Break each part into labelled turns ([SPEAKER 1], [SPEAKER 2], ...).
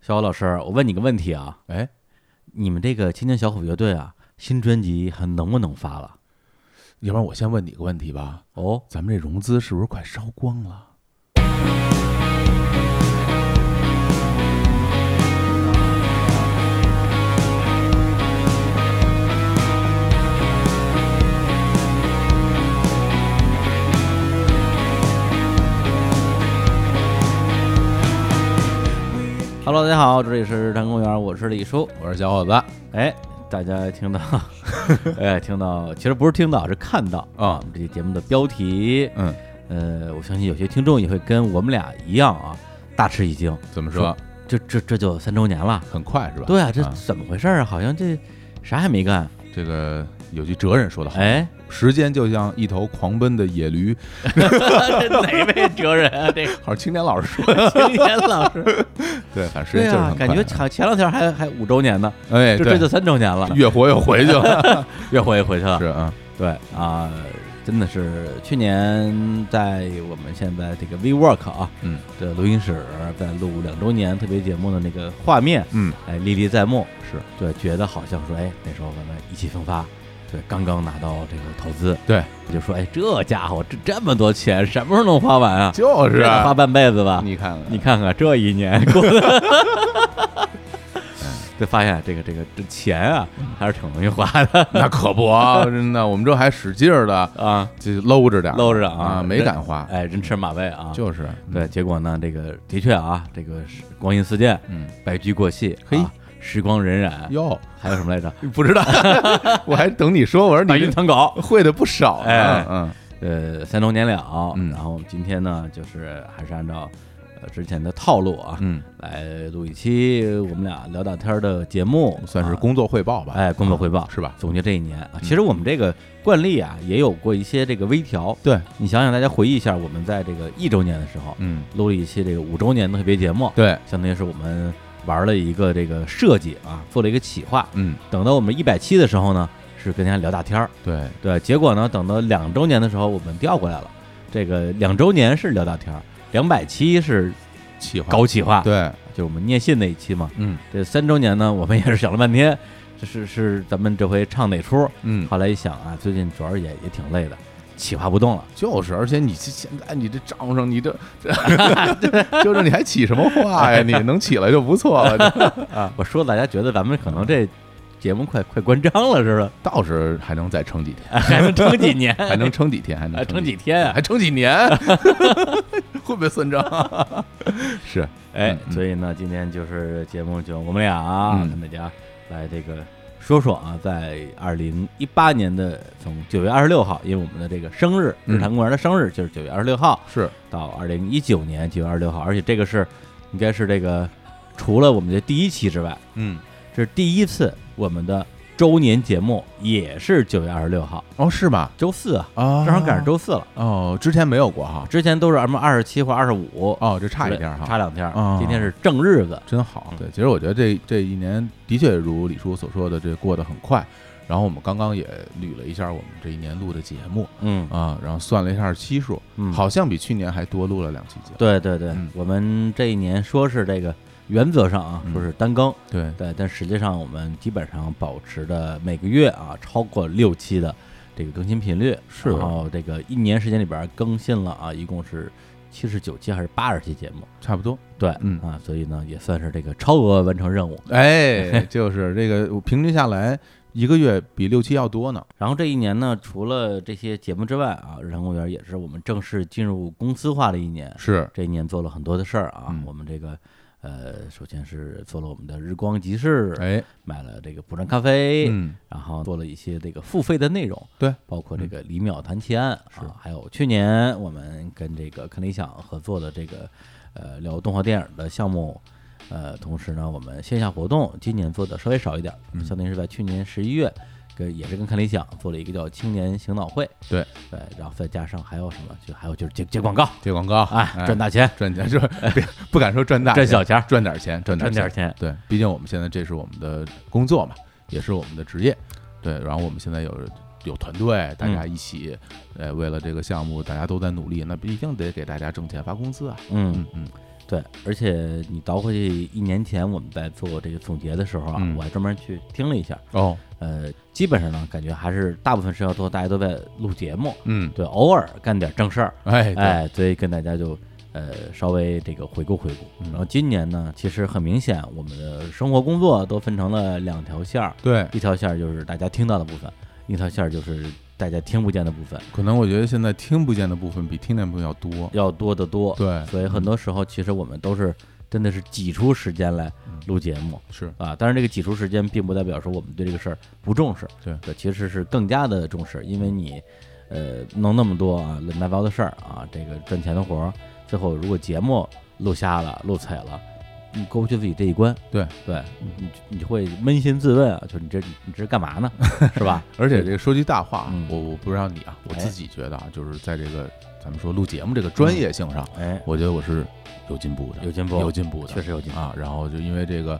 [SPEAKER 1] 小欧老师，我问你个问题啊，
[SPEAKER 2] 哎，
[SPEAKER 1] 你们这个青年小虎乐队啊，新专辑还能不能发了？
[SPEAKER 2] 要不然我先问你个问题吧，
[SPEAKER 1] 哦，
[SPEAKER 2] 咱们这融资是不是快烧光了？
[SPEAKER 1] Hello，大家好，这里是日坛公园，我是李叔。
[SPEAKER 2] 我说小伙子，
[SPEAKER 1] 哎，大家听 到，哎，听到，其实不是听到，是看到啊。我们这节目的标题，
[SPEAKER 2] 嗯，
[SPEAKER 1] 呃，我相信有些听众也会跟我们俩一样啊，大吃一惊，
[SPEAKER 2] 怎么说？
[SPEAKER 1] 这这这就三周年了。
[SPEAKER 2] 很快是吧？
[SPEAKER 1] 对啊，这
[SPEAKER 2] 啊
[SPEAKER 1] 怎么回事啊？好像这啥也没干。
[SPEAKER 2] 这个有句哲人说的好，
[SPEAKER 1] 哎，
[SPEAKER 2] 时间就像一头狂奔的野驴，
[SPEAKER 1] 这哪位哲人啊？这
[SPEAKER 2] 好像青年老师 说的，
[SPEAKER 1] 青年老师。
[SPEAKER 2] 对，反正时
[SPEAKER 1] 对
[SPEAKER 2] 间就是
[SPEAKER 1] 啊
[SPEAKER 2] 很，快。
[SPEAKER 1] 感觉前前两天还还五周年呢，
[SPEAKER 2] 哎，
[SPEAKER 1] 这
[SPEAKER 2] 对
[SPEAKER 1] 这就三周年了，
[SPEAKER 2] 越活越回去 了，
[SPEAKER 1] 越活越回去了。
[SPEAKER 2] 是啊，
[SPEAKER 1] 对啊、真的是去年在我们现在这个 WeWork 啊
[SPEAKER 2] 嗯
[SPEAKER 1] 的录音室，在录两周年特别节目的那个画面，
[SPEAKER 2] 嗯，
[SPEAKER 1] 哎，历历在目。
[SPEAKER 2] 是
[SPEAKER 1] 对，觉得好像说，哎，那时候咱们意气风发，对，刚刚拿到这个投资，
[SPEAKER 2] 对，
[SPEAKER 1] 我就说，哎，这家伙这这么多钱，什么时候能花完啊？
[SPEAKER 2] 就是
[SPEAKER 1] 这得花
[SPEAKER 2] 啊，
[SPEAKER 1] 半辈子吧？
[SPEAKER 2] 你看看，
[SPEAKER 1] 你看看这一年过的， 就发现这个这个这钱啊，
[SPEAKER 2] 嗯
[SPEAKER 1] 还是挺容易花的
[SPEAKER 2] 那可不啊，真的，我们这还使劲儿的，
[SPEAKER 1] 啊。
[SPEAKER 2] 就搂着点儿，
[SPEAKER 1] 搂着啊
[SPEAKER 2] 嗯啊，哎没敢花，
[SPEAKER 1] 哎，人吃马喂啊，
[SPEAKER 2] 就是，
[SPEAKER 1] 对。结果呢，这个的确啊，这个是光阴似箭，
[SPEAKER 2] 嗯，
[SPEAKER 1] 白驹过隙，
[SPEAKER 2] 嘿
[SPEAKER 1] 啊时光荏苒，
[SPEAKER 2] 哟，
[SPEAKER 1] 还有什 么来着？
[SPEAKER 2] 不知道，我还等你说，我说
[SPEAKER 1] 白
[SPEAKER 2] 你
[SPEAKER 1] 云
[SPEAKER 2] 这
[SPEAKER 1] 苍狗，
[SPEAKER 2] 会的不少呢，
[SPEAKER 1] 哎
[SPEAKER 2] 嗯，
[SPEAKER 1] 呃，三周年了，
[SPEAKER 2] 嗯
[SPEAKER 1] 然后我们今天呢，就是还是按照呃之前的套路啊，
[SPEAKER 2] 嗯，
[SPEAKER 1] 来录一期我们俩聊大天儿的节目，
[SPEAKER 2] 嗯算是
[SPEAKER 1] 啊
[SPEAKER 2] 工作汇报吧，
[SPEAKER 1] 哎工作汇报
[SPEAKER 2] 是吧？
[SPEAKER 1] 总结这一年
[SPEAKER 2] 嗯
[SPEAKER 1] 啊。其实我们这个惯例啊，也有过一些这个微调。
[SPEAKER 2] 对，
[SPEAKER 1] 你想想，大家回忆一下，我们在这个一周年的时候，
[SPEAKER 2] 嗯，
[SPEAKER 1] 录了一期这个五周年的特别节目，
[SPEAKER 2] 对，
[SPEAKER 1] 相当于是我们玩了一个这个设计啊，做了一个企划。
[SPEAKER 2] 嗯，
[SPEAKER 1] 等到我们一百期的时候呢，是跟人家聊大天儿，
[SPEAKER 2] 对，
[SPEAKER 1] 对。结果呢，等到两周年的时候，我们调过来了，这个两周年是聊大天儿，两百期是
[SPEAKER 2] 企划，
[SPEAKER 1] 搞企划，，
[SPEAKER 2] 对，
[SPEAKER 1] 就是我们聂信那一期嘛。
[SPEAKER 2] 嗯
[SPEAKER 1] 这三周年呢，我们也是想了半天，这是是咱们这回唱哪出？
[SPEAKER 2] 嗯，
[SPEAKER 1] 后来一想啊，最近主要也也挺累的，企划不动了。
[SPEAKER 2] 就是，而且你这现在你这账上，你这， 这就是你还起什么话呀？你能起来就不错了， 这
[SPEAKER 1] 我说大家觉得咱们可能这节目快快关张了似的，
[SPEAKER 2] 到时还能再撑几天，
[SPEAKER 1] 还能撑几年？
[SPEAKER 2] 还能撑几天，还
[SPEAKER 1] 还
[SPEAKER 2] 能
[SPEAKER 1] 撑
[SPEAKER 2] 撑
[SPEAKER 1] 几天啊
[SPEAKER 2] 还？哎撑几年， 会不会算账？ 是，
[SPEAKER 1] 哎
[SPEAKER 2] 嗯，嗯
[SPEAKER 1] 所以呢，今天就是节目就我们俩啊
[SPEAKER 2] 嗯
[SPEAKER 1] 跟大家来这个说说啊，在二零一八年的从九月二十六号，因为我们的这个生日，
[SPEAKER 2] 嗯
[SPEAKER 1] 日坛公园的生日就是九月二十六号，
[SPEAKER 2] 是
[SPEAKER 1] 到二零一九年九月二十六号，而且这个是应该是这个除了我们的第一期之外，
[SPEAKER 2] 嗯，
[SPEAKER 1] 这是第一次我们的周年节目也是九月二十六号，
[SPEAKER 2] 哦，是吗？
[SPEAKER 1] 周四啊，
[SPEAKER 2] 啊，
[SPEAKER 1] 正好赶上周四了。
[SPEAKER 2] 哦，之前没有过哈，
[SPEAKER 1] 之前都是什么二十七或二十五，
[SPEAKER 2] 哦，这差一点哈，
[SPEAKER 1] 差两天
[SPEAKER 2] 哦。
[SPEAKER 1] 今天是正日子，
[SPEAKER 2] 真好
[SPEAKER 1] 嗯。
[SPEAKER 2] 对，其实我觉得这这一年的确如李叔所说的，这过得很快。然后我们刚刚也捋了一下我们这一年录的节目
[SPEAKER 1] 嗯
[SPEAKER 2] 啊，然后算了一下期数，
[SPEAKER 1] 嗯，，
[SPEAKER 2] 好像比去年还多录了两期节目。
[SPEAKER 1] 对对对
[SPEAKER 2] 嗯，
[SPEAKER 1] 我们这一年说是这个原则上啊，
[SPEAKER 2] 嗯
[SPEAKER 1] 说是单更，
[SPEAKER 2] 对，
[SPEAKER 1] 对，但实际上我们基本上保持的每个月啊超过六期的这个更新频率，
[SPEAKER 2] 是啊
[SPEAKER 1] 然后这个一年时间里边更新了啊，一共是七十九期还是八十期节目，
[SPEAKER 2] 差不多。
[SPEAKER 1] 对，
[SPEAKER 2] 嗯
[SPEAKER 1] 啊，所以呢也算是这个超额完成任务。
[SPEAKER 2] 哎， 就是这个，我平均下来一个月比六期要多呢。
[SPEAKER 1] 然后这一年呢，除了这些节目之外啊，日坛公园也是我们正式进入公司化的一年。
[SPEAKER 2] 是，
[SPEAKER 1] 这一年做了很多的事儿啊，
[SPEAKER 2] 嗯
[SPEAKER 1] 我们这个呃，首先是做了我们的日光集市，
[SPEAKER 2] 哎，
[SPEAKER 1] 买了这个补站咖啡，
[SPEAKER 2] 嗯，
[SPEAKER 1] 然后做了一些这个付费的内容，
[SPEAKER 2] 对，嗯
[SPEAKER 1] 包括这个李淼谈奇案
[SPEAKER 2] 是
[SPEAKER 1] 啊，还有去年我们跟这个看理想合作的这个呃聊动画电影的项目。呃，同时呢，我们线下活动今年做的稍微少一点儿，
[SPEAKER 2] 嗯
[SPEAKER 1] 相当于是在去年十一月跟也是跟看理想做了一个叫青年行脑会，
[SPEAKER 2] 对
[SPEAKER 1] 对，然后再加上还有什么，就还有就是接接广告，
[SPEAKER 2] 接广告，
[SPEAKER 1] 哎，赚
[SPEAKER 2] 大
[SPEAKER 1] 大钱，
[SPEAKER 2] 赚钱，赚别不敢说赚 大，
[SPEAKER 1] 赚小钱儿，
[SPEAKER 2] 赚点钱，赚
[SPEAKER 1] 赚
[SPEAKER 2] 钱
[SPEAKER 1] 点。钱。
[SPEAKER 2] 对，毕竟我们现在这是我们的工作嘛，也是我们的职业。对，然后我们现在有有团队，大
[SPEAKER 1] 嗯
[SPEAKER 2] 家一起，呃，为了这个项目，大家都在努力，那不一定得给大家挣钱发工资啊。
[SPEAKER 1] 嗯，
[SPEAKER 2] 嗯嗯，
[SPEAKER 1] 对，而且你倒回去一年前我们在做这个总结的时候啊，
[SPEAKER 2] 嗯
[SPEAKER 1] 我还专门去听了一下，
[SPEAKER 2] 哦，
[SPEAKER 1] 呃，基本上呢，感觉还是大部分时间都大家都在录节目，
[SPEAKER 2] 嗯，
[SPEAKER 1] 对，偶尔干点正事儿，
[SPEAKER 2] 哎，对，
[SPEAKER 1] 哎，所以跟大家就呃稍微这个回顾回顾。然后今年呢，其实很明显，我们的生活工作都分成了两条线儿，
[SPEAKER 2] 对，
[SPEAKER 1] 一条线儿就是大家听到的部分，一条线儿就是大家听不见的部分，
[SPEAKER 2] 可能我觉得现在听不见的部分比听见的部分要多。
[SPEAKER 1] 要多得多。
[SPEAKER 2] 对，嗯
[SPEAKER 1] 所以很多时候，其实我们都是真的是挤出时间来录节目
[SPEAKER 2] 是，
[SPEAKER 1] 啊。当然，这个挤出时间并不代表说我们对这个事儿不重视，
[SPEAKER 2] 对
[SPEAKER 1] 其实是更加的重视，因为你呃弄那么多啊乱七八糟的事儿啊，这个赚钱的活儿，最后如果节目录瞎了、录踩了。你过不去自己这一关，
[SPEAKER 2] 对
[SPEAKER 1] 对，你你就会扪心自问啊，就是你这你这是干嘛呢， 是吧？
[SPEAKER 2] 而且这个说句大话，啊
[SPEAKER 1] 嗯
[SPEAKER 2] 我我不知道你啊，我
[SPEAKER 1] 哎
[SPEAKER 2] 自己觉得啊，就是在这个咱们说录节目这个专业性上，
[SPEAKER 1] 哎，
[SPEAKER 2] 我觉得我是有进步的，
[SPEAKER 1] 有进步
[SPEAKER 2] 有进步的，
[SPEAKER 1] 确实有进步
[SPEAKER 2] 啊。然后就因为这个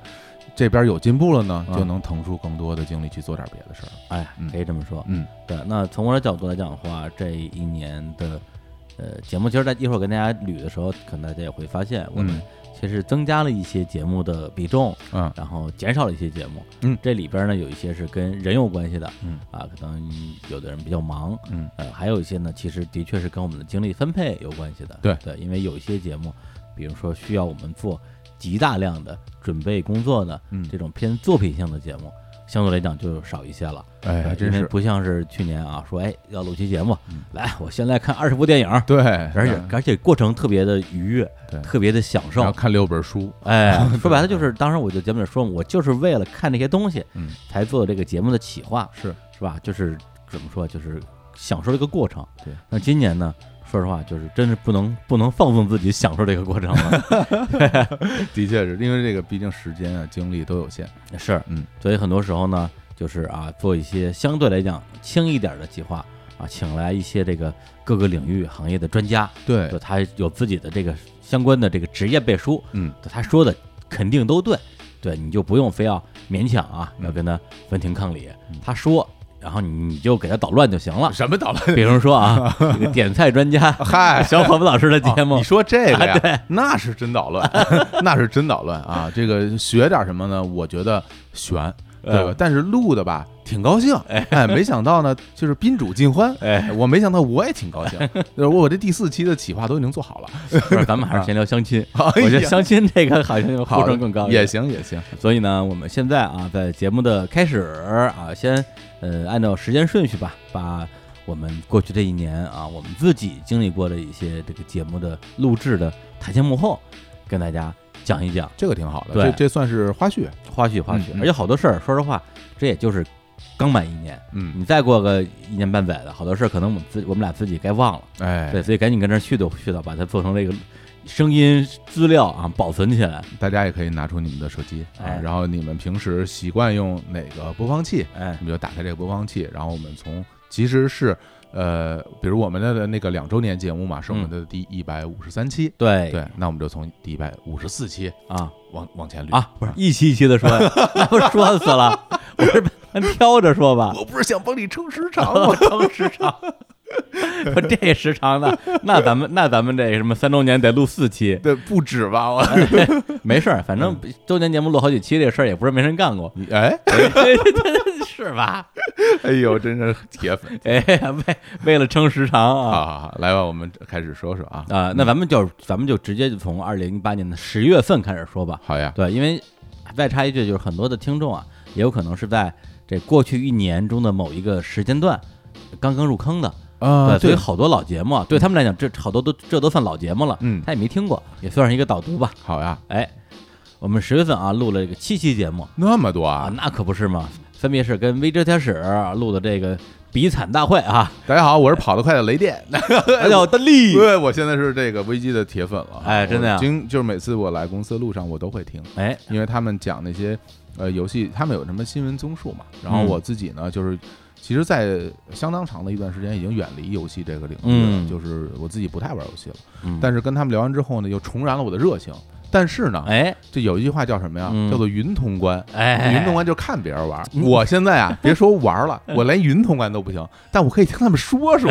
[SPEAKER 2] 这边有进步了呢，
[SPEAKER 1] 嗯
[SPEAKER 2] 就能腾出更多的精力去做点别的事儿。
[SPEAKER 1] 哎
[SPEAKER 2] 嗯，
[SPEAKER 1] 可以这么说。
[SPEAKER 2] 嗯，
[SPEAKER 1] 对。那从我的角度来讲的话，这一年的呃节目，其实在一会儿跟大家捋的时候，可能大家也会发现，我们
[SPEAKER 2] 嗯
[SPEAKER 1] 其实增加了一些节目的比重，
[SPEAKER 2] 嗯
[SPEAKER 1] 然后减少了一些节目。
[SPEAKER 2] 嗯
[SPEAKER 1] 这里边呢有一些是跟人有关系的，
[SPEAKER 2] 嗯
[SPEAKER 1] 啊，可能有的人比较忙，
[SPEAKER 2] 嗯，
[SPEAKER 1] 呃，还有一些呢，其实的确是跟我们的精力分配有关系的。
[SPEAKER 2] 对
[SPEAKER 1] 对，因为有一些节目，比如说需要我们做极大量的准备工作的，
[SPEAKER 2] 嗯
[SPEAKER 1] 这种偏作品性的节目，相对来讲就少一些了。
[SPEAKER 2] 哎，还
[SPEAKER 1] 呃
[SPEAKER 2] 真
[SPEAKER 1] 因为
[SPEAKER 2] 是，
[SPEAKER 1] 不像是去年啊，说哎要录期节目，
[SPEAKER 2] 嗯
[SPEAKER 1] 来我现在看二十部电影，
[SPEAKER 2] 对，
[SPEAKER 1] 而且
[SPEAKER 2] 嗯
[SPEAKER 1] 而且过程特别的愉悦，
[SPEAKER 2] 对
[SPEAKER 1] 特别的享
[SPEAKER 2] 然后
[SPEAKER 1] 受。
[SPEAKER 2] 看六本书，
[SPEAKER 1] 哎， 说白了就是，当时我就节目里说，我就是为了看这些东西
[SPEAKER 2] 嗯，
[SPEAKER 1] 才做这个节目的企划，
[SPEAKER 2] 是
[SPEAKER 1] 是吧？就是怎么说，就是享受这个过程。
[SPEAKER 2] 对，
[SPEAKER 1] 那今年呢？说实话，就是真是不能不能放纵自己享受这个过程 了，
[SPEAKER 2] 的确是因为这个，毕竟时间啊、精力都有限。
[SPEAKER 1] 是，
[SPEAKER 2] 嗯，
[SPEAKER 1] 所以很多时候呢，就是啊，做一些相对来讲轻一点的计划啊，请来一些这个各个领域行业的专家，
[SPEAKER 2] 对
[SPEAKER 1] 就，他有自己的这个相关的这个职业背书，
[SPEAKER 2] 嗯，
[SPEAKER 1] 他说的肯定都对，对，你就不用非要勉强啊，
[SPEAKER 2] 嗯
[SPEAKER 1] 要跟他分庭抗礼
[SPEAKER 2] 嗯。
[SPEAKER 1] 他说，然后你你就给他捣乱就行 了。
[SPEAKER 2] 什么捣乱？
[SPEAKER 1] 比如说 啊，这个点菜专家
[SPEAKER 2] 嗨，
[SPEAKER 1] 小伙子老师的 节
[SPEAKER 2] 哦
[SPEAKER 1] 目啊
[SPEAKER 2] 你，说这个呀，那是真捣乱， 那是真捣乱啊！这个学点什么呢？我觉得悬，对吧？
[SPEAKER 1] 嗯
[SPEAKER 2] 但是录的吧，挺高兴，哎，没想到呢，就是宾主尽欢，
[SPEAKER 1] 哎，
[SPEAKER 2] 我没想到我也挺高 兴，就是我这第四期的企划都已经做好了，
[SPEAKER 1] 不是咱们还是先聊相亲。
[SPEAKER 2] 我
[SPEAKER 1] 我觉得相亲这个好像有呼
[SPEAKER 2] 好
[SPEAKER 1] 声更高一点
[SPEAKER 2] 哎也行也行，
[SPEAKER 1] 所以呢，我们现在啊，在节目的开始啊，先呃，按照时间顺序吧，把我们过去这一年啊，我们自己经历过的一些这个节目的录制的台前幕后，跟大家讲一讲，
[SPEAKER 2] 这个挺好的，
[SPEAKER 1] 对
[SPEAKER 2] 这这算是花絮，
[SPEAKER 1] 花絮花絮。
[SPEAKER 2] 嗯嗯
[SPEAKER 1] 而且好多事儿，说实话，这也就是刚满一年，
[SPEAKER 2] 嗯，
[SPEAKER 1] 你再过个一年半载的，好多事儿可能我们自我们俩自己该忘了，
[SPEAKER 2] 哎，
[SPEAKER 1] 嗯对，所以赶紧跟这儿絮叨絮叨，把它做成这个声音资料啊，保存起来。
[SPEAKER 2] 大家也可以拿出你们的手机啊
[SPEAKER 1] 哎，
[SPEAKER 2] 然后你们平时习惯用哪个播放器，
[SPEAKER 1] 哎，
[SPEAKER 2] 你们就打开这个播放器，然后我们从其实是呃，比如我们的那个两周年节目嘛，是我们
[SPEAKER 1] 嗯
[SPEAKER 2] 的第一百五十三期，
[SPEAKER 1] 对
[SPEAKER 2] 对，那我们就从第一百五十四期
[SPEAKER 1] 啊，
[SPEAKER 2] 往往前捋
[SPEAKER 1] 啊，不是一期一期的说 呀，那不说死了， 我是咱挑着说 吧，
[SPEAKER 2] 我不是想帮你撑时 长吗？
[SPEAKER 1] 当时长，说这时长的，那咱们那咱们这什么三周年得录四期，
[SPEAKER 2] 对，不止吧？我，
[SPEAKER 1] 哎没事儿，反正周年节目录好几期这事儿也不是没人干过
[SPEAKER 2] 你哎
[SPEAKER 1] 是吧？
[SPEAKER 2] 哎呦，真是铁粉
[SPEAKER 1] 哎，为为了撑时长
[SPEAKER 2] 啊！
[SPEAKER 1] 啊。
[SPEAKER 2] 好好好来吧，我们开始说说啊，
[SPEAKER 1] 啊、那咱们就咱们就直接就从二零一八年的十月份开始说吧。
[SPEAKER 2] 好呀，
[SPEAKER 1] 对，因为再插一句，就是很多的听众啊，也有可能是在这过去一年中的某一个时间段刚刚入坑的，
[SPEAKER 2] 啊
[SPEAKER 1] 对，所以好多老节目啊，对他们来讲，这好多都这都算老节目了，
[SPEAKER 2] 嗯
[SPEAKER 1] 他也没听过，也算是一个导读吧。
[SPEAKER 2] 好呀，
[SPEAKER 1] 哎，我们十月份啊录了这个七期节目
[SPEAKER 2] 那么多
[SPEAKER 1] 啊
[SPEAKER 2] 啊，！
[SPEAKER 1] 那可不是嘛，分别是跟微知天使啊录的这个比惨大会啊，
[SPEAKER 2] 大家好，我是跑得快的雷电，
[SPEAKER 1] 还有邓丽，
[SPEAKER 2] 对，我现在是这个危机的铁粉了。
[SPEAKER 1] 哎真的呀
[SPEAKER 2] 我经就是每次我来公司路上，我都会听，
[SPEAKER 1] 哎，
[SPEAKER 2] 因为他们讲那些呃游戏，他们有什么新闻综述嘛。然后
[SPEAKER 1] 嗯
[SPEAKER 2] 我自己呢，就是其实，在相当长的一段时间已经远离游戏这个领域了，
[SPEAKER 1] 嗯
[SPEAKER 2] 就是我自己不太玩游戏了。
[SPEAKER 1] 嗯
[SPEAKER 2] 但是跟他们聊完之后呢，又重燃了我的热情。但是呢，
[SPEAKER 1] 哎
[SPEAKER 2] 这有一句话叫什么呀？
[SPEAKER 1] 嗯
[SPEAKER 2] 叫做云通关。
[SPEAKER 1] 哎，
[SPEAKER 2] 云通关就是看别人玩儿。
[SPEAKER 1] 嗯
[SPEAKER 2] 我现在啊，别说玩 了，我连云通关都不行，但我可以听他们说 说，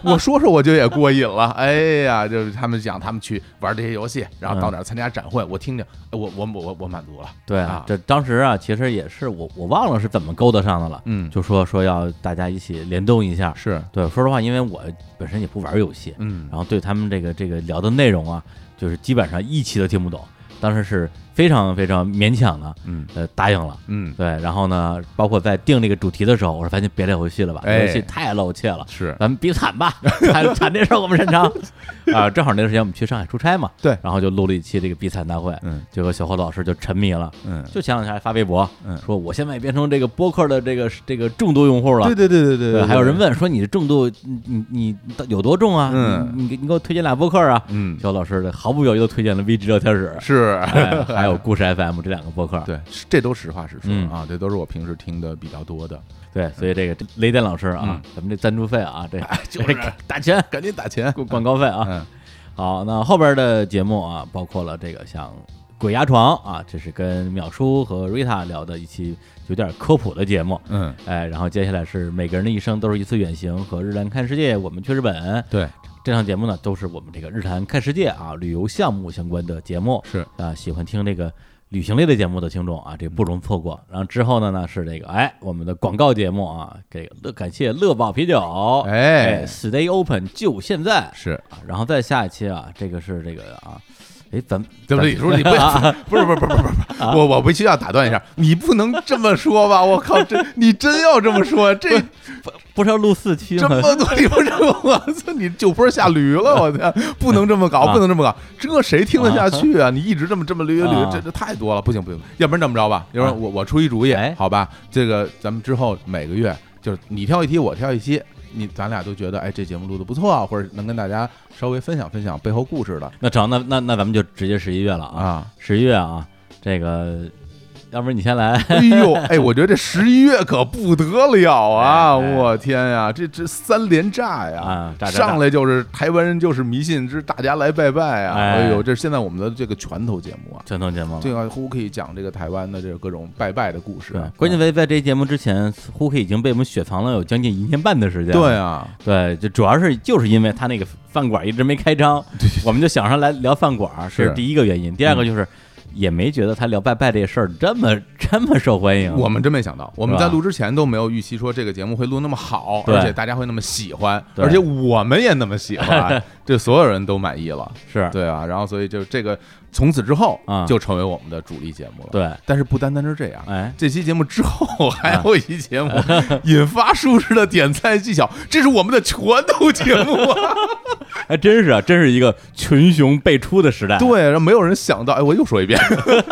[SPEAKER 2] 我说说我就也过瘾了。哎呀，就是他们讲他们去玩这些游戏，然后到哪儿参加展会，我听听，哎我我我我我满足了。
[SPEAKER 1] 对
[SPEAKER 2] 啊
[SPEAKER 1] 这当时啊，其实也是我我忘了是怎么勾搭上的了，
[SPEAKER 2] 嗯，
[SPEAKER 1] 就说说要大家一起联动一下。
[SPEAKER 2] 是，
[SPEAKER 1] 对，说实话，因为我本身也不玩游戏，
[SPEAKER 2] 嗯
[SPEAKER 1] 然后对他们这个这个聊的内容啊，就是基本上一期都听不懂，当时是非常非常勉强的，
[SPEAKER 2] 嗯
[SPEAKER 1] 呃，答应了。
[SPEAKER 2] 嗯，
[SPEAKER 1] 对，然后呢，包括在定这个主题的时候，我说咱就别聊游戏了吧，
[SPEAKER 2] 哎
[SPEAKER 1] 游戏太露怯了，
[SPEAKER 2] 是，
[SPEAKER 1] 咱们比惨吧，惨惨这事儿我们擅长。啊、正好那段时间我们去上海出差嘛，
[SPEAKER 2] 对
[SPEAKER 1] 然后就录了一期这个比惨大会，
[SPEAKER 2] 嗯
[SPEAKER 1] 结果小侯老师就沉迷了，
[SPEAKER 2] 嗯，
[SPEAKER 1] 就前两天还发微博，
[SPEAKER 2] 嗯
[SPEAKER 1] 说我现在也变成这个播客的这个这个重度用户了
[SPEAKER 2] 对。对对对对
[SPEAKER 1] 还有人，问说你的重度，你你你你有多重啊？
[SPEAKER 2] 嗯
[SPEAKER 1] 你你给你给我推荐俩播客啊。
[SPEAKER 2] 嗯，
[SPEAKER 1] 小侯老师毫不犹豫的推荐了 VG 聊天室，
[SPEAKER 2] 是，
[SPEAKER 1] 哎还有故事 FM 这两个播客。
[SPEAKER 2] 对，是这都实话实说
[SPEAKER 1] 嗯
[SPEAKER 2] 啊，这都是我平时听的比较多的，
[SPEAKER 1] 对，所以这个雷电老师啊
[SPEAKER 2] 嗯，
[SPEAKER 1] 咱们这赞助费啊，这
[SPEAKER 2] 就
[SPEAKER 1] 打钱
[SPEAKER 2] 赶紧打钱，
[SPEAKER 1] 广告费啊。
[SPEAKER 2] 嗯
[SPEAKER 1] 好，那后边的节目啊，包括了这个像《鬼压床》啊，这是跟淼叔和瑞塔聊的一期有点科普的节目。
[SPEAKER 2] 嗯，
[SPEAKER 1] 哎，然后接下来是每个人的一生都是一次远行和日坛看世界，我们去日本
[SPEAKER 2] 对，
[SPEAKER 1] 这档节目呢，都是我们这个日坛看世界啊旅游项目相关的节目
[SPEAKER 2] 是，
[SPEAKER 1] 啊，喜欢听这个旅行类的节目的听众啊，这不容错过。然后之后呢呢是这个哎我们的广告节目啊，给乐感谢乐宝啤酒，
[SPEAKER 2] 哎
[SPEAKER 1] ，Stay Open 就现在，
[SPEAKER 2] 是，
[SPEAKER 1] 啊，然后再下一期啊，这个是这个啊，哎，咱们
[SPEAKER 2] 对不对？你说你 不要，不是不是不是不是不是，
[SPEAKER 1] 啊
[SPEAKER 2] 我我必须要打断一下，你不能这么说吧？我靠，这你真要这么说， 这
[SPEAKER 1] 不是要录四期
[SPEAKER 2] 这
[SPEAKER 1] 吗？
[SPEAKER 2] 么多礼物，这我操，你酒坡下驴了，我天，不能这么搞，
[SPEAKER 1] 啊
[SPEAKER 2] 不能这么搞，这谁听得下去啊？你一直这么这么捋捋，
[SPEAKER 1] 啊
[SPEAKER 2] 这这太多了，不行不行，要不然这么着吧，要不然我我出一主意
[SPEAKER 1] 哎，
[SPEAKER 2] 好吧？这个咱们之后每个月就是你挑一题，我挑一期。你咱俩都觉得，哎，这节目录的不错啊，或者能跟大家稍微分享分享背后故事的
[SPEAKER 1] 那成，那那那咱们就直接十一月了啊，
[SPEAKER 2] 啊。
[SPEAKER 1] 十一月啊，这个，要不然你先来，
[SPEAKER 2] 哎呦，哎，我觉得这十一月可不得了啊！
[SPEAKER 1] 哎哎
[SPEAKER 2] 我天呀，这这三连炸呀！
[SPEAKER 1] 啊炸炸炸
[SPEAKER 2] 上来就是台湾人就是迷信之大家来拜拜啊！
[SPEAKER 1] 哎
[SPEAKER 2] 哎呦，这是现在我们的这个拳头节目啊，
[SPEAKER 1] 传统节目了。
[SPEAKER 2] 这个乎可以讲这个台湾的这个各种拜拜的故事
[SPEAKER 1] 对
[SPEAKER 2] 啊。，
[SPEAKER 1] 关键在在这节目之前胡 k 已经被我们雪藏了有将近一年半的时间。
[SPEAKER 2] 对啊，
[SPEAKER 1] 对，就主要是就是因为他那个饭馆一直没开张，我们就想上来聊饭馆，这
[SPEAKER 2] 是嗯
[SPEAKER 1] 是第一个原因。第二个就是也没觉得他聊拜拜这事儿这么这么受欢迎。
[SPEAKER 2] 我们真没想到，我们
[SPEAKER 1] 啊是吧
[SPEAKER 2] 在录之前都没有预期说这个节目会录那么好，
[SPEAKER 1] 对
[SPEAKER 2] 而且大家会那么喜欢，
[SPEAKER 1] 对
[SPEAKER 2] 而且我们也那么 喜欢，这所有人都满意了。
[SPEAKER 1] 是
[SPEAKER 2] 对啊，然后所以就这个从此之后
[SPEAKER 1] 啊
[SPEAKER 2] 就成为我们的主力节目了。
[SPEAKER 1] 对，
[SPEAKER 2] 但是不单单是这样，
[SPEAKER 1] 哎，
[SPEAKER 2] 这期节目之后还有一期节目，
[SPEAKER 1] 嗯
[SPEAKER 2] 引发术士的点菜技巧，这是我们的拳头节目啊！
[SPEAKER 1] 还真是啊，真是一个群雄辈出的时代。
[SPEAKER 2] 对，然后没有人想到，哎，我又说一遍，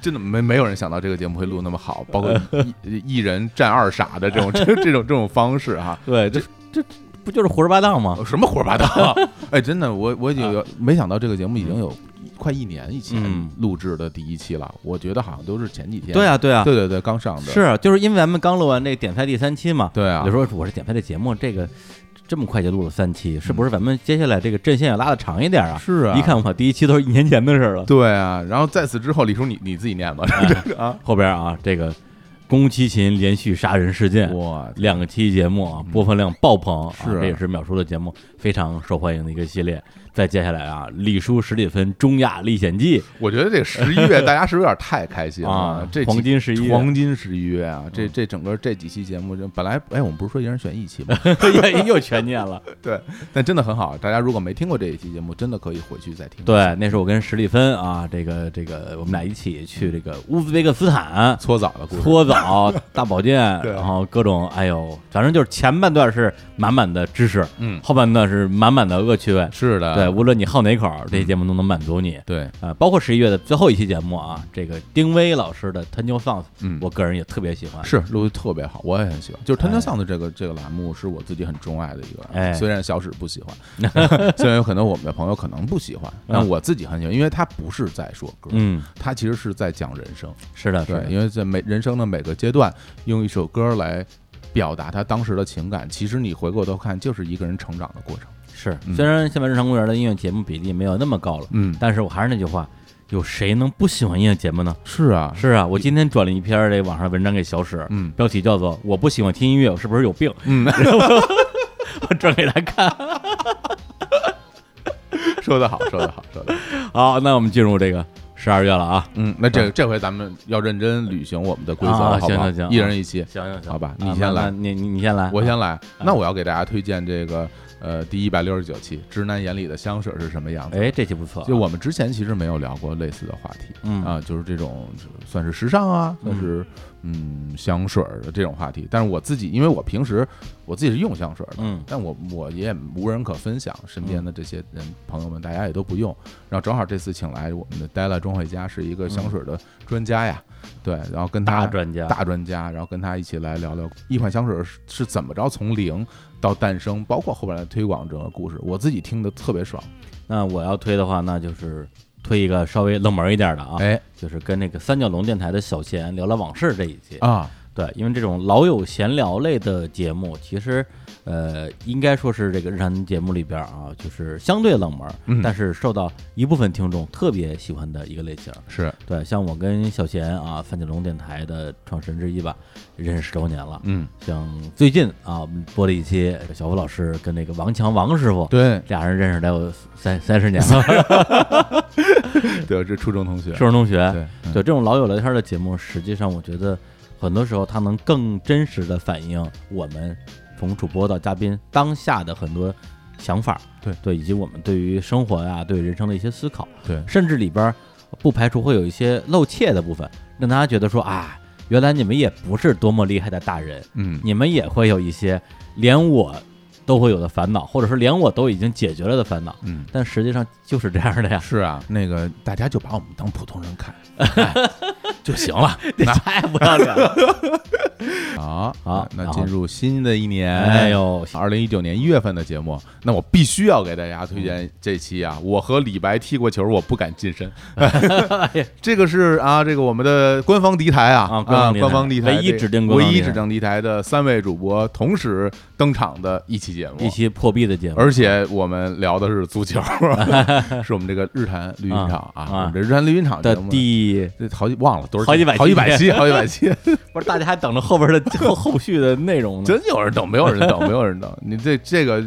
[SPEAKER 2] 真的没没有人想到这个节目会录那么好，包括
[SPEAKER 1] 嗯
[SPEAKER 2] 一一人占二傻的这种这这种这种方式哈、
[SPEAKER 1] 对，这这这不就是胡说八道吗？
[SPEAKER 2] 什么胡说八道？ 哎，真的，我我已经有没想到这个节目已经有快一年以前
[SPEAKER 1] 嗯
[SPEAKER 2] 录制的第一期了，我觉得好像都是前几天，
[SPEAKER 1] 对啊，对啊，
[SPEAKER 2] 对对对，刚上的，
[SPEAKER 1] 是啊就是因为咱们刚录完那点菜第三期嘛，
[SPEAKER 2] 对啊
[SPEAKER 1] 有时，候我是点菜的节目，这个这么快就录了三期，是不是咱们接下来这个阵线要拉的长一点啊？
[SPEAKER 2] 是啊，
[SPEAKER 1] 一看我靠，第一期都是一年前的事儿了。
[SPEAKER 2] 对啊，然后在此之后，李叔你你自己念吧，
[SPEAKER 1] 哎
[SPEAKER 2] 这个啊，
[SPEAKER 1] 后边啊，这个宫崎勤连续杀人事件。
[SPEAKER 2] 哇，
[SPEAKER 1] 两个期节目啊，播放量爆棚，啊
[SPEAKER 2] 是啊
[SPEAKER 1] 这也是秒叔的节目非常受欢迎的一个系列。再接下来啊，李叔史蒂芬《中亚历险记》
[SPEAKER 2] 我觉得这十一 月大家是不是有点太开心了？
[SPEAKER 1] 啊
[SPEAKER 2] 这几
[SPEAKER 1] 黄金11月嗯
[SPEAKER 2] 黄金十一月啊，这这整个这几期节目，就本来哎，我们不是说一人选一期吗？
[SPEAKER 1] 又又全念了。
[SPEAKER 2] 对，但真的很好，大家如果没听过这一期节目，真的可以回去再听。，
[SPEAKER 1] 对，那是我跟史蒂芬啊，这个这个，我们俩一起去这个乌兹别克斯 坦
[SPEAKER 2] 搓澡的故事，
[SPEAKER 1] 搓澡、大保健，
[SPEAKER 2] 对
[SPEAKER 1] 然后各种，哎呦，反正就是前半段是满满的知识，
[SPEAKER 2] 嗯，
[SPEAKER 1] 后半段是满满的恶趣味。
[SPEAKER 2] 是啊嗯的，
[SPEAKER 1] 对，无论你好哪口，这些节目都能满足你。
[SPEAKER 2] 对，
[SPEAKER 1] 呃，包括十一月的最后一期节目啊，这个丁薇老师的《t e n New Songs》，
[SPEAKER 2] 嗯
[SPEAKER 1] 我个人也特别喜欢。
[SPEAKER 2] 是录的特别好，我也很喜欢。就是《
[SPEAKER 1] 哎
[SPEAKER 2] Turn Sound》这个这个栏目是我自己很钟爱的一个栏目，
[SPEAKER 1] 哎
[SPEAKER 2] 虽然小史不喜欢，嗯虽然有可能我们的朋友可能不喜欢，但
[SPEAKER 1] 嗯
[SPEAKER 2] 我自己很喜欢，因为它不是在说歌，
[SPEAKER 1] 嗯，
[SPEAKER 2] 它其实是在讲人生。
[SPEAKER 1] 是的，是
[SPEAKER 2] 对，
[SPEAKER 1] 的，
[SPEAKER 2] 因为在每人生的每个阶段，用一首歌来表达他当时的情感，其实你回过头看，就是一个人成长的过程。
[SPEAKER 1] 是。
[SPEAKER 2] 嗯
[SPEAKER 1] 虽然现在日常公园的音乐节目比例没有那么高了，
[SPEAKER 2] 嗯，
[SPEAKER 1] 但是我还是那句话，有谁能不喜欢音乐节目呢？
[SPEAKER 2] 是啊，
[SPEAKER 1] 是啊，我今天转了一篇这网上文章给小史，
[SPEAKER 2] 嗯
[SPEAKER 1] 标题叫做“我不喜欢听音乐，我是不是有病
[SPEAKER 2] 嗯，？”
[SPEAKER 1] 我转给他看。
[SPEAKER 2] 说得好，说得好，说得好。
[SPEAKER 1] 好，那我们进入这个十二月了啊。
[SPEAKER 2] 嗯，那这这回咱们要认真履行我们的规则，
[SPEAKER 1] 啊
[SPEAKER 2] 好不好？
[SPEAKER 1] 行行行
[SPEAKER 2] 一人一期，
[SPEAKER 1] 行行行，
[SPEAKER 2] 好吧
[SPEAKER 1] 啊
[SPEAKER 2] 你先来
[SPEAKER 1] 那你你你先来，啊
[SPEAKER 2] 我先来。那我要给大家推荐这个呃第一百六十九期《直男眼里的香水是什么样子》。
[SPEAKER 1] 哎，这期不错，
[SPEAKER 2] 就我们之前其实没有聊过类似的话题，
[SPEAKER 1] 嗯
[SPEAKER 2] 啊，就是这种就算是时尚啊，
[SPEAKER 1] 嗯
[SPEAKER 2] 算是嗯香水儿的这种话题。但是我自己，因为我平时我自己是用香水儿的，
[SPEAKER 1] 嗯
[SPEAKER 2] 但我我也无人可分享，身边的这些人朋友们，大家也都不用。然后正好这次请来我们的 Della 钟慧佳是一个香水的专家呀，对，然后跟他
[SPEAKER 1] 嗯大专家，
[SPEAKER 2] 大专家，然后跟他一起来聊聊一款香水是是怎么着从零到诞生，包括后边的推广整个故事，我自己听的特别爽。
[SPEAKER 1] 那我要推的话，那就是推一个稍微冷门一点的啊，
[SPEAKER 2] 哎
[SPEAKER 1] 就是跟那个三角龙电台的小贤聊聊往事这一集。
[SPEAKER 2] 啊，
[SPEAKER 1] 对，因为这种老友闲聊类的节目，其实呃，应该说是这个日常节目里边啊，就是相对冷门，
[SPEAKER 2] 嗯
[SPEAKER 1] 但是受到一部分听众特别喜欢的一个类型。
[SPEAKER 2] 是，
[SPEAKER 1] 对，像我跟小贤啊，三角龙电台的创始人之一吧，认识十周年了。
[SPEAKER 2] 嗯，
[SPEAKER 1] 像最近啊，我们播了一期小付老师跟那个王强王师傅，
[SPEAKER 2] 对
[SPEAKER 1] 俩人认识得有三三十年了，
[SPEAKER 2] 对，这初中同学，
[SPEAKER 1] 初中同学。
[SPEAKER 2] 对
[SPEAKER 1] 哎对，这种老友聊天的节目，实际上我觉得很多时候它能更真实的反映我们从主播到嘉宾当下的很多想法，
[SPEAKER 2] 对
[SPEAKER 1] 对，以及我们对于生活呀、对人生的一些思考，
[SPEAKER 2] 对
[SPEAKER 1] 甚至里边儿不排除会有一些露怯的部分，让大家觉得说啊，原来你们也不是多么厉害的大人，
[SPEAKER 2] 嗯，
[SPEAKER 1] 你们也会有一些连我都会有的烦恼，或者说连我都已经解决了的烦恼，
[SPEAKER 2] 嗯。，
[SPEAKER 1] 但实际上就是这样的呀
[SPEAKER 2] 是啊，那个大家就把我们当普通人看、哎就行了
[SPEAKER 1] 这 太不要脸了。
[SPEAKER 2] 啊。
[SPEAKER 1] 好
[SPEAKER 2] 那
[SPEAKER 1] 然后
[SPEAKER 2] 进入新的一年，
[SPEAKER 1] 哎呦，
[SPEAKER 2] 二零一九年一月份的节目，那我必须要给大家推荐这期
[SPEAKER 1] 嗯
[SPEAKER 2] 啊！我和李白踢过球，我不敢 近身。这个是啊，这个我们的官方敌台啊
[SPEAKER 1] 啊官方敌台
[SPEAKER 2] 官方敌台
[SPEAKER 1] 唯一指定
[SPEAKER 2] 这
[SPEAKER 1] 官
[SPEAKER 2] 唯
[SPEAKER 1] 方敌台
[SPEAKER 2] 一指定敌台的三位主播同时登场的一期节目，
[SPEAKER 1] 一期破壁的节目，
[SPEAKER 2] 而且我们聊的是足球， 是我们这个日坛绿茵场啊，
[SPEAKER 1] 啊
[SPEAKER 2] 我们这日坛绿茵场
[SPEAKER 1] 的
[SPEAKER 2] 节目
[SPEAKER 1] 第
[SPEAKER 2] 这好几忘了多少
[SPEAKER 1] 好几百期
[SPEAKER 2] 好几 百期，好几百期，
[SPEAKER 1] 不是大家还等着后边的 后后续的内容呢。
[SPEAKER 2] 真有人等，没有人等，没有人等。你这这个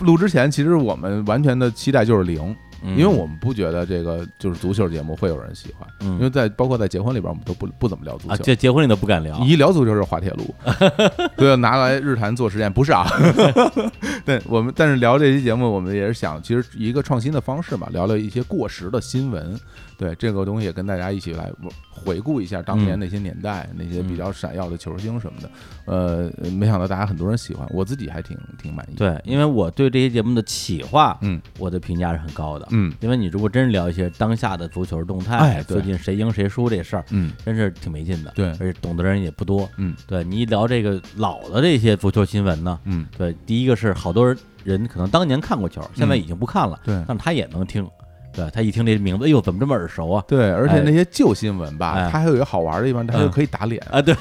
[SPEAKER 2] 录之前，其实我们完全的期待就是零，
[SPEAKER 1] 嗯
[SPEAKER 2] 因为我们不觉得这个就是足球节目会有人喜欢，
[SPEAKER 1] 嗯
[SPEAKER 2] 因为在包括在结婚里边，我们都不不怎么聊足
[SPEAKER 1] 啊，
[SPEAKER 2] 球。
[SPEAKER 1] 结结婚你都不敢聊
[SPEAKER 2] 你，一聊足球就是滑铁 卢，对，拿来日坛做实验不是啊？ 对，我们但是聊这期节目，我们也是想，其实一个创新的方式嘛，聊聊一些过时的新闻，对这个东西也跟大家一起来回顾一下当年
[SPEAKER 1] 嗯
[SPEAKER 2] 那些年代、那些比较闪耀的球星什么的。呃，没想到大家很多人喜欢，我自己还挺挺满意。，
[SPEAKER 1] 对，因为我对这些节目的企划，
[SPEAKER 2] 嗯
[SPEAKER 1] 我的评价是很高的。
[SPEAKER 2] 嗯
[SPEAKER 1] 因为你如果真是聊一些当下的足球动态，
[SPEAKER 2] 哎对
[SPEAKER 1] 最近谁赢谁输这事儿，
[SPEAKER 2] 嗯，
[SPEAKER 1] 真是挺没劲的。
[SPEAKER 2] 对
[SPEAKER 1] 而且懂的人也不多。
[SPEAKER 2] 嗯
[SPEAKER 1] 对你一聊这个老的这些足球新闻呢，
[SPEAKER 2] 嗯，
[SPEAKER 1] 对，第一个是好多人人可能当年看过球，现在
[SPEAKER 2] 嗯
[SPEAKER 1] 已经不看了，
[SPEAKER 2] 对
[SPEAKER 1] 但他也能听。对他一听这名字，哎呦，怎么这么耳熟啊？
[SPEAKER 2] 对，而且
[SPEAKER 1] 哎
[SPEAKER 2] 那些旧新闻吧，
[SPEAKER 1] 哎
[SPEAKER 2] 它还有一个好玩的地方，它就
[SPEAKER 1] 嗯
[SPEAKER 2] 可以打脸。
[SPEAKER 1] 啊，对，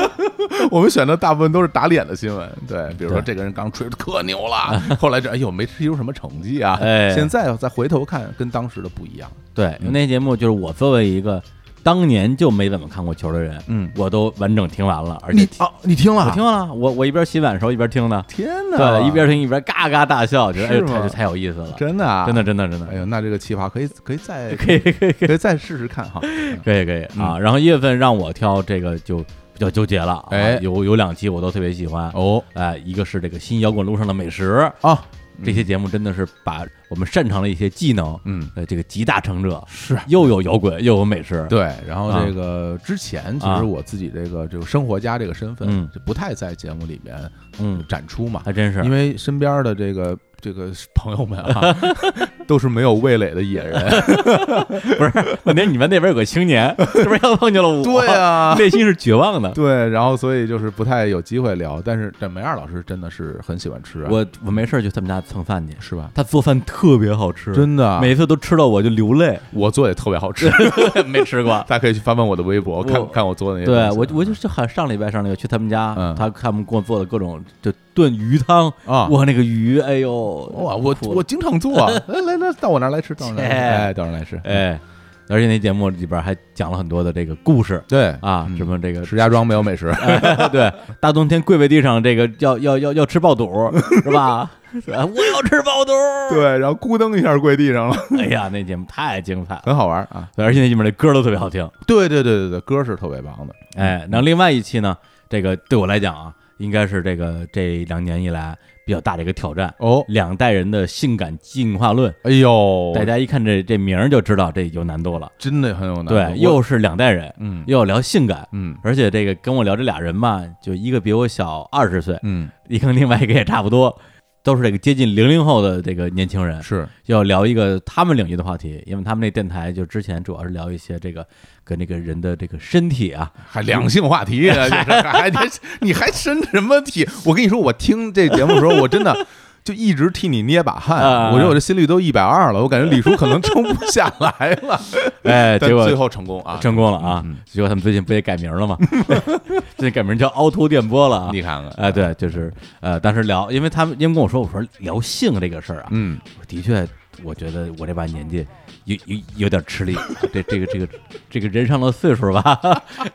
[SPEAKER 2] 我们选的大部分都是打脸的新闻，对，比如说
[SPEAKER 1] 对
[SPEAKER 2] 这个人刚吹可牛了，后来这哎呦没踢出什么成绩啊，
[SPEAKER 1] 哎
[SPEAKER 2] 现在再回头看跟当时的不一样，
[SPEAKER 1] 对，
[SPEAKER 2] 嗯
[SPEAKER 1] 那节目就是我作为一个当年就没怎么看过球的人，
[SPEAKER 2] 嗯，
[SPEAKER 1] 我都完整听完了，而且
[SPEAKER 2] 你啊你听了
[SPEAKER 1] 我听了，我我一边洗碗的时候一边听的，
[SPEAKER 2] 天哪，
[SPEAKER 1] 对，一边听一边嘎嘎大笑，觉得哎
[SPEAKER 2] 是
[SPEAKER 1] 呦
[SPEAKER 2] 吗
[SPEAKER 1] 太太有意思了，
[SPEAKER 2] 真哎的啊
[SPEAKER 1] 真的，真的真的
[SPEAKER 2] 哎，呦那这个计划可以可以再
[SPEAKER 1] 可以可以
[SPEAKER 2] 可以再试试看 哈，
[SPEAKER 1] 可以可以
[SPEAKER 2] 嗯
[SPEAKER 1] 啊！然后一月份让我挑这个就比较纠结了，啊
[SPEAKER 2] 哎
[SPEAKER 1] 有有两期我都特别喜欢，
[SPEAKER 2] 哦
[SPEAKER 1] 哎，一个是这个新摇滚路上的美食，
[SPEAKER 2] 啊，
[SPEAKER 1] 这些节目真的是把我们擅长的一些技能，
[SPEAKER 2] 嗯
[SPEAKER 1] 呃，这个集大成者，
[SPEAKER 2] 是。
[SPEAKER 1] 又有摇滚又有美食，
[SPEAKER 2] 对，然后
[SPEAKER 1] 啊
[SPEAKER 2] 这个之前其
[SPEAKER 1] 啊
[SPEAKER 2] 实我自己这个这个生活家这个身份
[SPEAKER 1] 嗯
[SPEAKER 2] 就不太在节目里面
[SPEAKER 1] 嗯，
[SPEAKER 2] 展出嘛，
[SPEAKER 1] 还真是
[SPEAKER 2] 因，为身边的这个这个朋友们 啊，都是没有味蕾的野人。
[SPEAKER 1] 不是， 问题是你们那边有个青年，这边又碰见了我，
[SPEAKER 2] 啊，
[SPEAKER 1] 内心是绝望的。
[SPEAKER 2] 对，然后所以就是不太有机会聊。但是这梅二老师真的是很喜欢吃、啊，
[SPEAKER 1] 我我没事儿去他们家蹭饭去，
[SPEAKER 2] 是吧？
[SPEAKER 1] 他做饭特别好吃，
[SPEAKER 2] 真的啊，
[SPEAKER 1] 每次都吃到我就流泪，
[SPEAKER 2] 我做也特别好 吃，
[SPEAKER 1] 没吃过。
[SPEAKER 2] 大家可以去翻翻我的微博，看
[SPEAKER 1] 我
[SPEAKER 2] 看我做的那 些
[SPEAKER 1] 对
[SPEAKER 2] 东西。啊
[SPEAKER 1] 我，我就是好像上礼拜上那个去他们家，
[SPEAKER 2] 嗯
[SPEAKER 1] 他他们给我做的各种就炖鱼汤，
[SPEAKER 2] 啊，
[SPEAKER 1] 哇，那个鱼，哎呦，
[SPEAKER 2] 我我
[SPEAKER 1] 哭了
[SPEAKER 2] 哎我经常做啊，来来来，到我那儿来吃，到我那儿来吃，
[SPEAKER 1] 切
[SPEAKER 2] 哎，到我那儿来吃。
[SPEAKER 1] 哎，而且那节目里边还讲了很多的这个故事
[SPEAKER 2] 对
[SPEAKER 1] 啊，
[SPEAKER 2] 嗯
[SPEAKER 1] 什么这个
[SPEAKER 2] 石家庄没有 美食，
[SPEAKER 1] 对，大冬天跪在地上，这个要要要要吃爆肚儿是吧？ 是吧我要吃爆肚。，
[SPEAKER 2] 对，然后咕噔一下跪地上了，
[SPEAKER 1] 哎呀，那节目太精彩了，
[SPEAKER 2] 很好玩啊。
[SPEAKER 1] 对而且那里面的歌都特别好听。
[SPEAKER 2] 对对对对对，歌是特别棒的，嗯
[SPEAKER 1] 哎，然后另外一期呢，这个对我来讲啊，应该是这个这两年以来比较大的一个挑战。
[SPEAKER 2] 哦，
[SPEAKER 1] 两代人的性感进化论，
[SPEAKER 2] 哎呦，
[SPEAKER 1] 大家一看这这名儿就知道这有难度了。
[SPEAKER 2] 真的很有难度，我
[SPEAKER 1] 对，又是两代人，
[SPEAKER 2] 嗯
[SPEAKER 1] 又要聊性感，
[SPEAKER 2] 嗯
[SPEAKER 1] 而且这个跟我聊这俩人吧，就一个比我小二十岁，
[SPEAKER 2] 嗯
[SPEAKER 1] 一个另外一个也差不多，都是这个接近零零后的这个年轻人，
[SPEAKER 2] 是
[SPEAKER 1] 要聊一个他们领域的话题，因为他们那电台就之前主要是聊一些这个跟这个人的这个身体 啊，
[SPEAKER 2] 还两性话题，啊 就是还你你还生什么体？我跟你说，我听这节目的时候，我真的。就一直替你捏把汗，
[SPEAKER 1] 啊
[SPEAKER 2] 我觉得我这心率都一百二了，我感觉李叔可能撑不下来了。
[SPEAKER 1] 哎，
[SPEAKER 2] 但
[SPEAKER 1] 结果
[SPEAKER 2] 最后成功啊！
[SPEAKER 1] 成功了啊，结果他们最近不也改名了吗？ 最近改名叫凹凸电波了啊。
[SPEAKER 2] 你看看，
[SPEAKER 1] 哎，对，就是呃，当时聊，因为他们因为跟我说，我说聊性这个事儿啊，
[SPEAKER 2] 嗯，
[SPEAKER 1] 的确，我觉得我这把年纪有有有点吃力，这这个这个这个人上了岁数吧，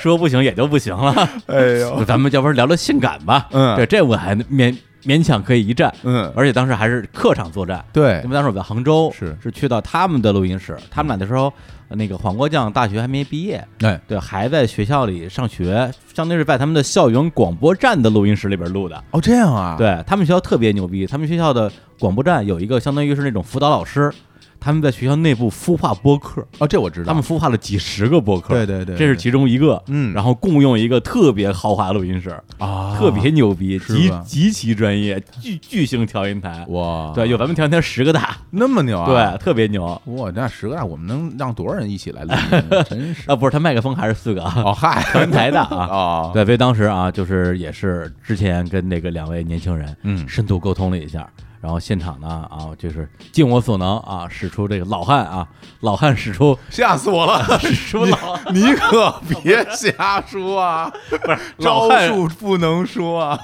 [SPEAKER 1] 说不行也就不行了。
[SPEAKER 2] 哎呦，
[SPEAKER 1] 咱们要不然聊聊性感吧？
[SPEAKER 2] 嗯
[SPEAKER 1] 对，这我还勉勉强可以一战，
[SPEAKER 2] 嗯
[SPEAKER 1] 而且当时还是客场作战。
[SPEAKER 2] 对
[SPEAKER 1] 因为当时我在杭州，
[SPEAKER 2] 是
[SPEAKER 1] 是去到他们的录音室，他们俩的时候，呃那个黄瓜酱大学还没毕业，
[SPEAKER 2] 哎，
[SPEAKER 1] 对，还在学校里上学，相当于是在他们的校园广播站的录音室里边录的。
[SPEAKER 2] 哦，这样啊，，
[SPEAKER 1] 对他们学校特别牛逼，他们学校的广播站有一个相当于是那种辅导老师，他们在学校内部孵化播客，
[SPEAKER 2] 哦，这我知
[SPEAKER 1] 他
[SPEAKER 2] 道
[SPEAKER 1] 们，孵化了几十个播客，
[SPEAKER 2] 对对对
[SPEAKER 1] 这是其中一个。
[SPEAKER 2] 嗯
[SPEAKER 1] 然后共用一个特别豪华录音室，
[SPEAKER 2] 啊，
[SPEAKER 1] 特别牛逼，
[SPEAKER 2] 是
[SPEAKER 1] 极
[SPEAKER 2] 吧
[SPEAKER 1] 极其专业，巨巨型调音台，
[SPEAKER 2] 哇，
[SPEAKER 1] 对，有咱们调音台十个大，
[SPEAKER 2] 那么牛啊，
[SPEAKER 1] 对，特别牛。
[SPEAKER 2] 哇，那十个大，我们能让多少人一起来录 音？真是
[SPEAKER 1] 啊，不是，他麦克风还是四个啊，
[SPEAKER 2] 哦嗨
[SPEAKER 1] 调音台的 啊。
[SPEAKER 2] 哦，
[SPEAKER 1] 对，所以当时啊，就是也是之前跟那个两位年轻人，
[SPEAKER 2] 嗯
[SPEAKER 1] 深度沟通了一下，然后现场呢啊，就是尽我所能啊，使出这个老汉啊，老汉使出！
[SPEAKER 2] 吓死我了
[SPEAKER 1] 使出老
[SPEAKER 2] 你可别瞎说啊，不是
[SPEAKER 1] 老
[SPEAKER 2] 招
[SPEAKER 1] 汉
[SPEAKER 2] 数不能说啊！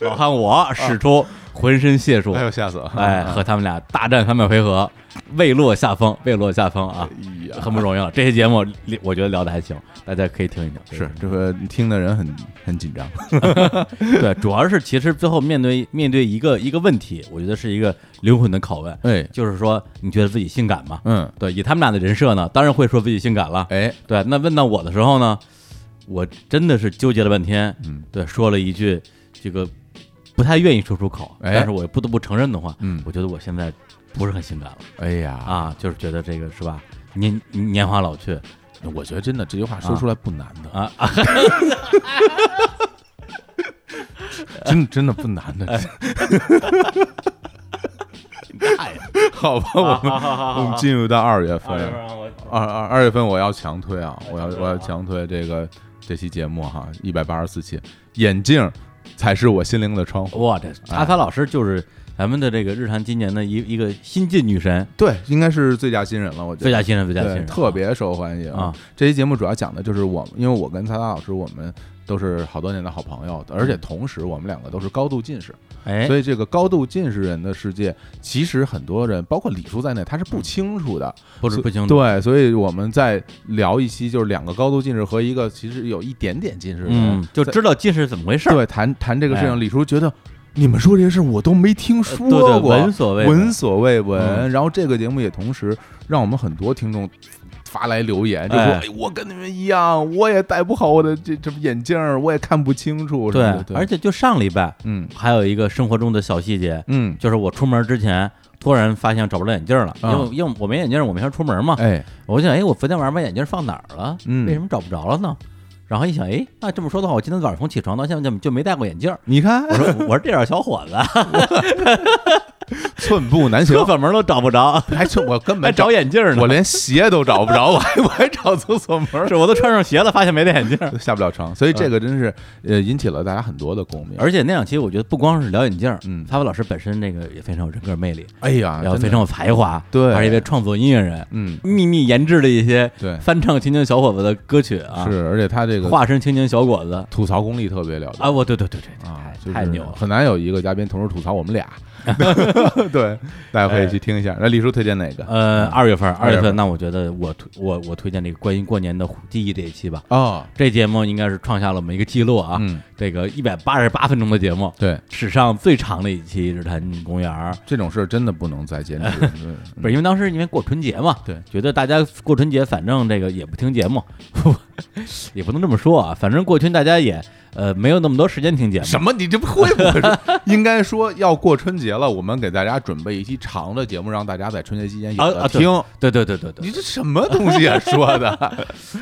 [SPEAKER 1] 老汉我使出浑身解数
[SPEAKER 2] 哎，呦，吓死了！
[SPEAKER 1] 哎，和他们俩大战三百回合，未落下风，未落下风啊，
[SPEAKER 2] 哎呀，
[SPEAKER 1] 很不容易了。这些节目我觉得聊的还行，大家可以听一听。
[SPEAKER 2] 是这个听的人很很紧张，
[SPEAKER 1] 对，主要是其实最后面对面对一个一个问题，我觉得是一个灵魂的拷问，
[SPEAKER 2] 哎，
[SPEAKER 1] 就是说你觉得自己性感吗？
[SPEAKER 2] 嗯，
[SPEAKER 1] 对，以他们俩的人设呢，当然会说自己性感了。
[SPEAKER 2] 哎，
[SPEAKER 1] 对，那问到我的时候呢，我真的是纠结了半天，
[SPEAKER 2] 嗯，
[SPEAKER 1] 对，说了一句这个不太愿意说出口，
[SPEAKER 2] 哎
[SPEAKER 1] 但是我也不得不承认的话，
[SPEAKER 2] 嗯
[SPEAKER 1] 我觉得我现在不是很性感了
[SPEAKER 2] 哎呀，
[SPEAKER 1] 啊，就是觉得这个是吧，年年华老去
[SPEAKER 2] 我觉得真的这句话说出来不难的
[SPEAKER 1] 啊，
[SPEAKER 2] 真真的不难的，
[SPEAKER 1] 哎呀，
[SPEAKER 2] 啊好吧，我们我们进入到二月份，
[SPEAKER 1] 我
[SPEAKER 2] 二二二月份我要强推啊，我要我要强推这个这期节目哈，一百八十四期，眼镜才是我心灵的窗户。
[SPEAKER 1] 哇，这
[SPEAKER 2] 啊
[SPEAKER 1] 阿发老师就是咱们的这个日坛今年的一一个新晋女神，
[SPEAKER 2] 对，应该是最佳新人了，我觉
[SPEAKER 1] 最
[SPEAKER 2] 得。
[SPEAKER 1] 佳新人，最佳新
[SPEAKER 2] 对，
[SPEAKER 1] 人，
[SPEAKER 2] 特别受欢迎
[SPEAKER 1] 啊！
[SPEAKER 2] 这期节目主要讲的就是我，因为我跟擦擦老师，我们都是好多年的好朋友，而且同时我们两个都是高度近视，
[SPEAKER 1] 哎，
[SPEAKER 2] 所以这个高度近视人的世界，其实很多人，包括李叔在内，他是不清楚的。
[SPEAKER 1] 不是不清楚，
[SPEAKER 2] 对，所以我们在聊一期，就是两个高度近视和一个其实有一点点近视的人
[SPEAKER 1] 嗯，，就
[SPEAKER 2] 在
[SPEAKER 1] 知道近视是怎么回事儿，
[SPEAKER 2] 对谈谈这个事
[SPEAKER 1] 哎
[SPEAKER 2] 情，李叔觉得你们说这些事儿我都没听说
[SPEAKER 1] 呃对对，
[SPEAKER 2] 过，
[SPEAKER 1] 闻所未闻
[SPEAKER 2] 闻所未闻。
[SPEAKER 1] 嗯
[SPEAKER 2] 然后这个节目也同时让我们很多听众发来留言，就说：“
[SPEAKER 1] 哎
[SPEAKER 2] 哎，我跟你们一样，我也戴不好我的这这眼镜儿，我也看不清楚。”
[SPEAKER 1] 对
[SPEAKER 2] 对，，
[SPEAKER 1] 而且就上礼拜
[SPEAKER 2] 嗯
[SPEAKER 1] 还有一个生活中的小细节，
[SPEAKER 2] 嗯，
[SPEAKER 1] 就是我出门之前突然发现找不着眼镜了，因
[SPEAKER 2] 啊
[SPEAKER 1] 为因为我没眼镜，我没法出门嘛。
[SPEAKER 2] 哎，
[SPEAKER 1] 我就想，哎，我昨天晚上把眼镜放哪儿了？
[SPEAKER 2] 嗯
[SPEAKER 1] 为什么找不着了呢？然后一想，哎，那这么说的话，我今天早上从起床到现在就就没戴过眼镜。
[SPEAKER 2] 你看
[SPEAKER 1] 我，说，我说这点小伙子，
[SPEAKER 2] 寸步 难行
[SPEAKER 1] 厕，所门都找不着，
[SPEAKER 2] 还寸我根
[SPEAKER 1] 还
[SPEAKER 2] 本
[SPEAKER 1] 找眼镜呢。
[SPEAKER 2] 我连鞋都找不着，我还我还找厕所门 儿
[SPEAKER 1] 是我都穿上鞋了，发现没戴眼镜。
[SPEAKER 2] 都下不了床，所以这个真是呃引起了大家很多的共鸣。
[SPEAKER 1] 而且那两期我觉得不光是聊眼镜，
[SPEAKER 2] 嗯
[SPEAKER 1] 发发老师本身这个也非常有人格魅力，
[SPEAKER 2] 哎呀，
[SPEAKER 1] 然后非
[SPEAKER 2] 真的
[SPEAKER 1] 常有才华，
[SPEAKER 2] 对
[SPEAKER 1] 还是一位创作音乐人，
[SPEAKER 2] 嗯
[SPEAKER 1] 秘密研制了一些
[SPEAKER 2] 对
[SPEAKER 1] 翻唱青年小伙子的歌曲啊，
[SPEAKER 2] 是，而且他这个
[SPEAKER 1] 化身青年小伙子
[SPEAKER 2] 吐槽功力特别了得
[SPEAKER 1] 啊！我对对对对，
[SPEAKER 2] 啊
[SPEAKER 1] 啊太，
[SPEAKER 2] 就是
[SPEAKER 1] 太牛了！
[SPEAKER 2] 很难有一个嘉宾同时吐槽我们俩。对，大家可以去听一下。那李叔推荐哪个？
[SPEAKER 1] 哎呃，二月份，
[SPEAKER 2] 二
[SPEAKER 1] 二月
[SPEAKER 2] 月份
[SPEAKER 1] 份，那我觉得我推我我推荐这个关于过年的记忆这一期吧。
[SPEAKER 2] 哦，
[SPEAKER 1] 这节目应该是创下了我们一个记录啊，
[SPEAKER 2] 嗯，
[SPEAKER 1] 这个一百八十八分钟的节目，
[SPEAKER 2] 对，
[SPEAKER 1] 史上最长的一期《日坛公园》。
[SPEAKER 2] 这种事儿真的不能再坚持。对
[SPEAKER 1] 不是因为当时因为过春节嘛，
[SPEAKER 2] 对，
[SPEAKER 1] 觉得大家过春节反正这个也不听节目， 也不能这么说啊，反正过春大家也呃没有那么多时间听节目，
[SPEAKER 2] 什么？你这不会不会说？应该说要过春节了，我们给大家准备一期长的节目，让大家在春节期间有
[SPEAKER 1] 啊
[SPEAKER 2] 的
[SPEAKER 1] 啊对
[SPEAKER 2] 听。嗯
[SPEAKER 1] 对对对对对
[SPEAKER 2] 你这什么东西啊？说 的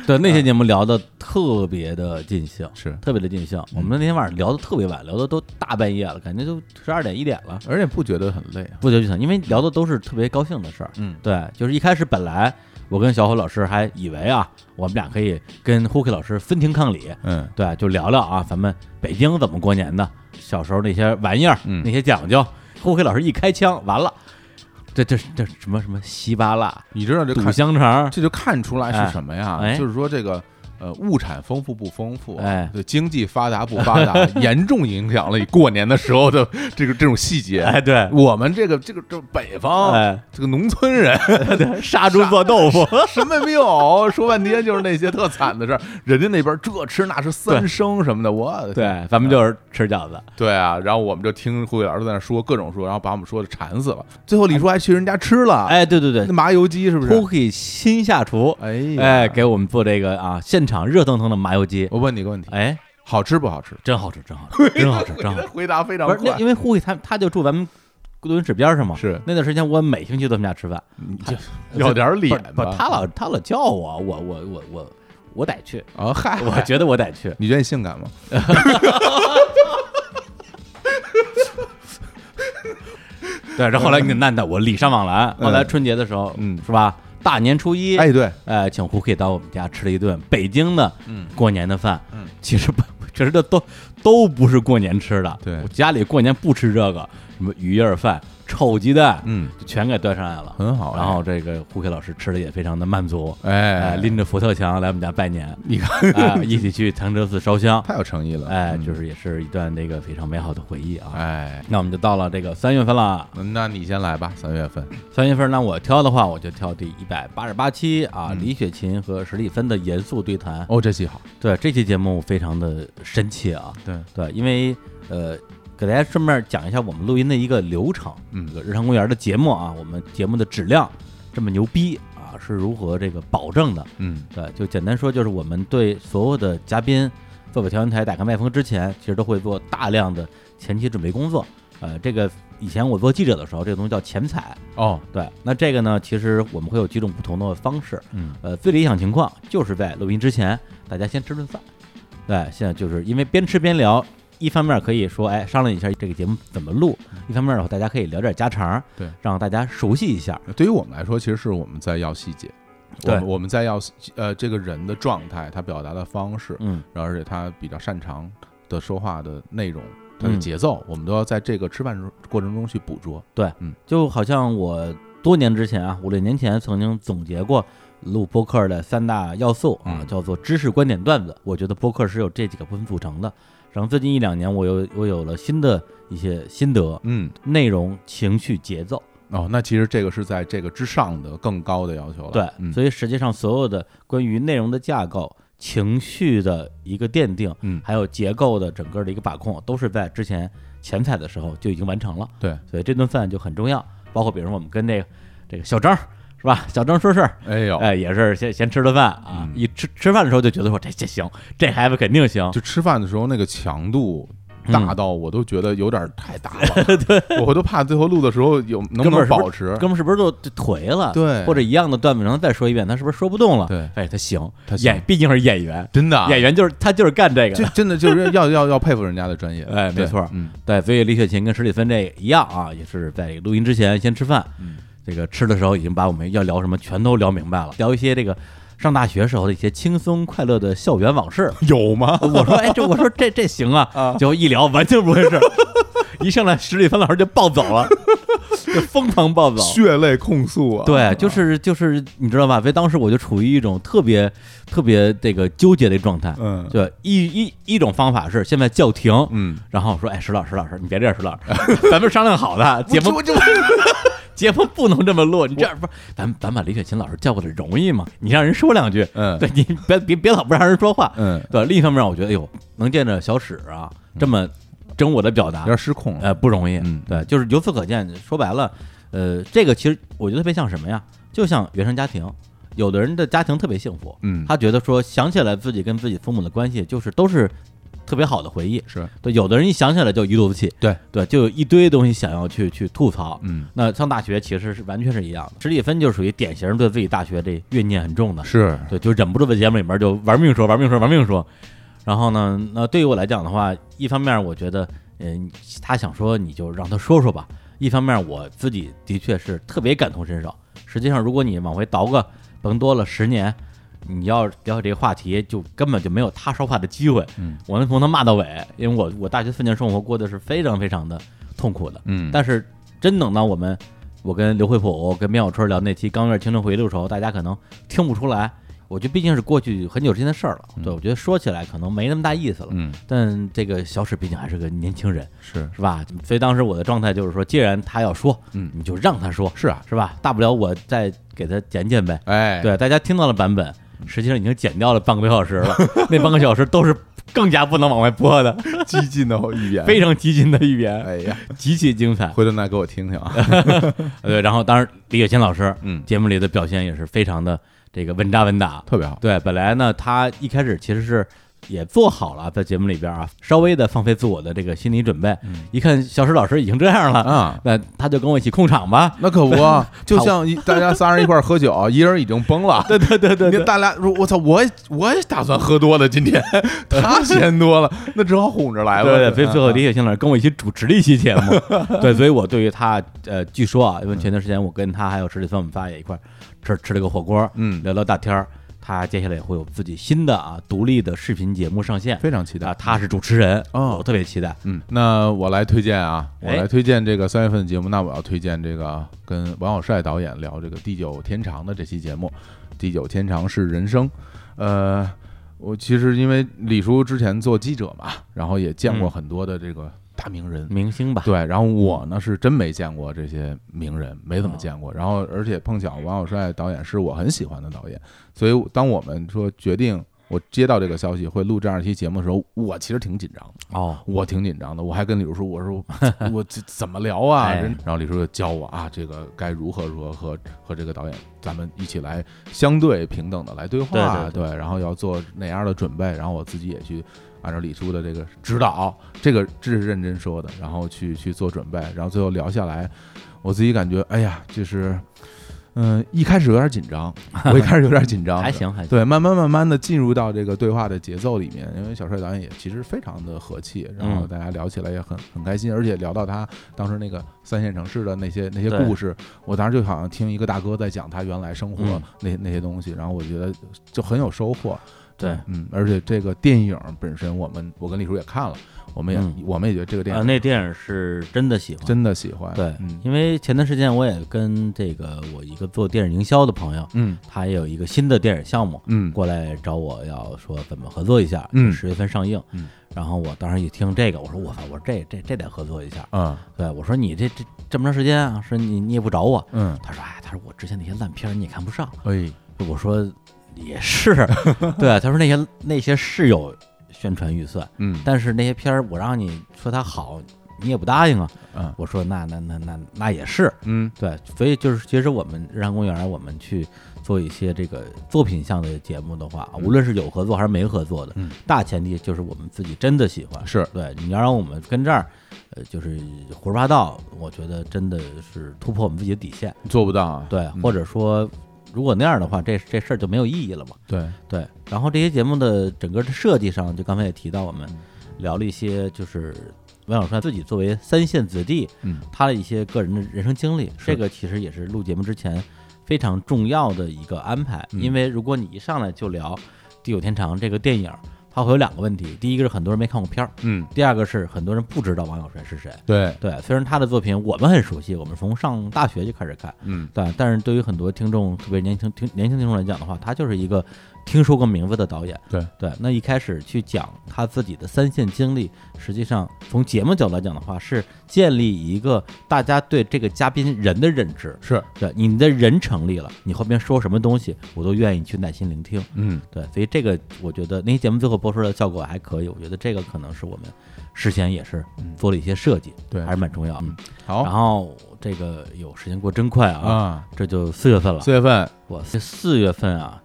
[SPEAKER 1] 对，那些节目聊的特别的尽兴，
[SPEAKER 2] 是，
[SPEAKER 1] 特别的尽兴。
[SPEAKER 2] 嗯
[SPEAKER 1] 我们那天晚上聊的特别晚，聊的都大半夜了，感觉都十二点一点了，
[SPEAKER 2] 而且不觉得很累啊？
[SPEAKER 1] 不觉就想，因为聊的都是特别高兴的事儿。
[SPEAKER 2] 嗯，
[SPEAKER 1] 对，就是一开始本来我跟小虎老师还以为啊，我们俩可以跟 h o k i 老师分庭抗礼，
[SPEAKER 2] 嗯
[SPEAKER 1] 对，就聊聊啊，咱们北京怎么过年的，小时候那些玩意儿，
[SPEAKER 2] 嗯
[SPEAKER 1] 那些讲究。呼黑老师一开枪，完了，这这这什么什么稀巴烂、
[SPEAKER 2] 你知道这
[SPEAKER 1] 肚
[SPEAKER 2] 看
[SPEAKER 1] 香 肠，
[SPEAKER 2] 这就看出来是什么呀？
[SPEAKER 1] 哎哎
[SPEAKER 2] 就是说这个呃物产丰富不丰富，
[SPEAKER 1] 哎
[SPEAKER 2] 对经济发达不发 达，严重影响了你过年的时候的这个这种细节。
[SPEAKER 1] 哎，对，
[SPEAKER 2] 我们这个这个这个北方、
[SPEAKER 1] 哎，
[SPEAKER 2] 这个农村人
[SPEAKER 1] 对，杀猪做豆腐，
[SPEAKER 2] 什么也没有，说半天就是那些特惨的事儿。人家那边这吃那是三
[SPEAKER 1] 对
[SPEAKER 2] 生什么的，我的天
[SPEAKER 1] 对，咱们就是吃饺子，
[SPEAKER 2] 对啊，然后我们就听胡伟老师在那说各种说，然后把我们说的馋死了。最后李叔还去人家吃了，，
[SPEAKER 1] 哎，对对对
[SPEAKER 2] 那麻油鸡是不是？
[SPEAKER 1] ，Cookie 新下厨，
[SPEAKER 2] 哎呀
[SPEAKER 1] 哎，给我们做这个啊，现场热腾腾的麻油鸡，
[SPEAKER 2] 我问你个问题，
[SPEAKER 1] 哎，
[SPEAKER 2] 好吃不好吃？
[SPEAKER 1] 真好吃， 真好吃，真好吃，
[SPEAKER 2] 我
[SPEAKER 1] 真
[SPEAKER 2] 觉
[SPEAKER 1] 好
[SPEAKER 2] 得
[SPEAKER 1] 吃。
[SPEAKER 2] 回答非常
[SPEAKER 1] 不是，那
[SPEAKER 2] 快。
[SPEAKER 1] 因为 Cookie 他他就住咱们固墩市边上嘛，
[SPEAKER 2] 是
[SPEAKER 1] 那段时间我每星期都他们家吃饭，
[SPEAKER 2] 你这有点
[SPEAKER 1] 不
[SPEAKER 2] 脸
[SPEAKER 1] 是不
[SPEAKER 2] 吧？嗯
[SPEAKER 1] 是，他老他老叫我，我我我我我得 去，
[SPEAKER 2] 啊，嗨，。
[SPEAKER 1] 我 觉得我得去
[SPEAKER 2] 你觉得你性感吗？
[SPEAKER 1] 对，然后后来那那那我礼尚往来，
[SPEAKER 2] 嗯
[SPEAKER 1] 后来春节的时候，
[SPEAKER 2] 嗯
[SPEAKER 1] 是吧？大年初一，
[SPEAKER 2] 哎，对，
[SPEAKER 1] 呃，请胡 K 到我们家吃了一顿北京的
[SPEAKER 2] 嗯
[SPEAKER 1] 过年的饭，
[SPEAKER 2] 嗯，
[SPEAKER 1] 其实不，其实这都都不是过年吃的，
[SPEAKER 2] 对
[SPEAKER 1] 我家里过年不吃这个，什么鱼叶饭、臭鸡蛋，
[SPEAKER 2] 嗯，
[SPEAKER 1] 就全给端上来了。
[SPEAKER 2] 很好。
[SPEAKER 1] 然后这个胡 K 老师吃的也非常的满足，
[SPEAKER 2] 哎，
[SPEAKER 1] 哎，拎着佛跳墙来我们家拜年，
[SPEAKER 2] 你看
[SPEAKER 1] 啊，一起去潭柘寺烧香，
[SPEAKER 2] 太有诚意了，
[SPEAKER 1] 哎，
[SPEAKER 2] 嗯
[SPEAKER 1] 就是也是一段这个非常美好的回忆啊。
[SPEAKER 2] 哎，
[SPEAKER 1] 那我们就到了这个三月份了，
[SPEAKER 2] 那你先来吧，三月份，
[SPEAKER 1] 三月份呢，我挑的话，我就挑第一百八十八期啊，
[SPEAKER 2] 嗯
[SPEAKER 1] 李雪琴和史蒂芬的严肃对谈。
[SPEAKER 2] 哦，这戏好，
[SPEAKER 1] 对这期节目非常的深切啊，
[SPEAKER 2] 对，
[SPEAKER 1] 对，因为呃，给大家顺便讲一下我们录音的一个流程，
[SPEAKER 2] 嗯
[SPEAKER 1] 这个日常公园的节目啊，我们节目的质量这么牛逼啊，是如何这个保证的？
[SPEAKER 2] 嗯
[SPEAKER 1] 对，就简单说，就是我们对所有的嘉宾做北调音台打开麦克风之前，其实都会做大量的前期准备工作。呃，这个以前我做记者的时候，这个东西叫前采。
[SPEAKER 2] 哦，
[SPEAKER 1] 对，那这个呢，其实我们会有几种不同的方式。
[SPEAKER 2] 嗯
[SPEAKER 1] 呃，最理想情况就是在录音之前，大家先吃顿饭。对，现在就是因为边吃边聊，一方面可以说，哎，商量一下这个节目怎么录；一方面的话，大家可以聊点家常，
[SPEAKER 2] 对嗯
[SPEAKER 1] 让大家熟悉一下。
[SPEAKER 2] 对于我们来说，其实是我们在要细节，我
[SPEAKER 1] 对
[SPEAKER 2] 们我们在要呃这个人的状态，他表达的方式，
[SPEAKER 1] 嗯，
[SPEAKER 2] 然后而且他比较擅长的说话的内容，他的
[SPEAKER 1] 嗯
[SPEAKER 2] 节奏，我们都要在这个吃饭过程中去捕捉。
[SPEAKER 1] 就好像我多年之前啊，五六年前曾经总结过录播客的三大要素啊，
[SPEAKER 2] 嗯
[SPEAKER 1] 叫做知识、观点、段子。我觉得播客是由这几个部分组成的。然后最近一两年，我有我有了新的一些心得，
[SPEAKER 2] 嗯，
[SPEAKER 1] 内容、情绪、节奏，
[SPEAKER 2] 哦，那其实这个是在这个之上的更高的要求了。
[SPEAKER 1] 对，
[SPEAKER 2] 嗯，
[SPEAKER 1] 所以实际上所有的关于内容的架构、情绪的一个奠定，
[SPEAKER 2] 嗯
[SPEAKER 1] 还有结构的整个的一个把控，都是在之前前采的时候就已经完成了。
[SPEAKER 2] 对，
[SPEAKER 1] 所以这顿饭就很重要。包括比如说我们跟这个这个小张是吧？小张说事儿，
[SPEAKER 2] 哎呦，
[SPEAKER 1] 哎，也是先先吃顿饭啊，一吃吃饭的时候就觉得说这这行，这孩子肯定行。
[SPEAKER 2] 嗯就吃饭的时候那个强度。
[SPEAKER 1] 嗯
[SPEAKER 2] 大到我都觉得有点太大了， 我都怕最后录的时候有能
[SPEAKER 1] 哥们儿是不
[SPEAKER 2] 不能
[SPEAKER 1] 是
[SPEAKER 2] 保持。
[SPEAKER 1] 哥们儿是不是都就颓了？
[SPEAKER 2] 对
[SPEAKER 1] 或者一样的段子，然后再说一遍，他是不是说不动了？
[SPEAKER 2] 对
[SPEAKER 1] 哎，他行，
[SPEAKER 2] 他行
[SPEAKER 1] 演毕竟是演员，
[SPEAKER 2] 真的啊，
[SPEAKER 1] 演员就是他就是干这个
[SPEAKER 2] 这
[SPEAKER 1] 的。
[SPEAKER 2] 真的就是要要要佩服人家的专业。
[SPEAKER 1] 哎没
[SPEAKER 2] 对
[SPEAKER 1] 错
[SPEAKER 2] 嗯，
[SPEAKER 1] 对，所以李雪琴跟史蒂芬这一样啊，也是在录音之前先吃饭，
[SPEAKER 2] 嗯，
[SPEAKER 1] 这个吃的时候已经把我们要聊什么全都聊明白了，聊一些这个上大学时候的一些轻松快乐的校园往事，
[SPEAKER 2] 有吗？
[SPEAKER 1] 我说，哎，这我说这这行啊
[SPEAKER 2] 啊，
[SPEAKER 1] 结果一聊完全不回事儿，一上来史蒂芬老师就暴走了，就疯狂暴走。
[SPEAKER 2] 血泪控诉啊！
[SPEAKER 1] 对，就是就是，你知道吧？所以当时我就处于一种特别特别这个纠结的状态。
[SPEAKER 2] 嗯
[SPEAKER 1] 对，一一一种方法是现在叫停，
[SPEAKER 2] 嗯，
[SPEAKER 1] 然后说，哎，石老师，石老师，你别这样，石老师， 咱们商量好 的，节目
[SPEAKER 2] 我就
[SPEAKER 1] 节目不能这么录，你这样不是，咱咱把李雪琴老师叫过来容易吗？你让人说两句，
[SPEAKER 2] 嗯
[SPEAKER 1] 对你别别别老不让人说话，
[SPEAKER 2] 嗯，
[SPEAKER 1] 对。另一方面，我觉得，哎呦，能见着小史啊，这么真我的表达
[SPEAKER 2] 有，点失控了。
[SPEAKER 1] 呃，不容易，
[SPEAKER 2] 嗯
[SPEAKER 1] 对，就是由此可见，说白了，呃，这个其实我觉得特别像什么呀？就像原生家庭，有的人的家庭特别幸福，
[SPEAKER 2] 嗯，
[SPEAKER 1] 他觉得说想起来自己跟自己父母的关系，就是都是特别好的回忆，
[SPEAKER 2] 是
[SPEAKER 1] 对，有的人一想起来就一肚子气，
[SPEAKER 2] 对
[SPEAKER 1] 对，就有一堆东西想要去去吐槽。
[SPEAKER 2] 嗯
[SPEAKER 1] 那上大学其实是完全是一样的，史蒂芬就属于典型对自己大学这怨念很重的，
[SPEAKER 2] 是，
[SPEAKER 1] 对，就忍不住在节目里面就玩命说，玩命说，玩命说。然后呢，那对于我来讲的话，一方面我觉得，嗯、他想说你就让他说说吧；一方面我自己的确是特别感同身受。实际上，如果你往回倒个甭多了十年，你要聊起这个话题，就根本就没有他说话的机会。
[SPEAKER 2] 嗯，
[SPEAKER 1] 我能从头骂到尾，因为我我大学四年生活过得是非常非常的痛苦的。
[SPEAKER 2] 嗯，
[SPEAKER 1] 但是真等到我们，我跟刘惠普、跟苗小春聊那期《钢院青春回忆录》的时候，大家可能听不出来。我觉得毕竟是过去很久之前的事儿了，对我觉得说起来可能没那么大意思了。
[SPEAKER 2] 嗯
[SPEAKER 1] 但这个小史毕竟还是个年轻人，
[SPEAKER 2] 是
[SPEAKER 1] 是吧？所以当时我的状态就是说，既然他要说，
[SPEAKER 2] 嗯
[SPEAKER 1] 你就让他说，
[SPEAKER 2] 是啊，
[SPEAKER 1] 是吧？大不了我再给他剪剪呗。
[SPEAKER 2] 哎，
[SPEAKER 1] 对，大家听到了版本，实际上已经剪掉了半个多小时 了，那半个小时都是更加不能往外播的，
[SPEAKER 2] 激进的语言，
[SPEAKER 1] 非常激进的语言，
[SPEAKER 2] 哎呀，
[SPEAKER 1] 极其精彩。
[SPEAKER 2] 回头再给我听听啊。
[SPEAKER 1] 对，然后当然李雪琴老师，
[SPEAKER 2] 嗯
[SPEAKER 1] 节目里的表现也是非常的这个稳扎稳打。
[SPEAKER 2] 特别好。
[SPEAKER 1] 对，本来呢，他一开始其实是也做好了，在节目里边啊，稍微的放飞自我的这个心理准备。
[SPEAKER 2] 嗯
[SPEAKER 1] 一看小史老师已经这样了，
[SPEAKER 2] 啊
[SPEAKER 1] 那他就跟我一起控场吧。
[SPEAKER 2] 那可不啊，就像一大家仨人一块儿喝 酒，一人已经崩了。 对对对对你大家说，我操，我也我也打算喝多了，今 天他先多了，那只好哄着来了。啊
[SPEAKER 1] 对对，所以最
[SPEAKER 2] 嗯
[SPEAKER 1] 后李雪琴老师跟我一起主持了一期节目。 对，所以我对于他，呃，据说啊，因
[SPEAKER 2] 嗯
[SPEAKER 1] 为前段时间我跟他还有史蒂芬，我们仨也一块儿吃吃了个火锅，
[SPEAKER 2] 嗯
[SPEAKER 1] 聊聊大天儿。他接下来也会有自己新的啊独立的视频节目上线，
[SPEAKER 2] 非常期待
[SPEAKER 1] 啊，他是主持人，
[SPEAKER 2] 哦
[SPEAKER 1] 我特别期待。
[SPEAKER 2] 嗯，那我来推荐啊，我
[SPEAKER 1] 哎
[SPEAKER 2] 来推荐这个三月份的节目。那我要推荐这个跟王小帅导演聊这个《地久天长》的这期节目，《地久天长是人生》。呃，我其实因为李叔之前做记者嘛，然后也见过
[SPEAKER 1] 嗯
[SPEAKER 2] 很多的这个大名人，
[SPEAKER 1] 明星吧，
[SPEAKER 2] 对，然后我呢是真没见过这些名人，没怎么见过。然后而且碰巧王小帅导演是我很喜欢的导演，所以当我们说决定我接到这个消息会录这样一期节目的时候，我其实挺紧张的。
[SPEAKER 1] 哦，
[SPEAKER 2] 我挺紧张的，我还跟李叔说，我 说我这怎么聊啊？
[SPEAKER 1] 哎
[SPEAKER 2] 人然后李叔就教我啊，这个该如何如何和和这个导演，咱们一起来相对平等的来对话，
[SPEAKER 1] 对对
[SPEAKER 2] 然后要做哪样的准备，然后我自己也去按照李叔的这个指导，这个这是认真说的，然后去去做准备，然后最后聊下来，我自己感觉，哎呀，就是。嗯，一开始有点紧 张，我一开始有点紧张，
[SPEAKER 1] 还行还行，
[SPEAKER 2] 对，慢慢慢慢的进入到这个对话的节奏里面，因为小帅导演也其实非常的和气，然后
[SPEAKER 1] 嗯
[SPEAKER 2] 大家聊起来也很很开心，而且聊到他当时那个三线城市的那些那些
[SPEAKER 1] 对
[SPEAKER 2] 故事，我当时就好像听一个大哥在讲他原来生活
[SPEAKER 1] 嗯
[SPEAKER 2] 那、那些东西，然后我觉得就很有收获。
[SPEAKER 1] 对，
[SPEAKER 2] 嗯，而且这个电影本身，我们我跟李叔也看了，我们也、
[SPEAKER 1] 嗯
[SPEAKER 2] 我们也觉得这个电
[SPEAKER 1] 啊，
[SPEAKER 2] 影
[SPEAKER 1] 那电影是真的喜欢，
[SPEAKER 2] 真的喜欢。
[SPEAKER 1] 对
[SPEAKER 2] 嗯，
[SPEAKER 1] 因为前段时间我也跟这个我一个做电影营销的朋友，
[SPEAKER 2] 嗯
[SPEAKER 1] 他也有一个新的电影项目
[SPEAKER 2] 嗯
[SPEAKER 1] 过来找我要说怎么合作一下，
[SPEAKER 2] 嗯
[SPEAKER 1] 十月份上映
[SPEAKER 2] 嗯，
[SPEAKER 1] 然后我当时一听这个，我说我操，我说这这这得合作一下，
[SPEAKER 2] 啊
[SPEAKER 1] 对我说你这这这么长时间啊，说你你也不找我，
[SPEAKER 2] 嗯，
[SPEAKER 1] 他说哎，他说我之前那些烂片儿你也看不上，
[SPEAKER 2] 哎，
[SPEAKER 1] 我说也是， 对，啊他说那些那些是有宣传预算。
[SPEAKER 2] 嗯
[SPEAKER 1] 但是那些片儿我让你说它好，你也不答应啊。
[SPEAKER 2] 嗯
[SPEAKER 1] 我说那那那那那也是
[SPEAKER 2] 嗯
[SPEAKER 1] 对，所以就是其实我们日常公园，我们去做一些这个作品项的节目的话，无论是有合作还是没合作的，
[SPEAKER 2] 嗯
[SPEAKER 1] 大前提就是我们自己真的喜欢。
[SPEAKER 2] 是
[SPEAKER 1] 对，你要让我们跟这儿，呃，就是胡说八道，我觉得真的是突破我们自己的底线。
[SPEAKER 2] 做不到啊。
[SPEAKER 1] 对，
[SPEAKER 2] 嗯
[SPEAKER 1] 或者说如果那样的话，这这事儿就没有意义了嘛。
[SPEAKER 2] 对，
[SPEAKER 1] 对，然后这些节目的整个的设计上，就刚才也提到，我
[SPEAKER 2] 嗯
[SPEAKER 1] 们聊了一些就是王小帅自己作为三线子弟，
[SPEAKER 2] 嗯
[SPEAKER 1] 他的一些个人的人生经历，
[SPEAKER 2] 是
[SPEAKER 1] 这个其实也是录节目之前非常重要的一个安排，
[SPEAKER 2] 嗯
[SPEAKER 1] 因为如果你一上来就聊《地久天长》这个电影。它会有两个问题，第一个是很多人没看过片儿，
[SPEAKER 2] 嗯，
[SPEAKER 1] 第二个是很多人不知道王小帅是谁。
[SPEAKER 2] 对，
[SPEAKER 1] 对，虽然他的作品我们很熟悉，我们从上大学就开始看，
[SPEAKER 2] 嗯，
[SPEAKER 1] 对，但是对于很多听众，特别年轻听年轻听众来讲的话，他就是一个听说过名字的导演。
[SPEAKER 2] 对
[SPEAKER 1] 对，那一开始去讲他自己的三线经历，实际上从节目角度来讲的话，是建立一个大家对这个嘉宾人的认知。
[SPEAKER 2] 是，
[SPEAKER 1] 对，你的人成立了，你后边说什么东西，我都愿意去耐心聆听。
[SPEAKER 2] 嗯，
[SPEAKER 1] 对，所以这个我觉得那期节目最后播出来的效果还可以，我觉得这个可能是我们事先也是
[SPEAKER 2] 嗯
[SPEAKER 1] 做了一些设计，
[SPEAKER 2] 对嗯
[SPEAKER 1] 还是蛮重要的。然
[SPEAKER 2] 好
[SPEAKER 1] 后这个有时间过真快啊，
[SPEAKER 2] 啊，
[SPEAKER 1] 这就四月份了
[SPEAKER 2] 四，月份，
[SPEAKER 1] 我这四月份啊，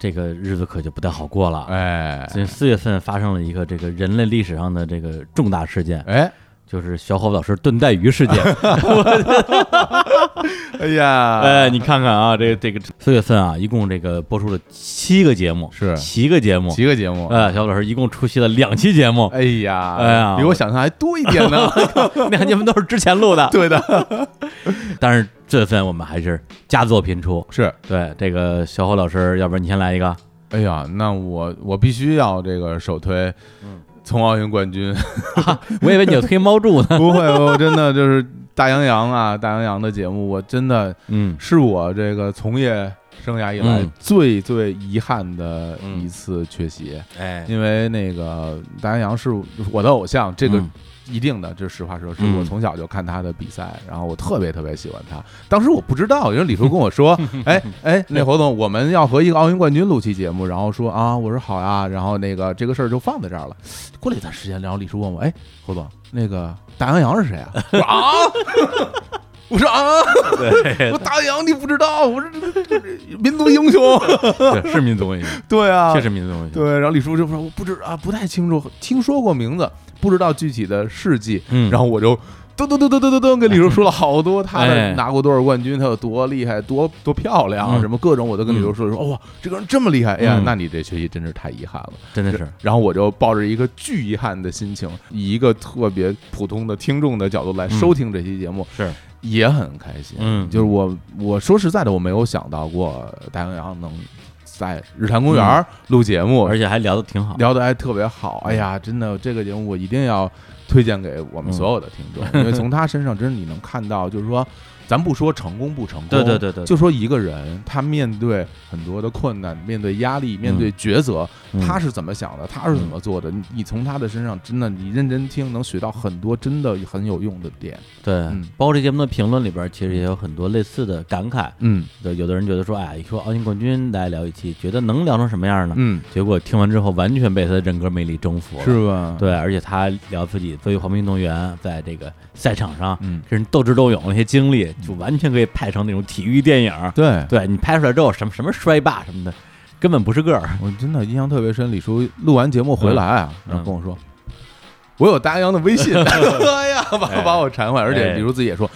[SPEAKER 1] 这个日子可就不太好过了。
[SPEAKER 2] 哎，
[SPEAKER 1] 所以四月份发生了一个这个人类历史上的这个重大事件，
[SPEAKER 2] 哎，
[SPEAKER 1] 就是小伙老师炖带鱼事件。
[SPEAKER 2] 哎呀，
[SPEAKER 1] 哎，你看看啊，这个这个四月份啊，一共这个播出了七个节目，
[SPEAKER 2] 是
[SPEAKER 1] 七个节目。
[SPEAKER 2] 几个节目？
[SPEAKER 1] 哎，小伙老师一共出席了两期节目，
[SPEAKER 2] 哎呀，
[SPEAKER 1] 哎呀
[SPEAKER 2] 比我想象还多一点 呢。
[SPEAKER 1] 两期节目都是之前录的。
[SPEAKER 2] 对的，
[SPEAKER 1] 但是这月份我们还是佳作频出。
[SPEAKER 2] 是，
[SPEAKER 1] 对，这个小伙老师，要不然你先来一个。
[SPEAKER 2] 哎呀，那我我必须要这个首推，
[SPEAKER 1] 嗯
[SPEAKER 2] 从奥运冠军，
[SPEAKER 1] 我以为你要推猫柱呢。
[SPEAKER 2] 不会，我真的就是大洋洋啊，大洋洋的节目，我真的
[SPEAKER 1] 嗯
[SPEAKER 2] 是我这个从业生涯以来
[SPEAKER 1] 嗯
[SPEAKER 2] 最最遗憾的一次缺席，
[SPEAKER 1] 哎，
[SPEAKER 2] 因为那个大洋洋是我的偶像，这个
[SPEAKER 1] 嗯
[SPEAKER 2] 一定的，这实话说，是
[SPEAKER 1] 嗯
[SPEAKER 2] 我从小就看他的比赛，然后我特别特别喜欢他。当时我不知道，因为李叔跟 我说，哎哎，那侯总，我们要和一个奥运冠军录期节目，然后说啊，我说好呀，然后那个这个事儿就放在这儿了。过了一段时间，然后李叔问我，哎，侯总，那个大洋洋是谁啊？ 我说啊， 我说 啊，我
[SPEAKER 1] 对，
[SPEAKER 2] 大洋洋你不知道，我说这这这这民族英雄，
[SPEAKER 1] 是民族英雄，
[SPEAKER 2] 对啊，
[SPEAKER 1] 确实民族英雄。
[SPEAKER 2] 对，然后李叔就说我不知啊，不太清楚，听说过名字，不知道具体的事迹。
[SPEAKER 1] 嗯
[SPEAKER 2] 然后我就噔噔噔噔噔噔噔跟李叔说了好多，他
[SPEAKER 1] 哎
[SPEAKER 2] 的拿过多少冠军，他有多厉害，多多漂亮，啊
[SPEAKER 1] 嗯
[SPEAKER 2] 什么各种我都跟李叔说说，哦哇，这个人这么厉害，哎呀
[SPEAKER 1] 嗯，
[SPEAKER 2] 那你这学习真是太遗憾了。
[SPEAKER 1] 真的是，
[SPEAKER 2] 然后我就抱着一个巨遗憾的心情，以一个特别普通的听众的角度来收听这期节目，
[SPEAKER 1] 嗯是
[SPEAKER 2] 也很开心。
[SPEAKER 1] 嗯
[SPEAKER 2] 就是我我说实在的，我没有想到过呃大洋洋能在日坛公
[SPEAKER 1] 嗯
[SPEAKER 2] 园录节目，
[SPEAKER 1] 而且还聊得挺好。
[SPEAKER 2] 聊得还特别好。
[SPEAKER 1] 嗯
[SPEAKER 2] 哎呀，真的，这个节目我一定要推荐给我们所有的听众，
[SPEAKER 1] 嗯
[SPEAKER 2] 因为从他身上，真是你能看到，就是说，咱不说成功不成 功，
[SPEAKER 1] 对对对对
[SPEAKER 2] 哦就说一个人他面对很多的困难，面对压力，面对抉择，
[SPEAKER 1] 嗯
[SPEAKER 2] 他是怎么想的，他是怎么做的。你你从他的身上，真的，你认真听，能学到很多真的很有用的点。
[SPEAKER 1] 对
[SPEAKER 2] 嗯，
[SPEAKER 1] 包括这节目的评论里边，其实也有很多类似的感慨。
[SPEAKER 2] 嗯
[SPEAKER 1] 对，有的人觉得说，哎，一说奥运冠军，大家聊一期，觉得能聊成什么样呢？
[SPEAKER 2] 嗯，
[SPEAKER 1] 结果听完之后，完全被他的人格魅力征服了。
[SPEAKER 2] 是
[SPEAKER 1] 嗯
[SPEAKER 2] 吧？，
[SPEAKER 1] 对，而且他聊自己作为滑冰运动员，在这个赛场上
[SPEAKER 2] 嗯，
[SPEAKER 1] 跟人斗智斗勇那些经历，就完全可以拍成那种体育电影。
[SPEAKER 2] 对。
[SPEAKER 1] 对你拍出来之后，什么什么摔霸什么的，根本不是个儿。
[SPEAKER 2] 我真的印象特别深，李叔录完节目回来啊，
[SPEAKER 1] 嗯
[SPEAKER 2] 然后跟我说，我有大洋的 微信，哎呀，把
[SPEAKER 1] 哎
[SPEAKER 2] 把我馋坏，而且
[SPEAKER 1] 哎
[SPEAKER 2] 李叔自己也说。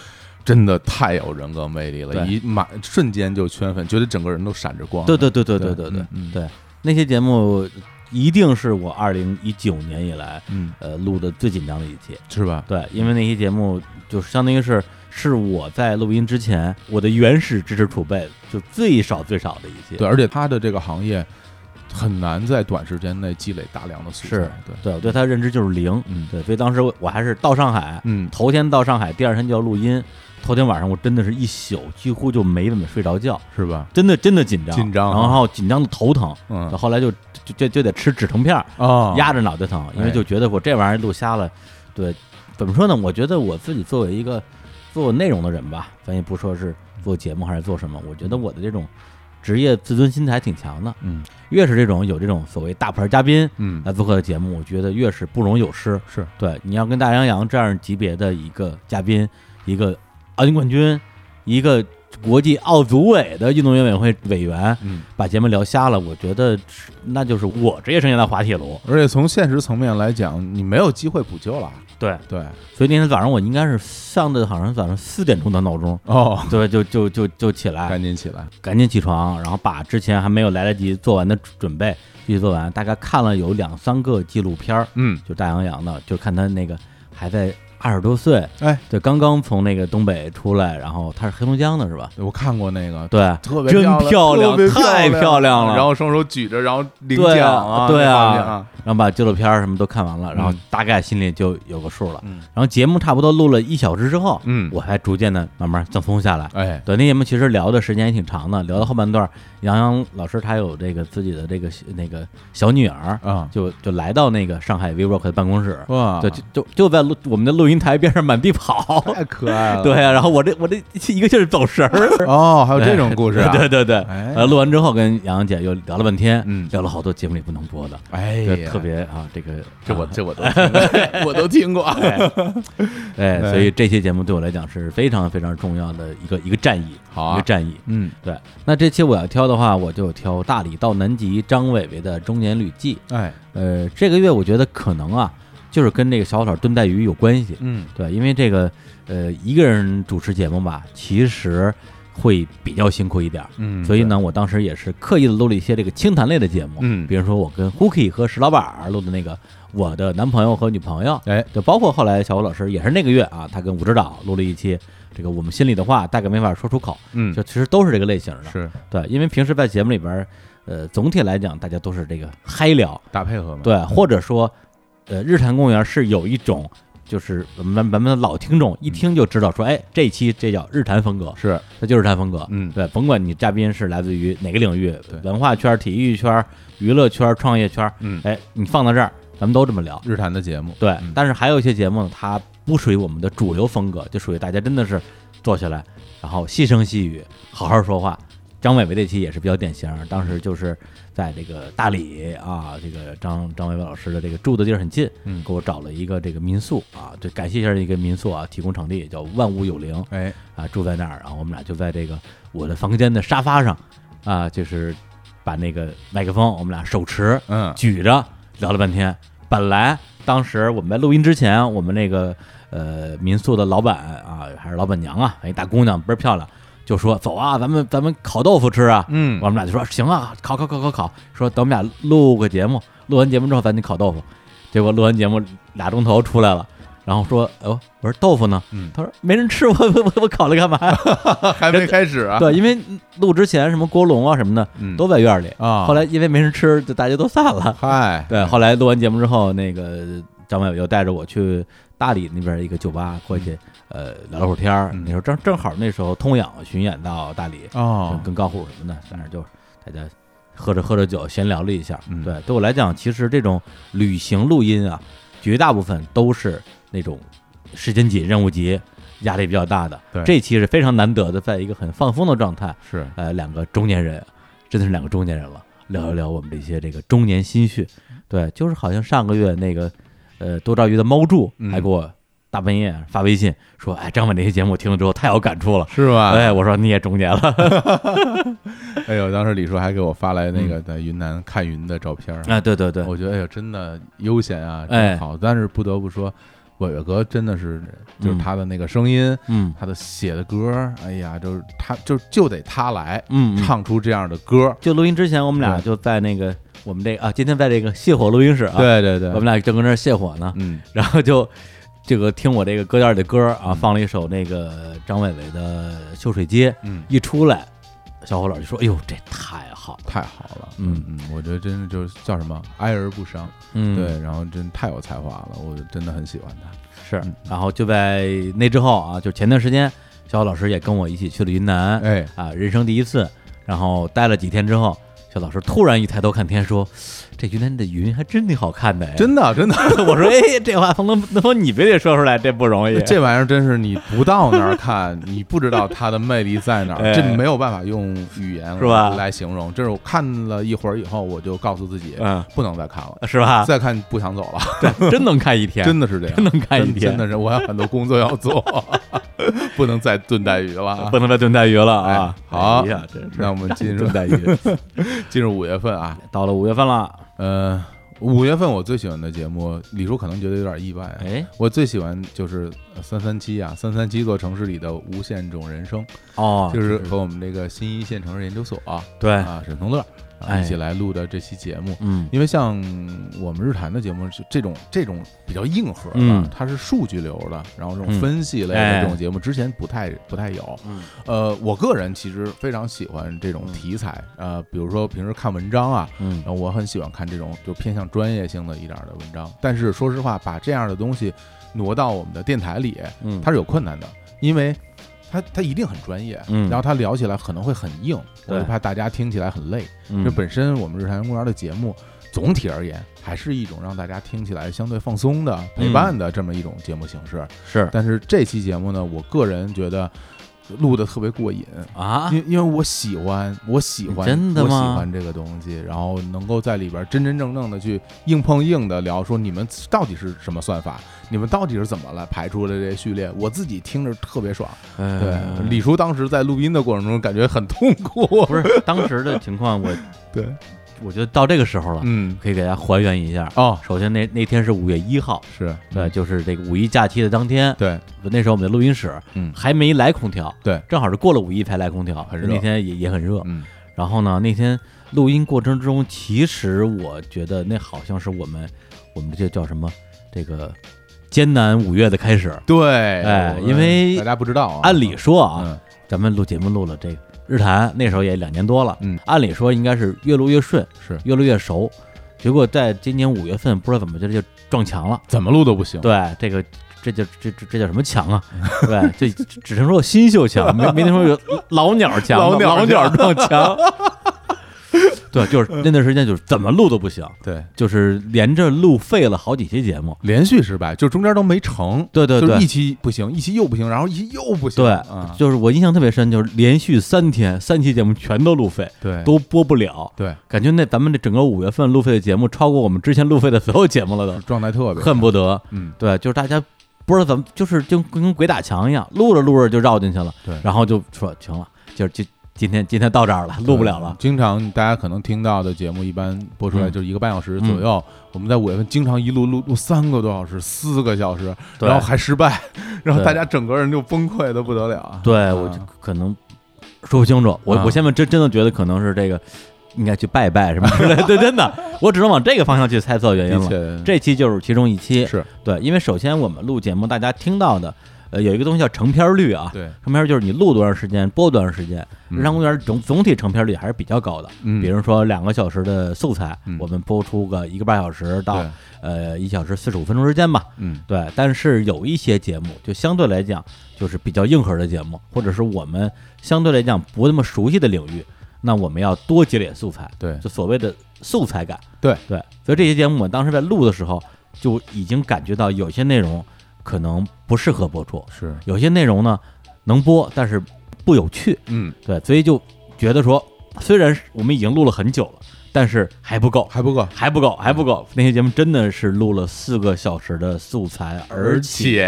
[SPEAKER 2] 真的太有人格魅力了，
[SPEAKER 1] 对
[SPEAKER 2] 一马瞬间就圈粉，觉得整个人都闪着光。
[SPEAKER 1] 对对对对对
[SPEAKER 2] 对
[SPEAKER 1] 对对
[SPEAKER 2] 嗯嗯
[SPEAKER 1] 对，那些节目一定是我二零一九年以来
[SPEAKER 2] 嗯，
[SPEAKER 1] 呃录的最紧张的一期。
[SPEAKER 2] 是吧？
[SPEAKER 1] 对，因为那些节目就是相当于是是我在录音之前我的原始知识储备就最少最少的一期。
[SPEAKER 2] 对，而且他的这个行业很难在短时间内积累大量的素材。
[SPEAKER 1] 是
[SPEAKER 2] 对，
[SPEAKER 1] 对，我对他认知就是零。
[SPEAKER 2] 嗯
[SPEAKER 1] 对，所以当时我我还是到上海，
[SPEAKER 2] 嗯，
[SPEAKER 1] 头天到上海，第二天就要录音。头天晚上我真的是一宿几乎就没怎么睡着觉，
[SPEAKER 2] 是吧？
[SPEAKER 1] 真的真的紧张，
[SPEAKER 2] 紧张啊
[SPEAKER 1] 然后紧张的头疼，
[SPEAKER 2] 嗯
[SPEAKER 1] 后来就就就就得吃止疼片儿，
[SPEAKER 2] 啊，
[SPEAKER 1] 哦压着脑袋疼，因为
[SPEAKER 2] 哎
[SPEAKER 1] 就觉得我这玩意儿录瞎了，对，怎么说呢？我觉得我自己作为一个做内容的人吧，咱也不说是做节目还是做什么，我觉得我的这种职业自尊心还挺强的。
[SPEAKER 2] 嗯
[SPEAKER 1] 越是这种有这种所谓大牌嘉宾
[SPEAKER 2] 嗯
[SPEAKER 1] 来做客的节目，我觉得越是不容有失。
[SPEAKER 2] 是
[SPEAKER 1] 对，你要跟大洋洋这样级别的一个嘉宾，一个奥运冠军，一个国际奥组委的运动员委员会委员，
[SPEAKER 2] 嗯，
[SPEAKER 1] 把节目聊瞎了，我觉得是那就是我职业生涯的滑铁卢。
[SPEAKER 2] 而且从现实层面来讲，你没有机会补救了。
[SPEAKER 1] 对，
[SPEAKER 2] 对
[SPEAKER 1] 所以那天早上我应该是上的好像早上四点钟的闹钟，
[SPEAKER 2] 哦，
[SPEAKER 1] 对，就就就就起来，
[SPEAKER 2] 赶紧起来。
[SPEAKER 1] 赶紧起床，然后把之前还没有来得及做完的准备继续做完，大概看了有两三个纪录片儿，
[SPEAKER 2] 嗯，
[SPEAKER 1] 就大洋洋的，就看他那个还在二十多岁，
[SPEAKER 2] 哎，
[SPEAKER 1] 对，刚刚从那个东北出来，然后他是黑龙江的是吧？
[SPEAKER 2] 嗯我看过那个，
[SPEAKER 1] 对，
[SPEAKER 2] 特别
[SPEAKER 1] 真
[SPEAKER 2] 漂
[SPEAKER 1] 漂亮
[SPEAKER 2] 特别
[SPEAKER 1] 太漂亮了
[SPEAKER 2] 然后双手举着，然后领
[SPEAKER 1] 对
[SPEAKER 2] 奖
[SPEAKER 1] 啊
[SPEAKER 2] 对
[SPEAKER 1] 对啊
[SPEAKER 2] 啊，
[SPEAKER 1] 然后把纪录片儿什么都看完了，然后
[SPEAKER 2] 嗯
[SPEAKER 1] 大概心里就有个数了。
[SPEAKER 2] 嗯
[SPEAKER 1] 然后节目差不多录了一小时之后，
[SPEAKER 2] 嗯
[SPEAKER 1] 我才逐渐的慢慢放松下来。
[SPEAKER 2] 哎，
[SPEAKER 1] 短篇节目其实聊的时间也挺长的，聊到后半段，杨洋老师他有这个自己的这个那个小女儿，
[SPEAKER 2] 啊，哦
[SPEAKER 1] 就就来到那个上海 WeWork 的办公室，
[SPEAKER 2] 哇，
[SPEAKER 1] 对，就就就在录我们的录音台边上满地 跑，
[SPEAKER 2] 太可爱了，
[SPEAKER 1] 对啊，然后我这我这一个劲儿走神儿，
[SPEAKER 2] 哦，还有这种故事 啊，
[SPEAKER 1] 对对对，
[SPEAKER 2] 哎
[SPEAKER 1] 呃，录完之后跟杨洋姐又聊了半天，
[SPEAKER 2] 嗯
[SPEAKER 1] 聊了好多节目里不能播的，
[SPEAKER 2] 哎
[SPEAKER 1] 这
[SPEAKER 2] 呀，
[SPEAKER 1] 特别啊，这个
[SPEAKER 2] 这我
[SPEAKER 1] 啊
[SPEAKER 2] 这我都听 过我都听过，
[SPEAKER 1] 哎，所以这期节目对我来讲是非常非常重要的一个一个战役，
[SPEAKER 2] 好啊
[SPEAKER 1] 一个战役。
[SPEAKER 2] 嗯，
[SPEAKER 1] 对，那这期我要挑的话，我就挑大理到南极张伟伟的中年旅记。
[SPEAKER 2] 哎，
[SPEAKER 1] 呃，这个月我觉得可能啊，就是跟这个小草炖带鱼有关系。
[SPEAKER 2] 嗯，
[SPEAKER 1] 对，因为这个呃一个人主持节目吧，其实会比较辛苦一点儿。
[SPEAKER 2] 嗯
[SPEAKER 1] 所以呢，我当时也是刻意的录了一些这个清谈类的节目，
[SPEAKER 2] 嗯
[SPEAKER 1] 比如说我跟 Hooky 和石老板儿录的那个《我的男朋友和女朋友》，
[SPEAKER 2] 哎，
[SPEAKER 1] 就包括后来小吴老师也是那个月啊，他跟武指导录了一期这个我们心里的话大概没法说出口，
[SPEAKER 2] 嗯
[SPEAKER 1] 就其实都是这个类型的。
[SPEAKER 2] 是
[SPEAKER 1] 对，因为平时在节目里边儿，呃，总体来讲大家都是这个嗨聊，
[SPEAKER 2] 大配合嘛，，
[SPEAKER 1] 对，或者说，呃，日坛公园是有一种。就是我们咱们的老听众一听就知道说，哎，这一期这叫日坛风格，
[SPEAKER 2] 嗯是，
[SPEAKER 1] 它就是日坛风格。
[SPEAKER 2] 嗯
[SPEAKER 1] 对，甭管你嘉宾是来自于哪个领域
[SPEAKER 2] 对，
[SPEAKER 1] 文化圈、体育圈、娱乐圈、创业圈，
[SPEAKER 2] 嗯，
[SPEAKER 1] 哎，你放到这儿，咱们都这么聊。
[SPEAKER 2] 日坛的节目，
[SPEAKER 1] 对，
[SPEAKER 2] 嗯
[SPEAKER 1] 但是还有一些节目呢，它不属于我们的主流风格，就属于大家真的是坐下来，然后细声细语，好好说话。张伟伟那期也是比较典型，当时就是在这个大理啊，这个张张伟伟老师的这个住的地儿很近，
[SPEAKER 2] 嗯
[SPEAKER 1] 给我找了一个这个民宿啊，就感谢一下这个民宿啊，提供场地叫万物有灵，
[SPEAKER 2] 哎，
[SPEAKER 1] 啊，住在那儿，然后我们俩就在这个我的房间的沙发上，啊，就是把那个麦克风，我们俩手持
[SPEAKER 2] 嗯，
[SPEAKER 1] 举着聊了半天。本来当时我们在录音之前，我们那个呃民宿的老板啊，还是老板娘啊，一大姑娘倍儿漂亮，就说走啊，咱们咱们烤豆腐吃啊。
[SPEAKER 2] 嗯，
[SPEAKER 1] 我们俩就说行啊，烤烤烤烤烤，说等我们俩录个节目，录完节目之后咱去烤豆腐。结果录完节目俩钟头出来了，然后说，哦，我说豆腐呢？
[SPEAKER 2] 嗯
[SPEAKER 1] 他说没人吃，我我我我烤了干嘛呀？
[SPEAKER 2] 还没开始啊，
[SPEAKER 1] 对，因为录之前什么锅笼啊什么的
[SPEAKER 2] 嗯，
[SPEAKER 1] 都在院里，
[SPEAKER 2] 啊，
[SPEAKER 1] 后来因为没人吃，就大家都散了。
[SPEAKER 2] 嗨，
[SPEAKER 1] 对，后来录完节目之后，那个张伟又带着我去大理那边一个酒吧过去，呃，聊了会儿天儿。
[SPEAKER 2] 嗯
[SPEAKER 1] 那时候正正好那时候通养巡演到大理，
[SPEAKER 2] 哦
[SPEAKER 1] 跟，跟高虎什么的，反正就大家喝着喝着酒闲聊了一下。
[SPEAKER 2] 嗯
[SPEAKER 1] 对，对我来讲，其实这种旅行录音啊，绝大部分都是那种时间紧、任务急、压力比较大的。
[SPEAKER 2] 对
[SPEAKER 1] 这期是非常难得的，在一个很放松的状态，
[SPEAKER 2] 是，
[SPEAKER 1] 呃，两个中年人，真的是两个中年人了，聊一聊我们这些这个中年心绪。对，就是好像上个月那个，呃，多抓鱼的猫柱
[SPEAKER 2] 嗯
[SPEAKER 1] 还给我大半夜发微信说，哎，张伟那些节目听了之后太有感触了。
[SPEAKER 2] 是吧？
[SPEAKER 1] 哎，我说你也中年了，
[SPEAKER 2] 哎呦，当时李叔还给我发来那个在云南看云的照片儿，
[SPEAKER 1] 啊，对对嗯对，
[SPEAKER 2] 我觉得哎呦，真的悠闲啊，
[SPEAKER 1] 哎
[SPEAKER 2] 真好。但是不得不说，伟伟哥真的是，就是
[SPEAKER 1] 嗯
[SPEAKER 2] 他的那个声音，
[SPEAKER 1] 嗯
[SPEAKER 2] 他的写的歌儿，哎呀，就是他就就得他来
[SPEAKER 1] 嗯，嗯
[SPEAKER 2] 唱出这样的歌儿。
[SPEAKER 1] 就录音之前，我们俩
[SPEAKER 2] 对
[SPEAKER 1] 就在那个我们这个啊，今天在这个泻火录音室啊，，
[SPEAKER 2] 对对对，
[SPEAKER 1] 我们俩正搁那儿泻火呢，
[SPEAKER 2] 嗯
[SPEAKER 1] 然后就这个听我这个歌单里的歌啊，放了一首那个张伟伟的《秀水街》，
[SPEAKER 2] 嗯，
[SPEAKER 1] 一出来，小伙老师说：“哎呦，这太好了，
[SPEAKER 2] 太好了，
[SPEAKER 1] 嗯
[SPEAKER 2] 嗯，我觉得真是就是叫什么哀而不伤，
[SPEAKER 1] 嗯，
[SPEAKER 2] 对，然后真太有才华了，我真的很喜欢他。
[SPEAKER 1] 是
[SPEAKER 2] 嗯。”
[SPEAKER 1] 然后就在那之后啊，就前段时间，小伙老师也跟我一起去了云南，
[SPEAKER 2] 哎，
[SPEAKER 1] 啊，人生第一次，然后待了几天之后。小老师突然一抬头看天，说：“这云南的云还真挺好看的哎。”
[SPEAKER 2] 真的真的，
[SPEAKER 1] 我说，哎，这话冯能能峰你非得说出来，这不容易。啊
[SPEAKER 2] 这玩意儿真是你不到那儿看， 你不知道它的魅力在哪
[SPEAKER 1] 哎
[SPEAKER 2] 儿，这没有办法用语言
[SPEAKER 1] 是吧
[SPEAKER 2] 来形容。这是我看了一会儿以后，我就告诉自己
[SPEAKER 1] 嗯，啊
[SPEAKER 2] 不能再看了，
[SPEAKER 1] 是 吧？
[SPEAKER 2] 再看不想走了，
[SPEAKER 1] 真能看一天，
[SPEAKER 2] 真的是这样，
[SPEAKER 1] 真能看一
[SPEAKER 2] 真
[SPEAKER 1] 天
[SPEAKER 2] 真，的是我还有很多工作要做， 不能再炖带鱼了啊。
[SPEAKER 1] 不能再炖带鱼了啊！
[SPEAKER 2] 哎好
[SPEAKER 1] 哎呀，真是
[SPEAKER 2] 那我们进入
[SPEAKER 1] 炖带鱼。
[SPEAKER 2] 进入五月份啊，
[SPEAKER 1] 到了五月份了，
[SPEAKER 2] 呃，五月份我最喜欢的节目，李叔可能觉得有点意外、啊，
[SPEAKER 1] 哎，
[SPEAKER 2] 我最喜欢就是三三七啊，三三七座城市里的无限种人生，
[SPEAKER 1] 哦，
[SPEAKER 2] 就是和我们这个新一线城市研究所啊
[SPEAKER 1] 对，
[SPEAKER 2] 啊沈从乐然后一起
[SPEAKER 1] 哎
[SPEAKER 2] 来录的这期节目。
[SPEAKER 1] 嗯
[SPEAKER 2] 因为像我们日坛的节目，是这种这种比较硬核的，
[SPEAKER 1] 嗯
[SPEAKER 2] 它是数据流的，然后这
[SPEAKER 1] 嗯
[SPEAKER 2] 种分析类
[SPEAKER 1] 哎
[SPEAKER 2] 的这种节目，之前不太不太有。
[SPEAKER 1] 嗯
[SPEAKER 2] 呃，我个人其实非常喜欢这种
[SPEAKER 1] 嗯
[SPEAKER 2] 题材，呃，比如说平时看文章啊，
[SPEAKER 1] 嗯
[SPEAKER 2] 然后我很喜欢看这种就偏向专业性的一点儿的文章。但是说实话，把这样的东西挪到我们的电台里，
[SPEAKER 1] 嗯，
[SPEAKER 2] 它是有困难的，因为它它一定很专业，
[SPEAKER 1] 嗯
[SPEAKER 2] 然后它聊起来可能会很硬，我
[SPEAKER 1] 对
[SPEAKER 2] 就怕大家听起来很累。
[SPEAKER 1] 嗯
[SPEAKER 2] 这本身我们日坛公园的节目，总体而言还是一种让大家听起来相对放松的
[SPEAKER 1] 嗯
[SPEAKER 2] 陪伴的这么一种节目形式。
[SPEAKER 1] 是
[SPEAKER 2] 但是这期节目呢，我个人觉得录的特别过瘾，
[SPEAKER 1] 啊，
[SPEAKER 2] 因因为我喜欢，我喜欢，
[SPEAKER 1] 真的
[SPEAKER 2] 我喜
[SPEAKER 1] 吗
[SPEAKER 2] 欢这个东西，然后能够在里边真真正正的去硬碰硬的聊，说你们到底是什么算法，你们到底是怎么来排出的这些序列，我自己听着特别爽。对，嗯
[SPEAKER 1] 呃
[SPEAKER 2] 李叔当时在录音的过程中感觉很痛苦，
[SPEAKER 1] 不是当时的情况，我
[SPEAKER 2] 对，
[SPEAKER 1] 我觉得到这个时候了，
[SPEAKER 2] 嗯，
[SPEAKER 1] 可以给大家还原一下。
[SPEAKER 2] 哦，
[SPEAKER 1] 首先那那天是五月一号，
[SPEAKER 2] 是嗯
[SPEAKER 1] 对，就是这个五一假期的当天，
[SPEAKER 2] 对，
[SPEAKER 1] 那时候我们的录音室
[SPEAKER 2] 嗯
[SPEAKER 1] 还没来空调，
[SPEAKER 2] 对，
[SPEAKER 1] 正好是过了五一才来空调，
[SPEAKER 2] 很
[SPEAKER 1] 就
[SPEAKER 2] 热
[SPEAKER 1] 那天也也很热。
[SPEAKER 2] 嗯
[SPEAKER 1] 然后呢，那天录音过程中，其实我觉得那好像是我们我们这叫什么这个艰难五月的开始。
[SPEAKER 2] 对，
[SPEAKER 1] 哎
[SPEAKER 2] 我们
[SPEAKER 1] 因为
[SPEAKER 2] 大家不知道啊，
[SPEAKER 1] 按理说啊，
[SPEAKER 2] 嗯
[SPEAKER 1] 咱们录节目录了这个日坛，那时候也两年多了，
[SPEAKER 2] 嗯，
[SPEAKER 1] 按理说应该是越录越顺，
[SPEAKER 2] 是
[SPEAKER 1] 越录越熟，结果在今年五月份不知道怎么就就撞墙了，
[SPEAKER 2] 怎么录都不行，
[SPEAKER 1] 对，这个这叫这这这叫什么墙 啊？对，这只只能说新秀墙，没没听说有老鸟墙，啊
[SPEAKER 2] 老
[SPEAKER 1] 老鸟
[SPEAKER 2] 鸟
[SPEAKER 1] 撞墙。 对，就是那段时间就是怎么录都不行，
[SPEAKER 2] 对，
[SPEAKER 1] 就是连着录废了好几期节目，
[SPEAKER 2] 连续失败，就中间都没成，
[SPEAKER 1] 对对
[SPEAKER 2] 就是
[SPEAKER 1] 对
[SPEAKER 2] 一。期不行，一期又不行，然后一期又不行，
[SPEAKER 1] 对
[SPEAKER 2] 啊，
[SPEAKER 1] 就是我印象特别深，就是连续三天，三期节目全都录废，
[SPEAKER 2] 对，
[SPEAKER 1] 都播不了。
[SPEAKER 2] 对，
[SPEAKER 1] 感觉那咱们这整个五月份录费的节目，超过我们之前录费的所有节目了
[SPEAKER 2] 状态特
[SPEAKER 1] 都，
[SPEAKER 2] 别，
[SPEAKER 1] 恨不得。
[SPEAKER 2] 嗯，
[SPEAKER 1] 对，就是大家不知道怎么，就是就跟鬼打墙一样，录着录着就绕进去了，
[SPEAKER 2] 对
[SPEAKER 1] 然后就说行了，就是今今天今天到这儿了，录不了了，
[SPEAKER 2] 嗯经常大家可能听到的节目，一般播出来
[SPEAKER 1] 嗯
[SPEAKER 2] 就是一个半小时左右。我们在五月份经常一路录录三个多小时、四个小时，
[SPEAKER 1] 对
[SPEAKER 2] 然后还失败，然后
[SPEAKER 1] 对
[SPEAKER 2] 大家整个人就崩溃的不得了啊。
[SPEAKER 1] 对
[SPEAKER 2] 啊
[SPEAKER 1] 我就可能说不清楚，我、
[SPEAKER 2] 啊
[SPEAKER 1] 我现在真真的觉得可能是这个应该去拜拜什么之类的，对，真的，我只能往这个方向去猜测原因
[SPEAKER 2] 的
[SPEAKER 1] 了。
[SPEAKER 2] 确
[SPEAKER 1] 这期就是其中一期，
[SPEAKER 2] 是
[SPEAKER 1] 对，因为首先我们录节目，大家听到的，呃，有一个东西叫成片率啊，
[SPEAKER 2] 对，
[SPEAKER 1] 成片率就是你录多长时间，播多长时间。
[SPEAKER 2] 嗯
[SPEAKER 1] 日常公园总总体成片率还是比较高的，
[SPEAKER 2] 嗯，
[SPEAKER 1] 比如说两个小时的素材，
[SPEAKER 2] 嗯
[SPEAKER 1] 我们播出个一个半小时到
[SPEAKER 2] 对
[SPEAKER 1] 呃一小时四十五分钟之间吧。
[SPEAKER 2] 嗯
[SPEAKER 1] 对，但是有一些节目就相对来讲就是比较硬核的节目，或者是我们相对来讲不那么熟悉的领域，那我们要多积累素材，
[SPEAKER 2] 对
[SPEAKER 1] 就所谓的素材感。
[SPEAKER 2] 对
[SPEAKER 1] 对，所以这些节目我们当时在录的时候就已经感觉到有些内容可能不适合播出，
[SPEAKER 2] 是
[SPEAKER 1] 有些内容呢能播，但是不有趣。
[SPEAKER 2] 嗯
[SPEAKER 1] 对，所以就觉得说，虽然是我们已经录了很久了，但是还不够，
[SPEAKER 2] 还不够，
[SPEAKER 1] 还不够，还不够。那些节目真的是录了四个小时的素材，而且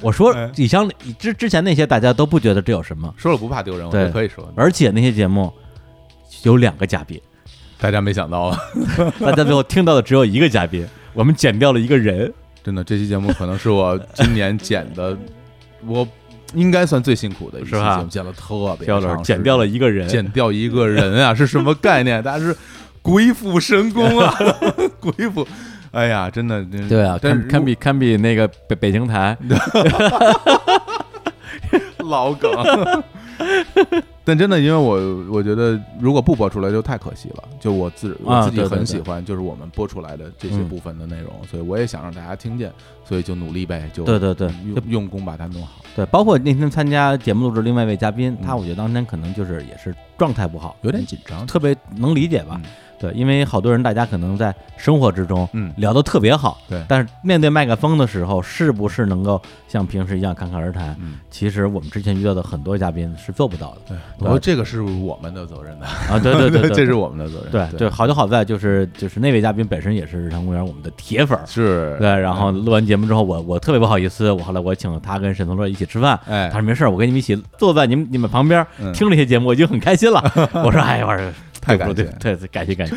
[SPEAKER 1] 我说
[SPEAKER 2] 哎
[SPEAKER 1] 以前之之前那些大家都不觉得这有什么，
[SPEAKER 2] 说了不怕丢人，我
[SPEAKER 1] 对
[SPEAKER 2] 就可以说，
[SPEAKER 1] 而且那些节目有两个嘉宾，
[SPEAKER 2] 大家没想到啊，
[SPEAKER 1] 大家最后听到的只有一个嘉宾，我们剪掉了一个人。
[SPEAKER 2] 真的这期节目可能是我今年剪的，我应该算最辛苦的一期
[SPEAKER 1] 是吧
[SPEAKER 2] 节目，剪了特别
[SPEAKER 1] 刁老
[SPEAKER 2] 长
[SPEAKER 1] 师，剪掉
[SPEAKER 2] 了。
[SPEAKER 1] 了一个人，
[SPEAKER 2] 剪掉一个人啊，是什么概念？大家是鬼斧神工啊， 鬼斧！哎呀，真的，真
[SPEAKER 1] 对啊，
[SPEAKER 2] 但
[SPEAKER 1] 堪堪比堪比那个北北京台，
[SPEAKER 2] 老梗。 但真的，因为我我觉得，如果不播出来就太可惜了。就我自
[SPEAKER 1] 啊
[SPEAKER 2] 我自己
[SPEAKER 1] 对对
[SPEAKER 2] 很
[SPEAKER 1] 对
[SPEAKER 2] 喜欢，就是我们播出来的这些
[SPEAKER 1] 嗯
[SPEAKER 2] 部分的内容，所以我也想让大家听见，所以就努力呗，就
[SPEAKER 1] 对对对，就
[SPEAKER 2] 用用功把它弄好，
[SPEAKER 1] 对，包括那天参加节目录制另外一位嘉宾，他我觉得当天可能就是也是状态不好，
[SPEAKER 2] 嗯
[SPEAKER 1] 嗯
[SPEAKER 2] 有点紧张。
[SPEAKER 1] 特别能理解吧？
[SPEAKER 2] 嗯
[SPEAKER 1] 对，因为好多人大家可能在生活之中
[SPEAKER 2] 嗯，
[SPEAKER 1] 聊得特别好，
[SPEAKER 2] 对
[SPEAKER 1] 但是面对麦克风的时候，是不是能够像平时一样侃侃而谈？
[SPEAKER 2] 嗯，
[SPEAKER 1] 其实我们之前遇到的很多嘉宾是做不到的
[SPEAKER 2] 对，我说这个是我们的责任的，
[SPEAKER 1] 啊！对 对对，
[SPEAKER 2] 这是我们的责任。
[SPEAKER 1] 对对，好就好在就是就是那位嘉宾本身也是日常公园我们的铁粉儿，
[SPEAKER 2] 是，嗯
[SPEAKER 1] 对，然后录完节目之后，我我特别不好意思，我后来我请他跟沈从乐一起吃饭，
[SPEAKER 2] 哎
[SPEAKER 1] 他，说没事儿，我跟你们一起坐在你们你们旁边儿
[SPEAKER 2] 嗯
[SPEAKER 1] 听这些节目，我已经很开心了。我说哎，我说
[SPEAKER 2] 太感谢嗯
[SPEAKER 1] 对对，对感谢感谢。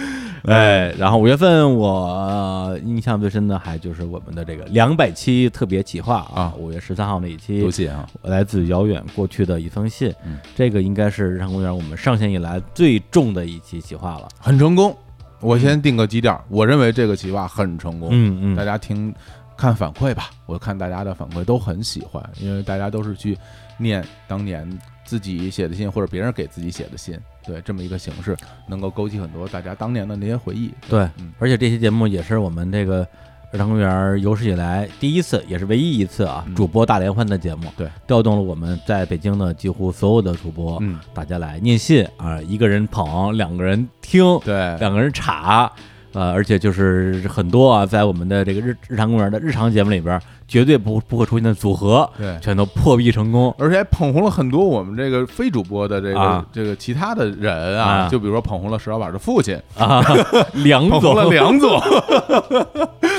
[SPEAKER 1] 哎，然后五月份我、呃印象最深的还就是我们的这个两百期特别企划啊
[SPEAKER 2] 啊，
[SPEAKER 1] 五月十三号那一期
[SPEAKER 2] 游，戏啊，
[SPEAKER 1] 来自遥远过去的一封信
[SPEAKER 2] 嗯，
[SPEAKER 1] 这个应该是日常公园我们上线以来最重的一期企划了。
[SPEAKER 2] 很成功。我先定个基调，我认为这个企划很成功，
[SPEAKER 1] 嗯
[SPEAKER 2] 大
[SPEAKER 1] 嗯，
[SPEAKER 2] 家听看反馈吧。我看大家的反馈都很喜欢，因为大家都是去念当年自己写的信或者别人给自己写的信，对这么一个形式，能够勾起很多大家当年的那些回忆。
[SPEAKER 1] 对
[SPEAKER 2] 嗯，
[SPEAKER 1] 而且这期节目也是我们这个日常公园有史以来第一次，也是唯一一次啊，
[SPEAKER 2] 嗯
[SPEAKER 1] 主播大联欢的节目，
[SPEAKER 2] 对，
[SPEAKER 1] 调动了我们在北京的几乎所有的主播，
[SPEAKER 2] 嗯，
[SPEAKER 1] 大家来念信啊，一个人捧，两个人听，
[SPEAKER 2] 对，
[SPEAKER 1] 两个人查，呃，而且就是很多啊，在我们的这个日日常公园的日常节目里边，绝对不不会出现的组合，
[SPEAKER 2] 对
[SPEAKER 1] 全都破壁成功。
[SPEAKER 2] 而且还捧红了很多我们这个非主播的这个、
[SPEAKER 1] 啊
[SPEAKER 2] 这个其他的人
[SPEAKER 1] 啊
[SPEAKER 2] 啊，就比如说捧红了石老板的父亲，
[SPEAKER 1] 啊， 梁
[SPEAKER 2] 捧
[SPEAKER 1] 总
[SPEAKER 2] 红了梁总，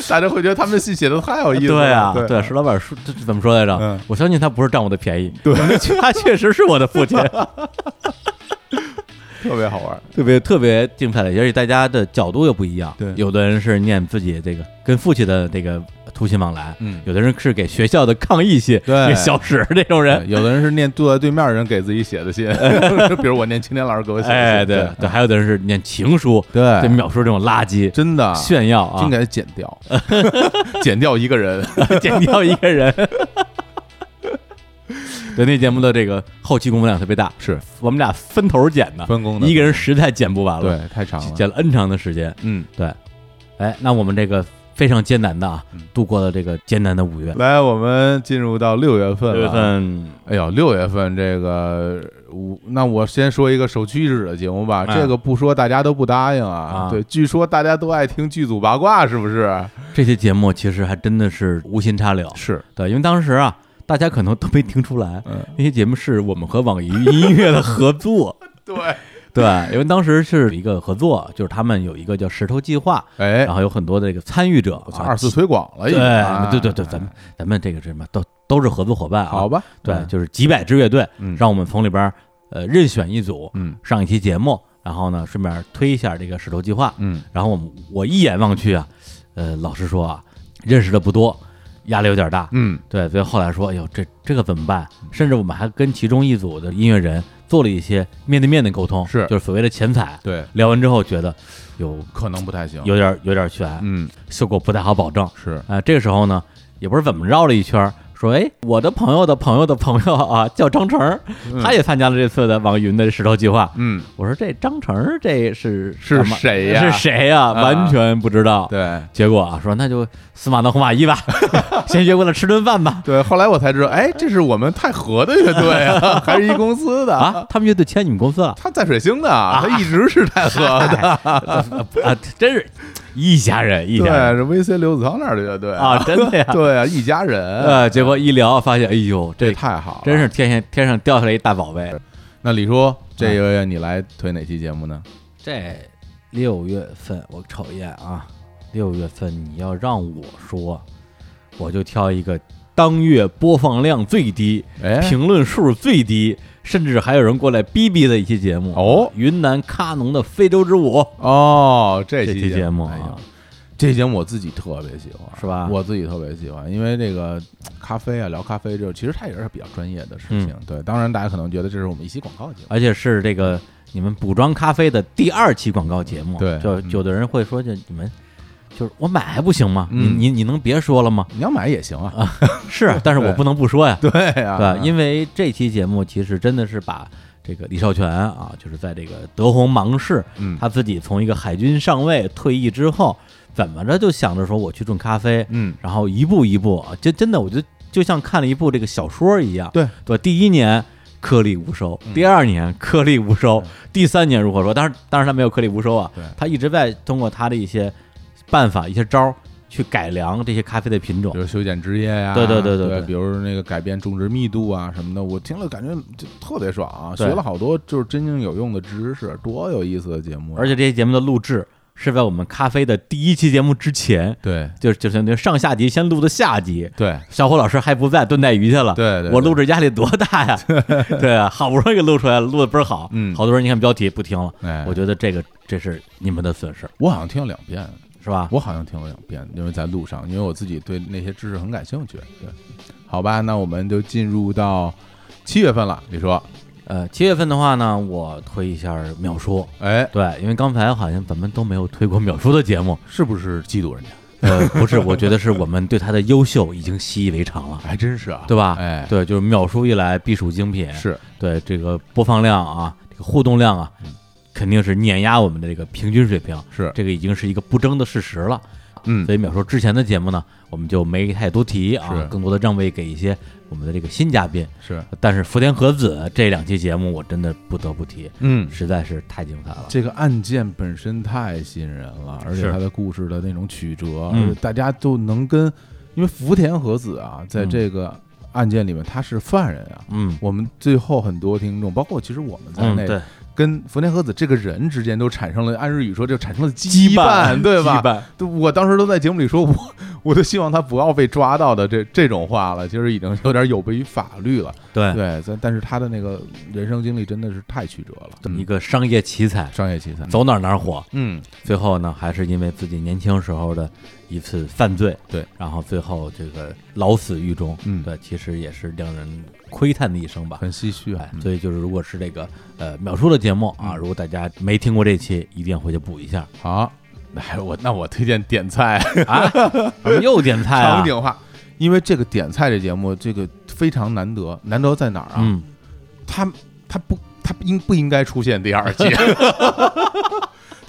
[SPEAKER 2] 大家会觉得他们的戏写的太有意思了。
[SPEAKER 1] 对啊，
[SPEAKER 2] 对
[SPEAKER 1] 对，石老板说这这怎么说来着？
[SPEAKER 2] 嗯
[SPEAKER 1] 我相信他不是占我的便 宜，对， 他确实是我的父亲，
[SPEAKER 2] 特别好玩。
[SPEAKER 1] 特别特别精彩的，而且大家的角度又不一样，
[SPEAKER 2] 对
[SPEAKER 1] 有的人是念自己这个跟父亲的这个图信往来，
[SPEAKER 2] 嗯
[SPEAKER 1] 有的人是给学校的抗议信，
[SPEAKER 2] 对
[SPEAKER 1] 给小史这种人，
[SPEAKER 2] 有的人是念坐在对面的人给自己写 的信，比如我念青年老师给我写的信，
[SPEAKER 1] 哎，对对，还有的人是念情书，
[SPEAKER 2] 对
[SPEAKER 1] 对，秒说这种垃圾
[SPEAKER 2] 真的，
[SPEAKER 1] 炫耀啊
[SPEAKER 2] 真，给他剪掉， 剪掉一个人，
[SPEAKER 1] 剪掉一个人。对，那节目的这个后期工作量特别大，
[SPEAKER 2] 是
[SPEAKER 1] 我们俩分头剪的，
[SPEAKER 2] 分工的，
[SPEAKER 1] 一个人实在剪不完了，
[SPEAKER 2] 对太长了，
[SPEAKER 1] 剪了 N 长的时间。
[SPEAKER 2] 嗯，
[SPEAKER 1] 对，哎，那我们这个非常艰难的啊
[SPEAKER 2] 嗯，
[SPEAKER 1] 度过了这个艰难的五月。
[SPEAKER 2] 来，我们进入到六月份
[SPEAKER 1] 六
[SPEAKER 2] 了，
[SPEAKER 1] 月份，
[SPEAKER 2] 哎呦，六月份这个我那我先说一个首屈一指的节目吧，
[SPEAKER 1] 哎
[SPEAKER 2] 这个不说大家都不答应啊
[SPEAKER 1] 啊
[SPEAKER 2] 对，据说大家都爱听剧组八卦，是不是？
[SPEAKER 1] 这些节目其实还真的是无心插柳，
[SPEAKER 2] 是，
[SPEAKER 1] 对，因为当时啊，大家可能都没听出来，
[SPEAKER 2] 嗯，
[SPEAKER 1] 那些节目是我们和网易云音乐的合 作，
[SPEAKER 2] 对，
[SPEAKER 1] 对，因为当时是一个合作，就是他们有一个叫石头计划，
[SPEAKER 2] 哎
[SPEAKER 1] 然，后有很多这个参与者
[SPEAKER 2] 我操
[SPEAKER 1] 啊，
[SPEAKER 2] 二次推广了已
[SPEAKER 1] 对
[SPEAKER 2] 经，哎
[SPEAKER 1] 对对对，咱们咱们这个是什么都都是合作伙伴啊，
[SPEAKER 2] 好吧，
[SPEAKER 1] 对，就是几百支乐队，
[SPEAKER 2] 嗯，
[SPEAKER 1] 让我们从里边儿呃任选一组
[SPEAKER 2] 嗯
[SPEAKER 1] 上一期节目，然后呢顺便推一下这个石头计划。
[SPEAKER 2] 嗯，
[SPEAKER 1] 然后我们我一眼望去啊，呃，老实说啊，认识的不多，压力有点大。
[SPEAKER 2] 嗯，
[SPEAKER 1] 对，所以后来说，哎呦，这这个怎么办？甚至我们还跟其中一组的音乐人做了一些面对面的沟通，
[SPEAKER 2] 是
[SPEAKER 1] 就是所谓的前采。
[SPEAKER 2] 对，
[SPEAKER 1] 聊完之后觉得有
[SPEAKER 2] 可能不太行，
[SPEAKER 1] 有点儿有点儿悬，
[SPEAKER 2] 嗯，
[SPEAKER 1] 效果不太好保证。
[SPEAKER 2] 是，
[SPEAKER 1] 啊，这个时候呢，也不是怎么绕了一圈儿，说，哎，我的朋友的朋友的朋友啊，叫张成儿，他也参加了这次的网易云的石头计划。
[SPEAKER 2] 嗯，
[SPEAKER 1] 我说这张成儿这是
[SPEAKER 2] 是
[SPEAKER 1] 什么
[SPEAKER 2] 谁呀
[SPEAKER 1] 是谁呀、
[SPEAKER 2] 啊
[SPEAKER 1] 完全不知道。
[SPEAKER 2] 对。
[SPEAKER 1] 结果啊，说那就司马当红马衣吧， 先约过来吃顿饭吧。
[SPEAKER 2] 对，后来我才知道，哎，这是我们太和的乐队 啊，还是一公司的。。
[SPEAKER 1] 啊，他们乐队签你们公司了
[SPEAKER 2] 他在水星的，啊他一直是太 和的。
[SPEAKER 1] 啊，真是一家人，一
[SPEAKER 2] 对，
[SPEAKER 1] 家人
[SPEAKER 2] 是 VC 刘子韬那儿的乐队
[SPEAKER 1] 啊，真的呀。
[SPEAKER 2] 对啊，一家人，
[SPEAKER 1] 呃，结果一聊发现，哎呦，
[SPEAKER 2] 这
[SPEAKER 1] 这
[SPEAKER 2] 太好了，
[SPEAKER 1] 真是。天上天上掉下来一大宝贝。
[SPEAKER 2] 那李叔，这个
[SPEAKER 1] 嗯
[SPEAKER 2] 月你来推哪期节目呢？
[SPEAKER 1] 这六月份我瞅一眼啊，六月份你要让我说，我就挑一个当月播放量最低、
[SPEAKER 2] 哎，
[SPEAKER 1] 评论数最低，甚至还有人过来逼逼的一期节目
[SPEAKER 2] 哦
[SPEAKER 1] 云南喀农的非洲之舞
[SPEAKER 2] 哦，这
[SPEAKER 1] 这
[SPEAKER 2] 期
[SPEAKER 1] 期节目
[SPEAKER 2] 哎呀
[SPEAKER 1] 啊，，
[SPEAKER 2] 这期节目我自己特别喜欢，
[SPEAKER 1] 是吧
[SPEAKER 2] 我自己特别喜欢，因为这个咖啡啊，聊咖啡这，其实它也是比较专业的事
[SPEAKER 1] 嗯
[SPEAKER 2] 情。对，当然大家可能觉得这是我们一期广告节目，
[SPEAKER 1] 而且是这个你们补妆咖啡的第二期广告节目，
[SPEAKER 2] 对
[SPEAKER 1] 就
[SPEAKER 2] 嗯
[SPEAKER 1] 有的人会说，就你们就是我买还不行吗？
[SPEAKER 2] 嗯
[SPEAKER 1] 你你你能别说了吗？
[SPEAKER 2] 你要买也行啊。
[SPEAKER 1] 是，但是我
[SPEAKER 2] 对
[SPEAKER 1] 不能不说呀，
[SPEAKER 2] 对啊，
[SPEAKER 1] 对，因为这期节目其实真的是把这个李少全啊，就是在这个德宏芒市，
[SPEAKER 2] 嗯
[SPEAKER 1] 他自己从一个海军上尉退役之后，怎么着就想着说我去种咖啡，
[SPEAKER 2] 嗯，
[SPEAKER 1] 然后一步一步啊，真真的，我觉得就像看了一部这个小说一样，
[SPEAKER 2] 对嗯
[SPEAKER 1] 对，第一年。颗粒无收，第二年颗粒无收，第三年如何说？当然，当然他没有颗粒无收啊
[SPEAKER 2] 对，
[SPEAKER 1] 他一直在通过他的一些办法、一些招儿去改良这些咖啡的品种
[SPEAKER 2] 比。如修剪枝叶呀，
[SPEAKER 1] 对对对对
[SPEAKER 2] 对
[SPEAKER 1] 对
[SPEAKER 2] 比如那个改变种植密度啊什么的，我听了感觉就特别爽啊，
[SPEAKER 1] 对
[SPEAKER 2] 学了好多就是真正有用的知识，多有意思的节目啊！
[SPEAKER 1] 而且这些节目的录制是在我们咖啡的第一期节目之前，
[SPEAKER 2] 对
[SPEAKER 1] 就就相当于上下集先录的下集。
[SPEAKER 2] 对
[SPEAKER 1] 小虎老师还不在，炖带鱼去了。
[SPEAKER 2] 对对，
[SPEAKER 1] 我录
[SPEAKER 2] 对
[SPEAKER 1] 制压力多大 呀？对啊，好不容易给录出来了，录的倍儿好。
[SPEAKER 2] 嗯
[SPEAKER 1] 好多人你看标题不听了，
[SPEAKER 2] 哎，
[SPEAKER 1] 我觉得这个这是你们的损失，
[SPEAKER 2] 我好像听了两遍，
[SPEAKER 1] 是吧？
[SPEAKER 2] 我好像听了两遍，因为在路上，因为我自己对那些知识很感兴趣。对，好吧，那我们就进入到七月份了。你说，
[SPEAKER 1] 呃，七月份的话呢，我推一下秒说。
[SPEAKER 2] 哎，
[SPEAKER 1] 对，因为刚才好像咱们都没有推过秒说的节目。
[SPEAKER 2] 是不是嫉妒人家？
[SPEAKER 1] 呃，不是，我觉得是我们对他的优秀已经习以为常了，
[SPEAKER 2] 还真是啊，
[SPEAKER 1] 对吧？
[SPEAKER 2] 哎，
[SPEAKER 1] 对，就是秒叔一来必属精品，
[SPEAKER 2] 是，
[SPEAKER 1] 对这个播放量啊，这个互动量啊，肯定是碾压我们的这个平均水平，
[SPEAKER 2] 是
[SPEAKER 1] 这个已经是一个不争的事实了。
[SPEAKER 2] 嗯
[SPEAKER 1] 所，以秒叔之前的节目呢，我们就没太多提
[SPEAKER 2] 是
[SPEAKER 1] 啊，更多的让位给一些我们的这个新嘉宾。
[SPEAKER 2] 是，
[SPEAKER 1] 但是福田和子这两期节目，我真的不得不提，
[SPEAKER 2] 嗯，
[SPEAKER 1] 实在是太精彩了。
[SPEAKER 2] 这个案件本身太吸引人了，而且
[SPEAKER 1] 是
[SPEAKER 2] 它的故事的那种曲折，
[SPEAKER 1] 嗯
[SPEAKER 2] 而且大家都能跟，因为福田和子啊，在
[SPEAKER 1] 嗯
[SPEAKER 2] 这个案件里面他是犯人啊。
[SPEAKER 1] 嗯
[SPEAKER 2] 我们最后很多听众，包括其实我们在
[SPEAKER 1] 嗯，
[SPEAKER 2] 内，
[SPEAKER 1] 对，
[SPEAKER 2] 跟福田和子这个人之间都产生了，按日语说就产生了羁
[SPEAKER 1] 羁绊
[SPEAKER 2] 对吧？
[SPEAKER 1] 羁绊
[SPEAKER 2] 对我当时都在节目里说，我 我都希望他不要被抓到的这这种话了，其实已经有点有悖于法律了。
[SPEAKER 1] 对，
[SPEAKER 2] 对，嗯但但是他的那个人生经历真的是太曲折了，
[SPEAKER 1] 这么
[SPEAKER 2] 嗯
[SPEAKER 1] 一个商业奇才，
[SPEAKER 2] 商业奇才。
[SPEAKER 1] 走哪儿哪儿火。
[SPEAKER 2] 嗯，
[SPEAKER 1] 最后呢，还是因为自己年轻时候的一次犯罪，
[SPEAKER 2] 对，
[SPEAKER 1] 然后最后这个老死狱中，
[SPEAKER 2] 嗯
[SPEAKER 1] 对，其实也是令人窥探的一生吧。
[SPEAKER 2] 很唏嘘啊
[SPEAKER 1] 哎。，所以就是，如果是这个呃秒叔的节目啊，
[SPEAKER 2] 嗯
[SPEAKER 1] 如果大家没听过这期，一定回去补一 下
[SPEAKER 2] 好，哎，我那我推荐点菜、
[SPEAKER 1] 啊！怎么又点菜啊
[SPEAKER 2] 场？景化，因为这个点菜这节目，这个非常难得，难得在哪儿啊？
[SPEAKER 1] 嗯，
[SPEAKER 2] 他他不他应不应该出现第 二季？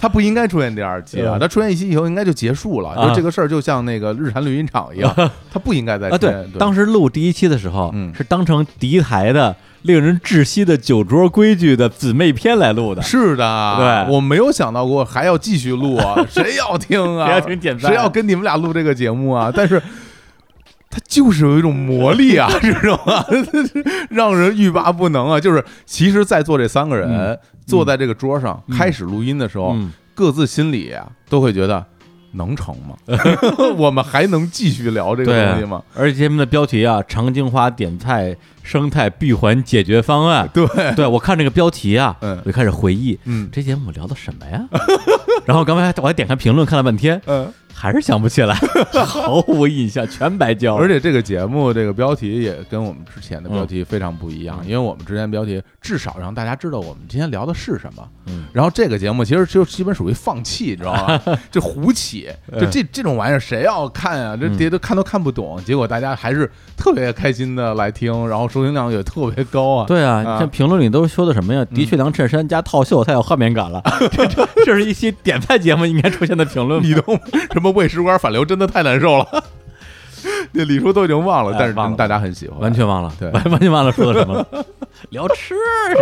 [SPEAKER 2] 他不应该出现第二季啊！
[SPEAKER 1] 嗯
[SPEAKER 2] 他出现一期以后，应该就结束了。
[SPEAKER 1] 啊
[SPEAKER 2] 就这个事儿，就像那个日产录音厂一样，他不应该再
[SPEAKER 1] 啊，
[SPEAKER 2] 出
[SPEAKER 1] 对
[SPEAKER 2] 现。，
[SPEAKER 1] 当时录第一期的时候，
[SPEAKER 2] 哎嗯
[SPEAKER 1] 是当成敌台的令人窒息的酒桌规矩的姊妹篇来录的。
[SPEAKER 2] 是的，
[SPEAKER 1] 对
[SPEAKER 2] 我没有想到过还要继续录 啊！谁要听啊？
[SPEAKER 1] 谁要听点菜
[SPEAKER 2] 谁要跟你们俩录这个节目啊？但是。它就是有一种魔力 啊，知道吗？ 让人欲罢不能啊！就是其实，在座这三个人、
[SPEAKER 1] 嗯
[SPEAKER 2] 坐在这个桌上、
[SPEAKER 1] 嗯
[SPEAKER 2] 开始录音的时候，
[SPEAKER 1] 嗯，
[SPEAKER 2] 各自心里啊都会觉得能成 吗？我们还能继续聊这个东西吗？
[SPEAKER 1] 而且节目的标题啊，“长镜花点菜生态闭环解决方案”，
[SPEAKER 2] 对，
[SPEAKER 1] 对我看这个标题啊，
[SPEAKER 2] 嗯
[SPEAKER 1] 我就开始回忆
[SPEAKER 2] 嗯
[SPEAKER 1] 这节目聊的什么呀？ 然后刚才我还点开评论看了半天，
[SPEAKER 2] 嗯，
[SPEAKER 1] 还是想不 起来，毫无印象，全白交了。
[SPEAKER 2] 而且这个节目这个标题也跟我们之前
[SPEAKER 1] 嗯
[SPEAKER 2] 的标题非常不一样，因为我们之前标题至少让大家知道我们今天聊的是什么。
[SPEAKER 1] 嗯
[SPEAKER 2] 然后这个节目其实就基本属于放弃，知 道吧？这胡起，就这这种玩意儿谁要看啊？这
[SPEAKER 1] 嗯
[SPEAKER 2] 别都看都看不懂，结果大家还是特别开心的来听，然后收听量也特别高啊。
[SPEAKER 1] 对啊，
[SPEAKER 2] 啊嗯
[SPEAKER 1] 像评论里都说的什么呀？的确，量衬衫加套袖才有画面感 了。这这这是一期点菜节目应该出现的评论吗
[SPEAKER 2] 你？都什么喂食官反流，真的太难受了。 那李叔都已经忘了，
[SPEAKER 1] 哎
[SPEAKER 2] 但是
[SPEAKER 1] 忘了
[SPEAKER 2] 大家很喜 欢，
[SPEAKER 1] 完全忘了，
[SPEAKER 2] 对
[SPEAKER 1] 完完全忘了说的什么 了。聊吃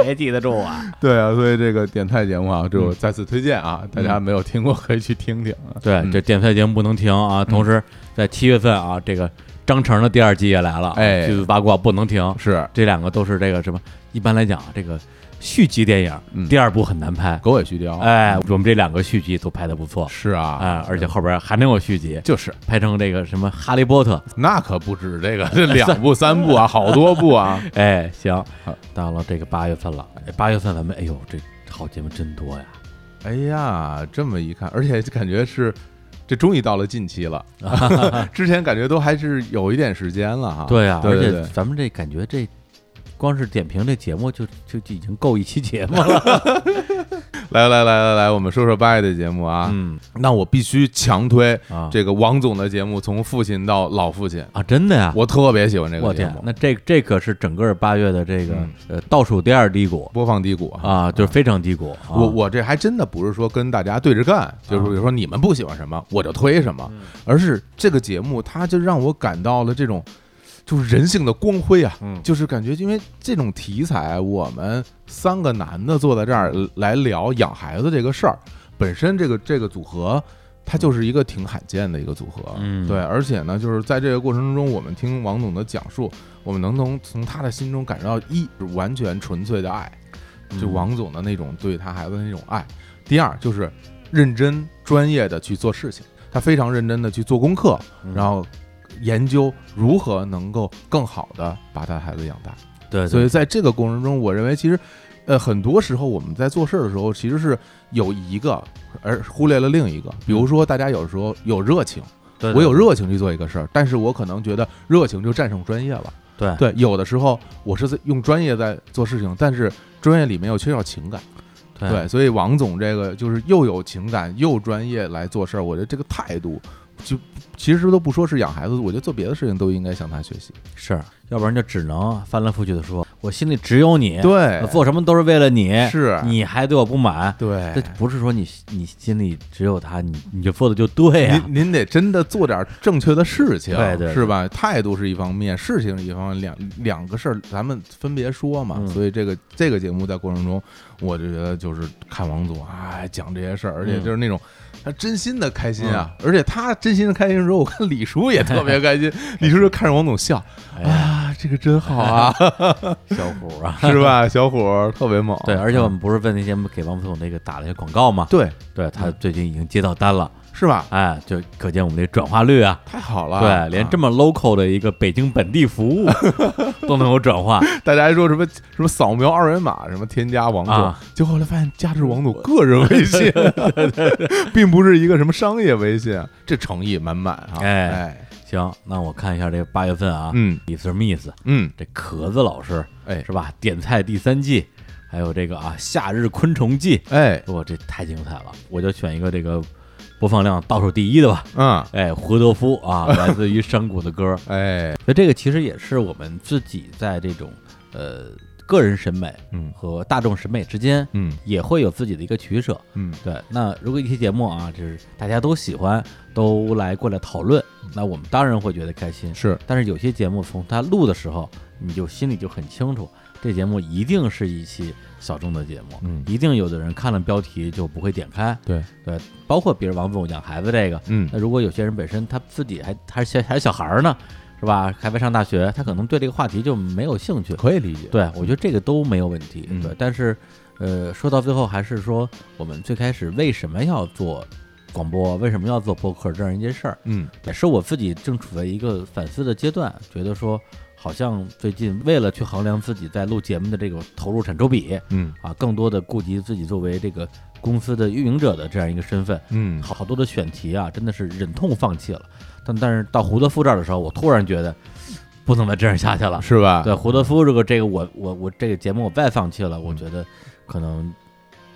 [SPEAKER 1] 谁记得住啊？
[SPEAKER 2] 对啊，所以这个点菜节目啊，
[SPEAKER 1] 嗯
[SPEAKER 2] 就再次推荐啊，大家没有听过 可以去听听啊。
[SPEAKER 1] 对，
[SPEAKER 2] 嗯
[SPEAKER 1] 这点菜节目不能停啊！同时，在七月份啊，这个张成的第二季也来了，
[SPEAKER 2] 哎
[SPEAKER 1] 剧组八卦不能停。
[SPEAKER 2] 是
[SPEAKER 1] 这两个都是这个什么？一般来讲啊，这个续集电
[SPEAKER 2] 嗯
[SPEAKER 1] 影第二部很难拍。
[SPEAKER 2] 狗尾续貂，，
[SPEAKER 1] 哎，我们这两个续集都拍的不错，
[SPEAKER 2] 是啊，
[SPEAKER 1] 哎，而且后边还能有续集，
[SPEAKER 2] 就是
[SPEAKER 1] 拍成这个什么《哈利波 特》。
[SPEAKER 2] 那可不止这个， 这两部三部啊，好多部啊。
[SPEAKER 1] 哎，行
[SPEAKER 2] 好，
[SPEAKER 1] 到了这个八月份了，哎八月份咱们哎呦，这好节目真多呀！
[SPEAKER 2] 哎呀，这么一看，而且感觉是。这终于到了近期 了，之前感觉都还是有一点时间了哈。
[SPEAKER 1] 对呀，而
[SPEAKER 2] 对
[SPEAKER 1] 且
[SPEAKER 2] 对，
[SPEAKER 1] 咱们这感觉这。光是点评这节目就就就已经够一期节目 了，
[SPEAKER 2] 来来来来来，我们说说八爷的节目啊。
[SPEAKER 1] 嗯
[SPEAKER 2] 那我必须强推
[SPEAKER 1] 啊
[SPEAKER 2] 这个王总的节目，从父亲到老父亲，
[SPEAKER 1] 啊真的呀！
[SPEAKER 2] 我特别喜欢这
[SPEAKER 1] 我
[SPEAKER 2] 个节
[SPEAKER 1] 天，
[SPEAKER 2] 目。
[SPEAKER 1] 那这这可是整个八月的这个、
[SPEAKER 2] 嗯
[SPEAKER 1] 呃倒数第二低谷
[SPEAKER 2] 播放低谷啊，
[SPEAKER 1] 啊，就是非常低谷。啊
[SPEAKER 2] 我我这还真的不是说跟大家对着干，就是比如说你们不喜欢什么我就推什
[SPEAKER 1] 嗯
[SPEAKER 2] 么，而是这个节目它就让我感到了这种就是人性的光辉啊，
[SPEAKER 1] 嗯
[SPEAKER 2] 就是感觉因为这种题材，我们三个男的坐在这儿来聊养孩子这个事儿，本身这个这个组合。它就是一个挺罕见的一个组合，
[SPEAKER 1] 嗯
[SPEAKER 2] 对，而且呢，就是在这个过程中，我们听王总的讲述，我们能从从他的心中感受到一是完全纯粹的爱，就
[SPEAKER 1] 嗯
[SPEAKER 2] 王总的那种对他孩子的那种爱；第二就是认真专业的去做事情，他非常认真的去做功课，
[SPEAKER 1] 嗯
[SPEAKER 2] 然后研究如何能够更好的把他孩子养大。
[SPEAKER 1] 对，
[SPEAKER 2] 所以
[SPEAKER 1] 对
[SPEAKER 2] 在这个过程中，我认为其实，呃，很多时候我们在做事儿的时候，其实是有一个而忽略了另一个。比如说，大家有时候有热情，
[SPEAKER 1] 对
[SPEAKER 2] 我有热情去做一个事儿，但是我可能觉得热情就战胜专业了。
[SPEAKER 1] 对
[SPEAKER 2] 对，有的时候我是在用专业在做事情，但是专业里面又缺少情感。
[SPEAKER 1] 对
[SPEAKER 2] 对，所以王总这个就是又有情感又专业来做事儿，我觉得这个态度就其实都不说是养孩子，我觉得做别的事情都应该向他学习。
[SPEAKER 1] 是，要不然就只能翻来覆去的说，我心里只有你，
[SPEAKER 2] 对
[SPEAKER 1] 我，做什么都是为了你，
[SPEAKER 2] 是，
[SPEAKER 1] 你还对我不满，
[SPEAKER 2] 对
[SPEAKER 1] 这，不是说你你心里只有他，你你就做的就对呀、
[SPEAKER 2] 您您得真的做点正确的事情，
[SPEAKER 1] 对对对
[SPEAKER 2] 是吧？态度是一方面，事情是一方面，两两个事儿咱们分别说嘛。
[SPEAKER 1] 嗯
[SPEAKER 2] 所以这个这个节目在过程中，我就觉得就是看王总啊讲这些事儿，而
[SPEAKER 1] 嗯
[SPEAKER 2] 且就是那种。他真心的开心啊！而且他真心的开心的时候，我看李叔也 特别开心。李叔就看着王总笑
[SPEAKER 1] 哎呀，
[SPEAKER 2] 啊，这个真好 啊，
[SPEAKER 1] 小虎啊，
[SPEAKER 2] 是吧？小伙儿特别猛。
[SPEAKER 1] 对，嗯而且我们不是为那天给王总那个打了一些广告嘛？
[SPEAKER 2] 对
[SPEAKER 1] 对嗯他最近已经接到单了，
[SPEAKER 2] 是吧？
[SPEAKER 1] 哎，就可见我们这转化率啊，
[SPEAKER 2] 太好了！
[SPEAKER 1] 对，连这
[SPEAKER 2] 么、
[SPEAKER 1] 么 local 的一个北京本地服 务都能有转化，
[SPEAKER 2] 大家还说什么什么扫描二维码，什么添加王总，
[SPEAKER 1] 啊
[SPEAKER 2] 结果后来发现加的是王总个人 微信，并不是一个什么商业微信，这诚意满满啊！
[SPEAKER 1] 哎
[SPEAKER 2] 哎，
[SPEAKER 1] 行，那我看一下这八月份啊，
[SPEAKER 2] 嗯
[SPEAKER 1] 李 Sir Miss
[SPEAKER 2] 嗯，
[SPEAKER 1] 这壳子老师
[SPEAKER 2] 哎
[SPEAKER 1] 是吧？点菜第三季，还有这个啊《夏日昆虫记
[SPEAKER 2] 哎》，，
[SPEAKER 1] 哇，这太精彩了！我就选一个这个播放量倒数第一的吧。
[SPEAKER 2] 嗯
[SPEAKER 1] 哎，胡德夫啊，来自于山谷的歌，
[SPEAKER 2] 哎
[SPEAKER 1] 所以这个其实也是我们自己在这种呃个人审美
[SPEAKER 2] 嗯
[SPEAKER 1] 和大众审美之间
[SPEAKER 2] 嗯
[SPEAKER 1] 也会有自己的一个取舍。
[SPEAKER 2] 嗯，
[SPEAKER 1] 对，那如果一期节目啊，就是大家都喜欢，都来过来讨论，那我们当然会觉得开心。
[SPEAKER 2] 是
[SPEAKER 1] 但是有些节目从它录的时候，你就心里就很清楚，这节目一定是一期小众的节目，
[SPEAKER 2] 嗯
[SPEAKER 1] 一定有的人看了标题就不会点开，
[SPEAKER 2] 对，
[SPEAKER 1] 对，包括比如王总养孩子这个，
[SPEAKER 2] 嗯
[SPEAKER 1] 那如果有些人本身他自己还还是小还是小孩儿呢，是吧？还没上大学，他可能对这个话题就没有兴趣。
[SPEAKER 2] 可以理解，
[SPEAKER 1] 对，我觉得这个都没有问题。
[SPEAKER 2] 嗯
[SPEAKER 1] 对，但是，呃，说到最后还是说，我们最开始为什么要做广播，为什么要做播客这样一件事儿，
[SPEAKER 2] 嗯
[SPEAKER 1] 也是我自己正处在一个反思的阶段，觉得说，好像最近为了去衡量自己在录节目的这个投入产出比
[SPEAKER 2] 嗯
[SPEAKER 1] 啊，更多的顾及自己作为这个公司的运营者的这样一个身份，
[SPEAKER 2] 嗯，
[SPEAKER 1] 好多的选题啊，真的是忍痛放弃了。但但是到胡德夫这儿的时候，我突然觉得不能再这样下去了。
[SPEAKER 2] 嗯是啊 吧？
[SPEAKER 1] 对胡德夫，如果这个我我我这个节目我再放弃了，我觉得可能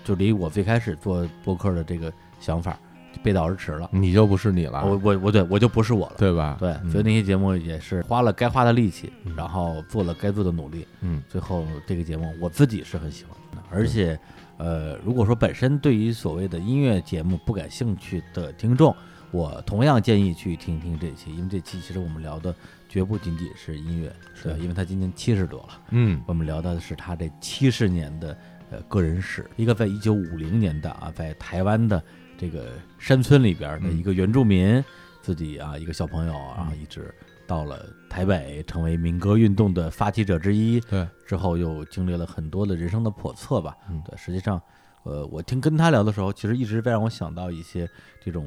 [SPEAKER 1] 就离我最开始做播客的这个想法就背道而驰了。
[SPEAKER 2] 你就不是你
[SPEAKER 1] 我
[SPEAKER 2] 了，
[SPEAKER 1] 我我对我就不是我了。
[SPEAKER 2] 对吧？
[SPEAKER 1] 对，
[SPEAKER 2] 嗯
[SPEAKER 1] 所以那些节目也是花了该花的力气，
[SPEAKER 2] 嗯
[SPEAKER 1] 然后做了该做的努力，
[SPEAKER 2] 嗯
[SPEAKER 1] 最后这个节目我自己是很喜欢的，而且，呃，如果说本身对于所谓的音乐节目不感兴趣的听众，我同样建议去听一听这期，因为这期其实我们聊的绝不仅仅是音乐，
[SPEAKER 2] 是
[SPEAKER 1] 对，因为他今年七十多了，
[SPEAKER 2] 嗯
[SPEAKER 1] 我们聊到的是他这七十年的呃个人史，一个在一九五零年代啊，在台湾的这个山村里边的一
[SPEAKER 2] 嗯
[SPEAKER 1] 个原住民，自己啊一个小朋友啊，一直到了台北，成为民歌运动的发起者之一，
[SPEAKER 2] 对，
[SPEAKER 1] 之后又经历了很多的人生的叵测吧。
[SPEAKER 2] 嗯
[SPEAKER 1] 对，实际上，呃，我听跟他聊的时候，其实一直在让我想到一些这种。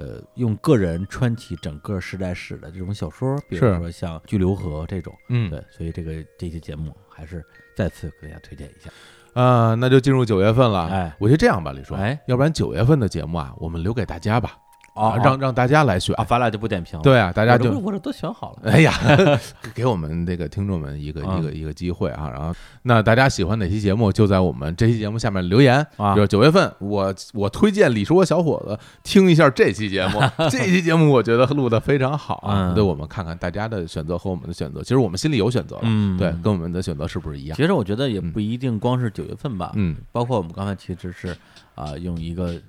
[SPEAKER 1] 呃，用个人穿起整个时代史的这种小说，比如
[SPEAKER 2] 是
[SPEAKER 1] 说像《巨流河》这种，
[SPEAKER 2] 嗯
[SPEAKER 1] 对，所以这个这期节目还是再次给大家推荐一下。
[SPEAKER 2] 啊，那就进入九月份了。
[SPEAKER 1] 哎
[SPEAKER 2] 我觉得这样吧，李叔，
[SPEAKER 1] 哎，
[SPEAKER 2] 要不然九月份的节目啊，我们留给大家吧，
[SPEAKER 1] 啊，
[SPEAKER 2] 让让大家来选
[SPEAKER 1] 啊，。咱俩就不点评了。，
[SPEAKER 2] 哦对啊，大家就
[SPEAKER 1] 我这都选好 了。
[SPEAKER 2] 哎呀，给给我们这个听众们一个
[SPEAKER 1] 啊
[SPEAKER 2] 一个一个机会啊！然后，那大家喜欢哪期节目，就在我们这期节目下面留言
[SPEAKER 1] 啊
[SPEAKER 2] 就是九月份，我我推荐李叔和小伙子听一下这期节目，这期节目我觉得录的非常好啊。
[SPEAKER 1] 嗯
[SPEAKER 2] 对我们看看大家的选择和我们的选择，其实我们心里有选择了，
[SPEAKER 1] 嗯
[SPEAKER 2] 对，跟我们的选择是不是一样？
[SPEAKER 1] 其实我觉得也不一定光是九月份吧，
[SPEAKER 2] 嗯，
[SPEAKER 1] 包括我们刚才其实是啊、用一个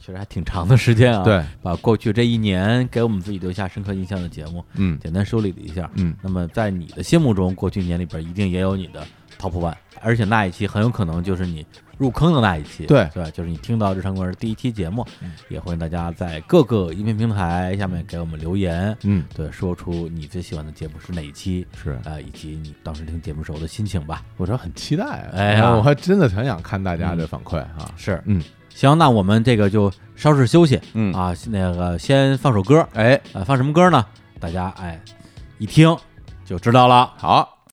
[SPEAKER 1] 其实还挺长的时间啊，，
[SPEAKER 2] 对，
[SPEAKER 1] 把过去这一年给我们自己留下深刻印象的节目，
[SPEAKER 2] 嗯
[SPEAKER 1] 简单梳理了一下。
[SPEAKER 2] 嗯，
[SPEAKER 1] 那么在你的心目中，过去一年里边一定也有你的 top one，而且那一期很有可能就是你入坑的那一期。
[SPEAKER 2] 对
[SPEAKER 1] 对，就是你听到《日常公园》第一期节目
[SPEAKER 2] 嗯，
[SPEAKER 1] 也欢迎大家在各个音频平台下面给我们留言，
[SPEAKER 2] 嗯，
[SPEAKER 1] 对，说出你最喜欢的节目是哪一期。
[SPEAKER 2] 是。
[SPEAKER 1] 啊、以及你当时听节目时候的心情吧。
[SPEAKER 2] 我说很期待啊，
[SPEAKER 1] 哎呀
[SPEAKER 2] 我还真的很想看大家的反馈啊。
[SPEAKER 1] 是
[SPEAKER 2] 嗯，
[SPEAKER 1] 行，那我们这个就稍事休息
[SPEAKER 2] 嗯，
[SPEAKER 1] 啊，那个先放首歌，
[SPEAKER 2] 哎，
[SPEAKER 1] 呃，放什么歌呢？大家哎一听就知道了。
[SPEAKER 2] 好，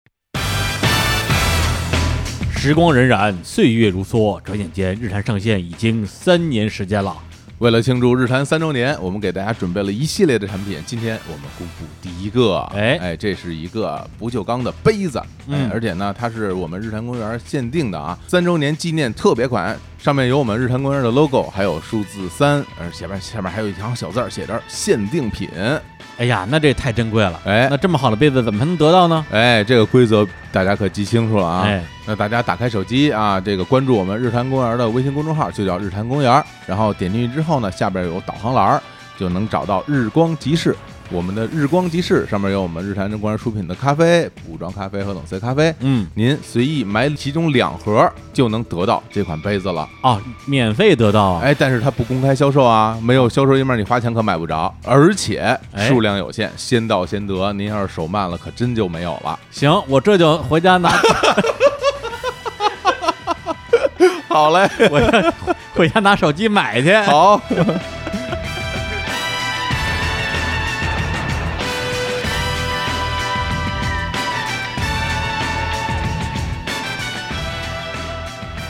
[SPEAKER 1] 时光荏苒，岁月如梭，转眼间日坛上线已经三年时间了。
[SPEAKER 2] 为了庆祝日坛三周年，我们给大家准备了一系列的产品。今天我们公布第一个，
[SPEAKER 1] 哎
[SPEAKER 2] 哎，这是一个不锈钢的杯子，哎
[SPEAKER 1] 嗯，
[SPEAKER 2] 而且呢，它是我们日坛公园限定的啊，三周年纪念特别款，上面有我们日坛公园的 logo，还有数字三，而下面下面还有一行小字儿写着限定品，
[SPEAKER 1] 哎呀，那这太珍贵了。
[SPEAKER 2] 哎
[SPEAKER 1] 那这么好的杯子怎么才能得到呢？
[SPEAKER 2] 哎，这个规则大家可记清楚了啊。
[SPEAKER 1] 哎，
[SPEAKER 2] 那大家打开手机啊，这个关注我们日坛公园的微信公众号，就叫日坛公园。然后点进去之后呢，下边有导航栏儿，就能找到日光集市。我们的日光集市上面有我们日坛公园出品的咖啡、补装咖啡和冷萃咖啡。
[SPEAKER 1] 嗯，
[SPEAKER 2] 您随意买其中两盒就能得到这款杯子了，
[SPEAKER 1] 哦，免费得到啊。
[SPEAKER 2] 哎，但是它不公开销售啊，没有销售页面，你花钱可买不着，而且
[SPEAKER 1] 哎
[SPEAKER 2] 数量有限，先到先得。您要是手慢了，可真就没有了。
[SPEAKER 1] 行，我这就回家 拿，
[SPEAKER 2] 好嘞，
[SPEAKER 1] 我回家拿手机买去。
[SPEAKER 2] 好。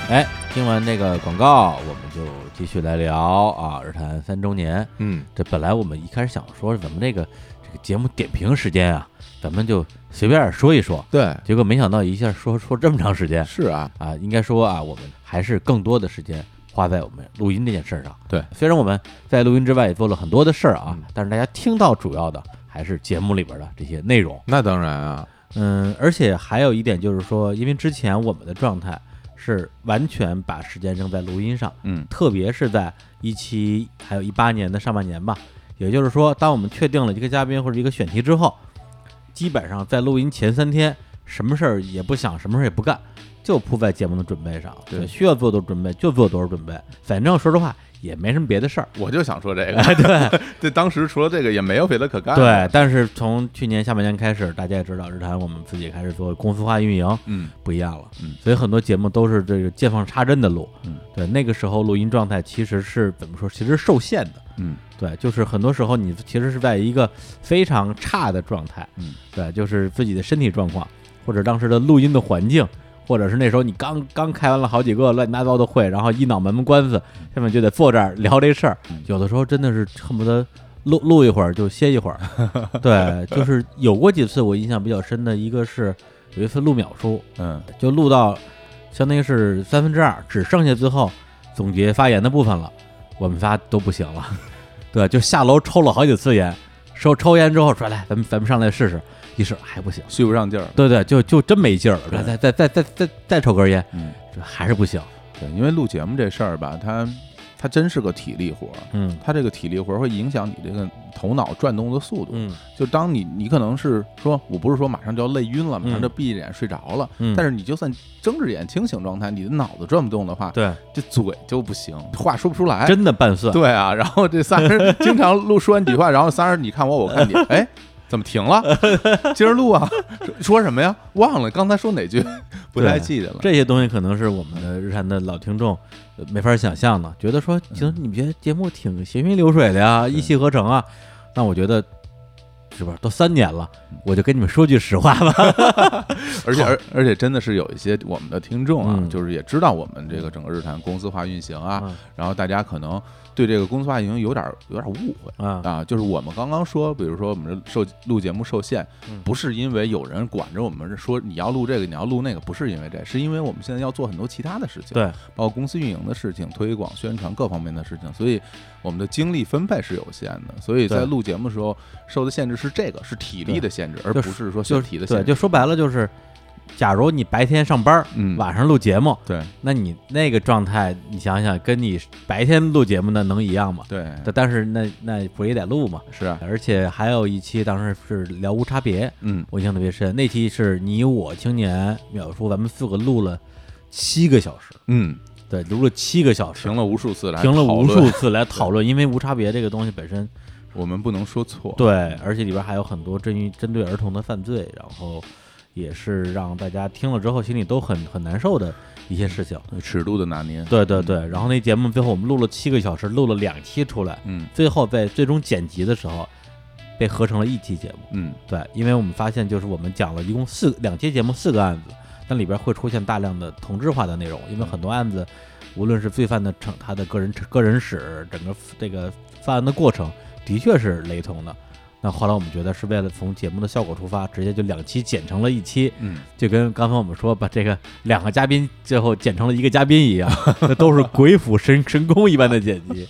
[SPEAKER 1] 哎，听完这个广告，我们就继续来聊啊，日坛三周年。
[SPEAKER 2] 嗯，
[SPEAKER 1] 这本来我们一开始想说，咱们这个这个节目点评时间啊，咱们就随便说一说，
[SPEAKER 2] 对，
[SPEAKER 1] 结果没想到一下说说这么长时间
[SPEAKER 2] 是啊，
[SPEAKER 1] 啊，应该说啊，我们还是更多的时间花在我们录音这件事儿上。
[SPEAKER 2] 对，
[SPEAKER 1] 虽然我们在录音之外也做了很多的事儿啊
[SPEAKER 2] 嗯，
[SPEAKER 1] 但是大家听到主要的还是节目里边的这些内容。
[SPEAKER 2] 那当然啊，
[SPEAKER 1] 嗯，而且还有一点就是说，因为之前我们的状态是完全把时间扔在录音上，
[SPEAKER 2] 嗯
[SPEAKER 1] 特别是在一七还有一八年的上半年吧。也就是说，当我们确定了一个嘉宾或者一个选题之后，基本上在录音前三天，什么事儿也不想，什么事儿也不干，就扑在节目的准备上。
[SPEAKER 2] 对
[SPEAKER 1] 所以需要做多少准备就做多少准备，反正说实话也没什么别的事儿。
[SPEAKER 2] 我就想说这个，啊 对，这当时除了这个也没有别的可干。，
[SPEAKER 1] 对，但是从去年下半年开始，大家也知道，日坛我们自己开始做公司化运营，
[SPEAKER 2] 嗯，
[SPEAKER 1] 不一样了，
[SPEAKER 2] 嗯
[SPEAKER 1] 所以很多节目都是这个见缝插针的录，
[SPEAKER 2] 嗯，
[SPEAKER 1] 对，那个时候录音状态其实是怎么说，其实是受限的，
[SPEAKER 2] 嗯，
[SPEAKER 1] 对，就是很多时候你其实是在一个非常差的状态，
[SPEAKER 2] 嗯，
[SPEAKER 1] 对，就是自己的身体状况，或者当时的录音的环境，或者是那时候你刚刚开完了好几个乱七八糟的会，然后一脑门子官司，下面就得坐这儿聊这事儿，
[SPEAKER 2] 嗯
[SPEAKER 1] 有的时候真的是恨不得。录录一会儿就歇一会 儿，对，就是有过几次我印象比较深的，一个是有一次录秒数，
[SPEAKER 2] 嗯，
[SPEAKER 1] 就录到相当于是三分之二，只剩下最后总结发言的部分了。我们仨都不行了， 对，就下楼抽了好几次烟，抽抽烟之后说来，咱们咱们上来试试，一试还不行，
[SPEAKER 2] 续不上劲儿。
[SPEAKER 1] 对对，就就真没劲儿了，
[SPEAKER 2] 对
[SPEAKER 1] 再再再再再再抽根烟，
[SPEAKER 2] 嗯，
[SPEAKER 1] 这还是不行，
[SPEAKER 2] 对，因为录节目这事儿吧，它它真是个体力活儿，
[SPEAKER 1] 嗯
[SPEAKER 2] 它这个体力活儿会影响你这个头脑转动的速度。
[SPEAKER 1] 嗯
[SPEAKER 2] 就当你你可能是说，我不是说马上就要累晕了，马上
[SPEAKER 1] 嗯
[SPEAKER 2] 就闭着眼睡着了，
[SPEAKER 1] 嗯，
[SPEAKER 2] 但
[SPEAKER 1] 是
[SPEAKER 2] 是你就算睁着眼清醒状态，你的脑子转不动的话，
[SPEAKER 1] 对，
[SPEAKER 2] 这嘴就不行，话说不出来。
[SPEAKER 1] 真的半蒜，
[SPEAKER 2] 对啊，然后这仨人经常录说完几句话，然后仨人你看我，我看你，哎，怎么停了？接着录啊，说说什么呀？忘了刚才说哪句，不太记得了。
[SPEAKER 1] 这些东西可能是我们的日常的老听众呃没法想象的，觉得说
[SPEAKER 2] 嗯
[SPEAKER 1] 行，你们觉得节目挺行云流水的呀，一气呵成啊。那我觉得是吧，都三年了，
[SPEAKER 2] 嗯
[SPEAKER 1] 我就跟你们说句实话 吧。
[SPEAKER 2] 而且而而且真的是有一些我们的听众啊
[SPEAKER 1] 嗯，
[SPEAKER 2] 就是也知道我们这个整个日坛公司化运行啊，
[SPEAKER 1] 啊
[SPEAKER 2] 然后大家可能对这个公司化运行有点有点误会。
[SPEAKER 1] 啊，
[SPEAKER 2] 啊，就是我们刚刚说，比如说我们这受录节目受限
[SPEAKER 1] 嗯，
[SPEAKER 2] 不是因为有人管着我们说你要录这个，你要录那个，不是因为这，是因为我们现在要做很多其他的事情，
[SPEAKER 1] 对，
[SPEAKER 2] 包括公司运营的事情、推广、宣传各方面的事情，所以我们的精力分配是有限的，所以
[SPEAKER 1] 对
[SPEAKER 2] 在录节目的时候受的限制是这个，是体力的限制，而
[SPEAKER 1] 就
[SPEAKER 2] 不
[SPEAKER 1] 是
[SPEAKER 2] 是说
[SPEAKER 1] 就
[SPEAKER 2] 身体的
[SPEAKER 1] 对，
[SPEAKER 2] 限制。
[SPEAKER 1] 就说白了就是，假如你白天上班，
[SPEAKER 2] 嗯，
[SPEAKER 1] 晚上录节目，
[SPEAKER 2] 对
[SPEAKER 1] 那你那个状态，你想想，跟你白天录节目那能一样吗？
[SPEAKER 2] 对，
[SPEAKER 1] 但但是那那不也得录嘛？
[SPEAKER 2] 是啊，
[SPEAKER 1] 而且还有一期当时是聊无差别，
[SPEAKER 2] 嗯，
[SPEAKER 1] 我印象特别深，那期是你我青年秒叔，咱们四个录了七个小时，
[SPEAKER 2] 嗯，
[SPEAKER 1] 对，录了七个小时
[SPEAKER 2] 停，了无数次来
[SPEAKER 1] 停了无
[SPEAKER 2] 讨
[SPEAKER 1] 数
[SPEAKER 2] 论，
[SPEAKER 1] 次来讨 论，因为无差别这个东西本身，
[SPEAKER 2] 我们不能说错。
[SPEAKER 1] 对，而且里边还有很多针于针对儿童的犯罪，然后也是让大家听了之后心里都很很难受的一些事情。
[SPEAKER 2] 尺度的拿捏，
[SPEAKER 1] 对对对，然后那节目最后我们录了七个小时，录了两期出来，
[SPEAKER 2] 嗯
[SPEAKER 1] 最后在最终剪辑的时候被合成了一期节目。
[SPEAKER 2] 嗯
[SPEAKER 1] 对，因为我们发现就是我们讲了一共四两期节目四个案子，但里边会出现大量的同质化的内容，因为很多案子，无论是罪犯的成他的个人个人史，整个这个犯案的过程，的确是雷同的。那后来我们觉得是为了从节目的效果出发，直接就两期剪成了一期，
[SPEAKER 2] 嗯，
[SPEAKER 1] 就跟刚才我们说把这个两个嘉宾最后剪成了一个嘉宾一样，那都是鬼斧神神工一般的剪辑。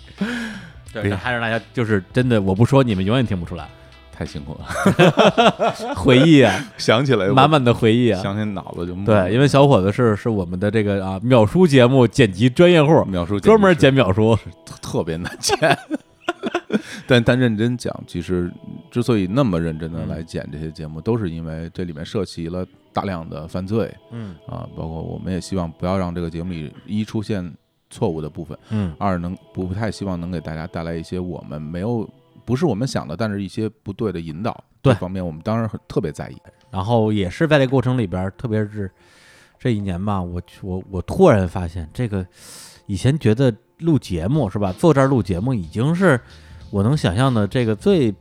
[SPEAKER 1] 对，
[SPEAKER 2] 对
[SPEAKER 1] 那还是大家就是真的，我不说你们永远听不出来，
[SPEAKER 2] 太辛苦了，
[SPEAKER 1] 回忆啊，
[SPEAKER 2] 想起来哎我
[SPEAKER 1] 满满的回忆啊。
[SPEAKER 2] 想起脑子就木
[SPEAKER 1] 对，因为小伙子是是我们的这个啊秒叔节目剪辑专业户，
[SPEAKER 2] 秒叔
[SPEAKER 1] 专门剪
[SPEAKER 2] 简
[SPEAKER 1] 秒叔。
[SPEAKER 2] 直嗯是特别难剪。 但但认真讲，其实之所以那么认真的来剪这些节目，都是因为这里面涉及了大量的犯罪
[SPEAKER 1] 嗯
[SPEAKER 2] 啊，包括我们也希望不要让这个节目里一出现错误的部分，
[SPEAKER 1] 嗯
[SPEAKER 2] 二能不不太希望能给大家带来一些我们没有不是我们想的，但是一些不对的引导。
[SPEAKER 1] 对
[SPEAKER 2] 这方面我们当然很特别在意。
[SPEAKER 1] 然后也是在这过程里边儿，特别是这一年吧，我我我突然发现，这个以前觉得录节目是吧，坐这儿录节目已经是我能想象的这个最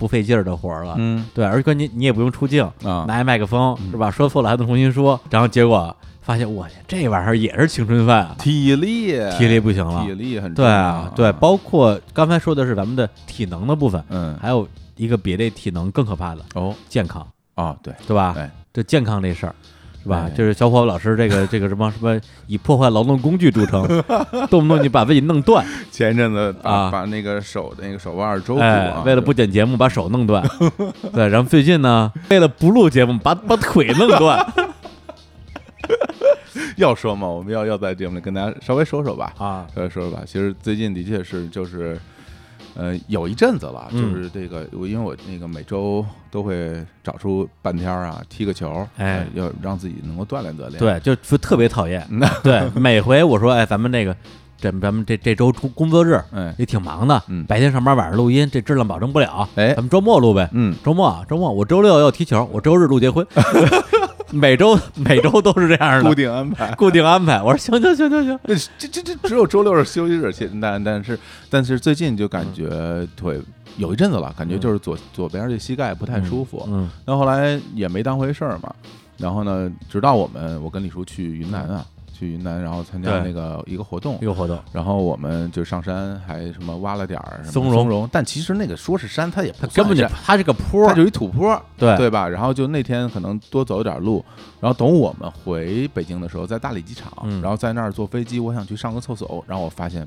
[SPEAKER 1] 不费劲儿的活儿了。
[SPEAKER 2] 嗯
[SPEAKER 1] 对，而且你你也不用出镜，
[SPEAKER 2] 啊，
[SPEAKER 1] 拿一麦克风
[SPEAKER 2] 嗯
[SPEAKER 1] 是吧？说错了还能重新说，然后结果发现，我去，这玩意儿也是青春饭啊，
[SPEAKER 2] 体力，
[SPEAKER 1] 体力不行了
[SPEAKER 2] 体。力很重
[SPEAKER 1] 对
[SPEAKER 2] 要
[SPEAKER 1] 啊，对，包括刚才说的是咱们的体能的部分，
[SPEAKER 2] 嗯
[SPEAKER 1] 还有一个比这体能更可怕的
[SPEAKER 2] 哦
[SPEAKER 1] 健康，
[SPEAKER 2] 哦对，
[SPEAKER 1] 啊对吧？
[SPEAKER 2] 对
[SPEAKER 1] 这健康这事儿，是吧？
[SPEAKER 2] 哎
[SPEAKER 1] 就是小伙子老师这 个这个什么什么以破坏劳动工具著称，动不动就把自己弄断，
[SPEAKER 2] 前一阵子把
[SPEAKER 1] 啊
[SPEAKER 2] 把那个手那个手腕周骨
[SPEAKER 1] 哎
[SPEAKER 2] 啊，，
[SPEAKER 1] 为了不剪节目把手弄 断，对，然后最近呢，为了不录节目把把腿弄 断
[SPEAKER 2] 要说嘛，我们要要在节目里跟大家稍微说说吧，
[SPEAKER 1] 啊，
[SPEAKER 2] 稍微说说吧。其实最近的确是就是。呃，有一阵子了，就
[SPEAKER 1] 嗯
[SPEAKER 2] 是这个，我因为我那个每周都会找出半天儿啊，踢个球，
[SPEAKER 1] 哎
[SPEAKER 2] 呃要让自己能够锻炼锻炼。，
[SPEAKER 1] 对，就就特别讨厌，
[SPEAKER 2] 那
[SPEAKER 1] 对，每回我说哎，咱们那个这咱们这这周工工作日
[SPEAKER 2] 哎
[SPEAKER 1] 也挺忙的，
[SPEAKER 2] 嗯
[SPEAKER 1] 白天上班晚上录音，这质量保证不了，
[SPEAKER 2] 哎
[SPEAKER 1] 咱们周末录呗，
[SPEAKER 2] 嗯，
[SPEAKER 1] 周末啊，周末我周六要踢球，我周日录结 婚，每周每周都是这样的
[SPEAKER 2] 固
[SPEAKER 1] 固定
[SPEAKER 2] 定安排。
[SPEAKER 1] 安排。我说行行行行行，
[SPEAKER 2] 这这这这只有周六是休息日，现但但是但是最近就感
[SPEAKER 1] 嗯
[SPEAKER 2] 觉腿有一阵子了，感觉就是左左边这膝盖不太舒服，
[SPEAKER 1] 嗯
[SPEAKER 2] 那后来也没当回事儿嘛。然后呢，直到我们我跟李叔去云南啊，去云南，然后参加
[SPEAKER 1] 对
[SPEAKER 2] 那个一个活动
[SPEAKER 1] 一。嗯个活动，
[SPEAKER 2] 然后我们就上山，还什么挖了点儿什么
[SPEAKER 1] 松茸
[SPEAKER 2] 松茸，但其实那个说是山，它也不
[SPEAKER 1] 它根本就
[SPEAKER 2] 算山
[SPEAKER 1] 它是个坡
[SPEAKER 2] 它
[SPEAKER 1] 儿，
[SPEAKER 2] 就一土坡，
[SPEAKER 1] 对
[SPEAKER 2] 对吧？然后就那天可能多走点路，然后等我们回北京的时候，在大理机场，
[SPEAKER 1] 嗯
[SPEAKER 2] 然后在那儿坐飞机，我想去上个厕所，然后我发现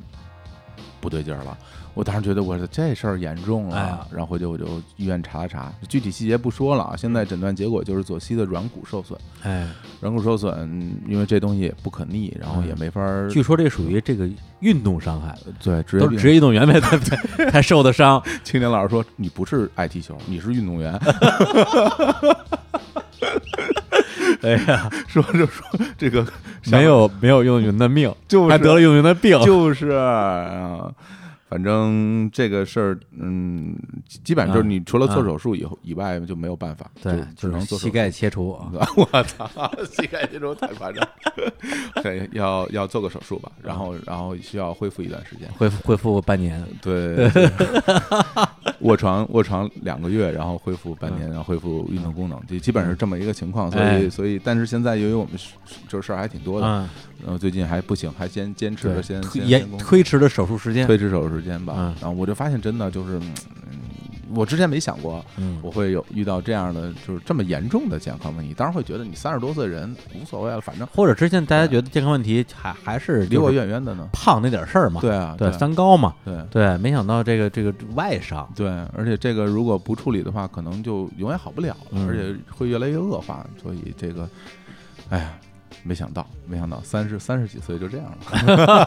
[SPEAKER 2] 不对劲儿了。我当时觉得我说这事儿严重了，
[SPEAKER 1] 哎呀嗯
[SPEAKER 2] 然后回去我就医院查了查，具体细节不说了啊。现在诊断结果就是左膝的软骨受损，
[SPEAKER 1] 哎，
[SPEAKER 2] 软骨受损，因为这东西也不可逆，然后也没法儿、
[SPEAKER 1] 据说这属于这个运动伤害，
[SPEAKER 2] 对职业
[SPEAKER 1] 都是
[SPEAKER 2] 病。
[SPEAKER 1] 职业运动员才才才才受的伤，
[SPEAKER 2] 青年老师说你不是爱踢球，你是运动 员。
[SPEAKER 1] 哎 呀，
[SPEAKER 2] 说就说这个
[SPEAKER 1] 没有没有运动员的命，
[SPEAKER 2] 就是
[SPEAKER 1] 还得了运动员的病，
[SPEAKER 2] 就是啊，反正这个事儿，嗯，基基本上就是
[SPEAKER 1] 啊
[SPEAKER 2] 你除了做手术以后以外就没有办法，
[SPEAKER 1] 对，
[SPEAKER 2] 就只能做手
[SPEAKER 1] 膝
[SPEAKER 2] 术。
[SPEAKER 1] 盖切除啊，
[SPEAKER 2] 我操，膝盖这种太夸张， 对，要要做个手术吧，然后然后需要恢复一段时间。
[SPEAKER 1] 恢复恢复半年，
[SPEAKER 2] 对，对 卧床卧床两个月，然后恢复半年，然后恢复运动功能，就基本上是这么一个情况。所以
[SPEAKER 1] 嗯哎
[SPEAKER 2] 所以，但是现在由于我们是就是事儿还挺多的，
[SPEAKER 1] 嗯，
[SPEAKER 2] 然后最近还不行，还先坚持
[SPEAKER 1] 对
[SPEAKER 2] 着，先
[SPEAKER 1] 推
[SPEAKER 2] 先先
[SPEAKER 1] 延
[SPEAKER 2] 工作
[SPEAKER 1] 推迟的手术时间，
[SPEAKER 2] 推迟手术时间吧。
[SPEAKER 1] 嗯
[SPEAKER 2] 然后我就发现，真的就是，嗯，我之前没想过
[SPEAKER 1] 嗯
[SPEAKER 2] 我会有遇到这样的，就是这么严重的健康问题。当然会觉得你三十多岁人无所谓了，啊反正
[SPEAKER 1] 或者之前大家觉得健康问题还还是
[SPEAKER 2] 离
[SPEAKER 1] 就是
[SPEAKER 2] 我远远的呢。
[SPEAKER 1] 胖那点事儿嘛，
[SPEAKER 2] 对啊，
[SPEAKER 1] 对
[SPEAKER 2] 对
[SPEAKER 1] 三高嘛，
[SPEAKER 2] 对
[SPEAKER 1] 对，没想到这个这个外伤，
[SPEAKER 2] 对，而且这个如果不处理的话，可能就永远好不了了，
[SPEAKER 1] 嗯
[SPEAKER 2] 而且会越来越恶化。所以这个，哎呀。没想到，没想到，三十三十几岁就这样 了，，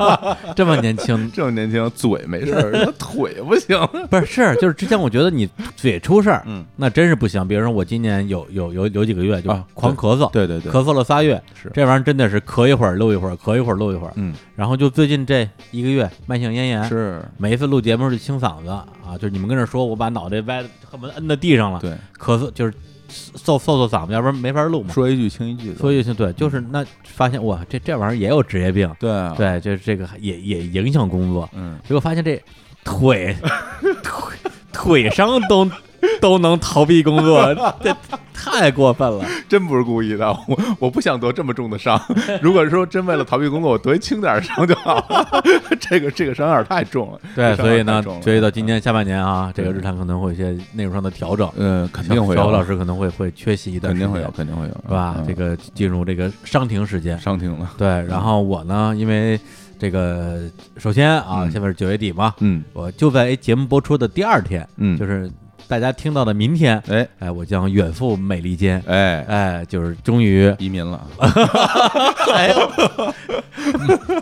[SPEAKER 1] 这么年轻
[SPEAKER 2] 这么年轻，嘴没事儿，他腿不行。
[SPEAKER 1] 不是是就是之前我觉得你嘴出事儿，
[SPEAKER 2] 嗯，
[SPEAKER 1] 那真是不行。比如说我今年有有有有几个月就
[SPEAKER 2] 啊
[SPEAKER 1] 狂咳嗽，
[SPEAKER 2] 对对对，
[SPEAKER 1] 咳嗽了仨月，
[SPEAKER 2] 是，
[SPEAKER 1] 这玩意儿真的是咳一会儿漏一会儿，咳一会儿漏一会儿。
[SPEAKER 2] 嗯，
[SPEAKER 1] 然后就最近这一个月慢性咽炎，
[SPEAKER 2] 是，
[SPEAKER 1] 每一次录节目就清嗓子啊，就是你们跟这说，我把脑袋歪，恨不得摁在地上了，
[SPEAKER 2] 对，
[SPEAKER 1] 咳嗽就是嗽嗽嗽嗓子，要不然没法录嘛。
[SPEAKER 2] 说一句轻一句的，
[SPEAKER 1] 所以就对，就是那发现哇，这这玩意儿也有职业病，
[SPEAKER 2] 对啊，
[SPEAKER 1] 对，就是这个也也影响工作。
[SPEAKER 2] 嗯，
[SPEAKER 1] 结果发现这 腿腿腿伤都都能逃避工作，这太过分了。
[SPEAKER 2] 真不是故意的， 我我不想得这么重的伤。 如果说真为了逃避工作，我得一轻点儿伤就好了。 这个这个伤有点太重了，
[SPEAKER 1] 对，
[SPEAKER 2] 这伤
[SPEAKER 1] 所以
[SPEAKER 2] 有点
[SPEAKER 1] 呢
[SPEAKER 2] 太重，了嗯
[SPEAKER 1] 所以到今年下半年啊，这个
[SPEAKER 2] 对
[SPEAKER 1] 日坛可能会有一些内容上的调整，
[SPEAKER 2] 嗯，肯定会
[SPEAKER 1] 小
[SPEAKER 2] 有，
[SPEAKER 1] 虎老师可呃能会会缺席一段
[SPEAKER 2] 肯
[SPEAKER 1] 时间，
[SPEAKER 2] 定会有，嗯肯定会有，
[SPEAKER 1] 是吧？这
[SPEAKER 2] 个
[SPEAKER 1] 个进入这个伤停时间，
[SPEAKER 2] 伤停了，
[SPEAKER 1] 对。然后我呢，因为这个首先啊，
[SPEAKER 2] 嗯
[SPEAKER 1] 现在是九月底嘛，
[SPEAKER 2] 嗯
[SPEAKER 1] 我就在哎节目播出的第二天，
[SPEAKER 2] 嗯，
[SPEAKER 1] 就是是大家听到的明天，
[SPEAKER 2] 哎
[SPEAKER 1] 哎，我将远赴美利坚，
[SPEAKER 2] 哎，
[SPEAKER 1] 哎，就是终 于
[SPEAKER 2] 移民了，啊
[SPEAKER 1] 哎呦，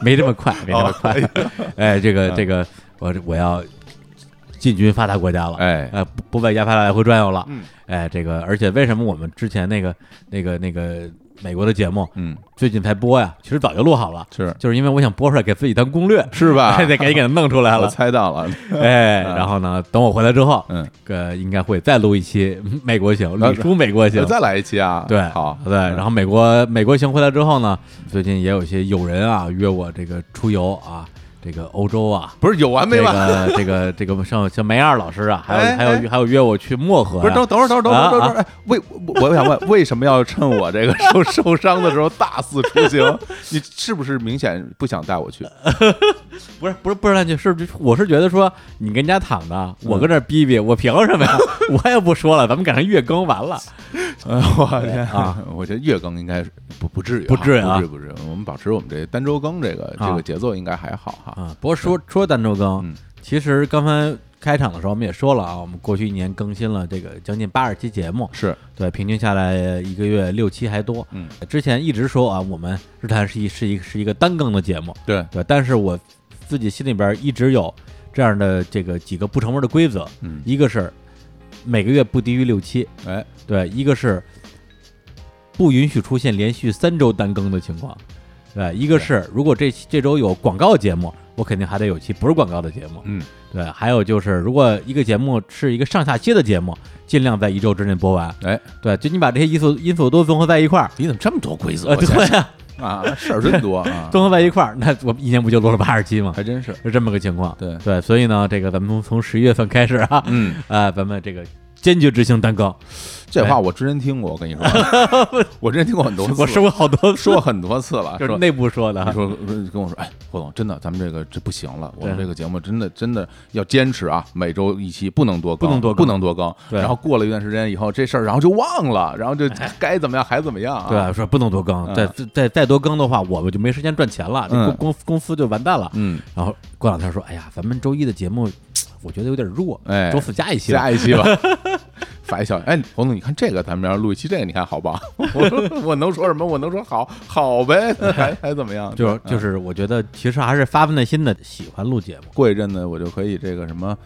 [SPEAKER 1] 没这么快，没这么快，哎，这个
[SPEAKER 2] 哦嗯
[SPEAKER 1] 这个，我我要进军发达国家了，
[SPEAKER 2] 哎
[SPEAKER 1] 哎，不不在亚非拉来回转悠了，
[SPEAKER 2] 嗯
[SPEAKER 1] 哎，这个，而且为什么我们之前那个那个那个美国的节目
[SPEAKER 2] 嗯，
[SPEAKER 1] 最近才播呀？其实早就录好 了，
[SPEAKER 2] 是
[SPEAKER 1] 就是因为我想播出来给自己当攻略，
[SPEAKER 2] 是吧？
[SPEAKER 1] 得赶紧给它弄出来
[SPEAKER 2] 我
[SPEAKER 1] 了，
[SPEAKER 2] 猜到了，
[SPEAKER 1] 哎，然后呢，等我回来之后，
[SPEAKER 2] 嗯，
[SPEAKER 1] 呃，应该会再录一期美国行，
[SPEAKER 2] 那
[SPEAKER 1] 旅出美 国行。
[SPEAKER 2] 再来一期啊，
[SPEAKER 1] 对，
[SPEAKER 2] 好，
[SPEAKER 1] 对，然后美国美国行回来之后呢，最近也有一些友人啊约我这个出游啊，这个欧洲啊，
[SPEAKER 2] 不是有完没完？
[SPEAKER 1] 这个这个这个像像梅尔老师啊，还有、
[SPEAKER 2] 哎
[SPEAKER 1] 还有、
[SPEAKER 2] 哎
[SPEAKER 1] 还有约我去漠河、啊，
[SPEAKER 2] 不是，等等会儿，等会儿，等会儿，等
[SPEAKER 1] 啊
[SPEAKER 2] 会儿，等会儿，哎，为我我想问， 为什么要趁我这个受 受伤的时候大肆出行？你是不是明显不想带我去？
[SPEAKER 1] 不是不是不是那句是，我是觉得说你跟人家躺着，我跟这儿逼逼，我凭什么呀？ 我也不说了，咱们赶上月更完了，
[SPEAKER 2] 哎 我天
[SPEAKER 1] 呃啊！
[SPEAKER 2] 我觉得月更应该是不不至于啊，
[SPEAKER 1] 不至于啊
[SPEAKER 2] 不至于，不至于。我们保持我们这单周更这个
[SPEAKER 1] 啊
[SPEAKER 2] 这个节奏应该还好哈。
[SPEAKER 1] 啊，不过说说单周更，
[SPEAKER 2] 嗯
[SPEAKER 1] 其实刚才开场的时候我们也说了啊，我们过去一年更新了这个将近八十期节目，
[SPEAKER 2] 是，
[SPEAKER 1] 对，平均下来一个月六期还多。
[SPEAKER 2] 嗯，
[SPEAKER 1] 之前一直说啊，我们日坛是一是一是一个单更的节目，
[SPEAKER 2] 对，
[SPEAKER 1] 对，但是我自己心里边一直有这样的这个几个不成文的规则，
[SPEAKER 2] 嗯，
[SPEAKER 1] 一个是每个月不低于六期，
[SPEAKER 2] 哎，
[SPEAKER 1] 对，一个是不允许出现连续三周单更的情况，对，一个
[SPEAKER 2] 对
[SPEAKER 1] 是如果这期这周有广告节目，我肯定还得有期不是广告的节目，
[SPEAKER 2] 嗯，
[SPEAKER 1] 对，还有就是如果一个节目是一个上下期的节目，尽量在一周之内播完，
[SPEAKER 2] 哎，
[SPEAKER 1] 对，就你把这些因素因素都综合在一块 儿，
[SPEAKER 2] 你怎么这么多规
[SPEAKER 1] 呃，
[SPEAKER 2] 则？
[SPEAKER 1] 对啊，
[SPEAKER 2] 啊，事儿真多 啊，
[SPEAKER 1] 综合在一块儿，那我一年不就录了八十期吗？
[SPEAKER 2] 还真是。
[SPEAKER 1] 是这么个情况，
[SPEAKER 2] 对，
[SPEAKER 1] 对，所以呢，这个咱们从从十一月份开始啊，
[SPEAKER 2] 嗯，
[SPEAKER 1] 啊，咱们这个坚决执行单更，
[SPEAKER 2] 这话我真听过，我跟你说， 我真听过很多次，
[SPEAKER 1] 哎我说过好多次，
[SPEAKER 2] 说过很多次了，
[SPEAKER 1] 就
[SPEAKER 2] 说
[SPEAKER 1] 是内部说的啊
[SPEAKER 2] 你，说跟我说，哎，霍总，真的，咱们这个这不行了，我们
[SPEAKER 1] 对
[SPEAKER 2] 这个节目真的真的要坚持啊，每周一期，不能多更，
[SPEAKER 1] 不能多更
[SPEAKER 2] 不能多更。
[SPEAKER 1] 对哎
[SPEAKER 2] 然后过了一段时间以后，这事儿然后就忘了，然后就该怎么样还怎么样啊。
[SPEAKER 1] 对吧，说不能多更，再再再多更的话，我们就没时间赚钱了，这
[SPEAKER 2] 嗯
[SPEAKER 1] 公公公司就完蛋了。
[SPEAKER 2] 嗯，
[SPEAKER 1] 然后过两天说，哎呀，咱们周一的节目，我觉得有点弱，
[SPEAKER 2] 哎
[SPEAKER 1] 周四加一期吧。
[SPEAKER 2] 下一期 吧。发一笑，哎，侯总，你看这个，咱们要录一期这个，你看好不好？ 我说我能说什么？我能说好 好呗，还还怎么样？
[SPEAKER 1] 就
[SPEAKER 2] 嗯
[SPEAKER 1] 就是，我觉得其实还是发自内心的喜欢录节目。
[SPEAKER 2] 过一阵子我就可以这个什么，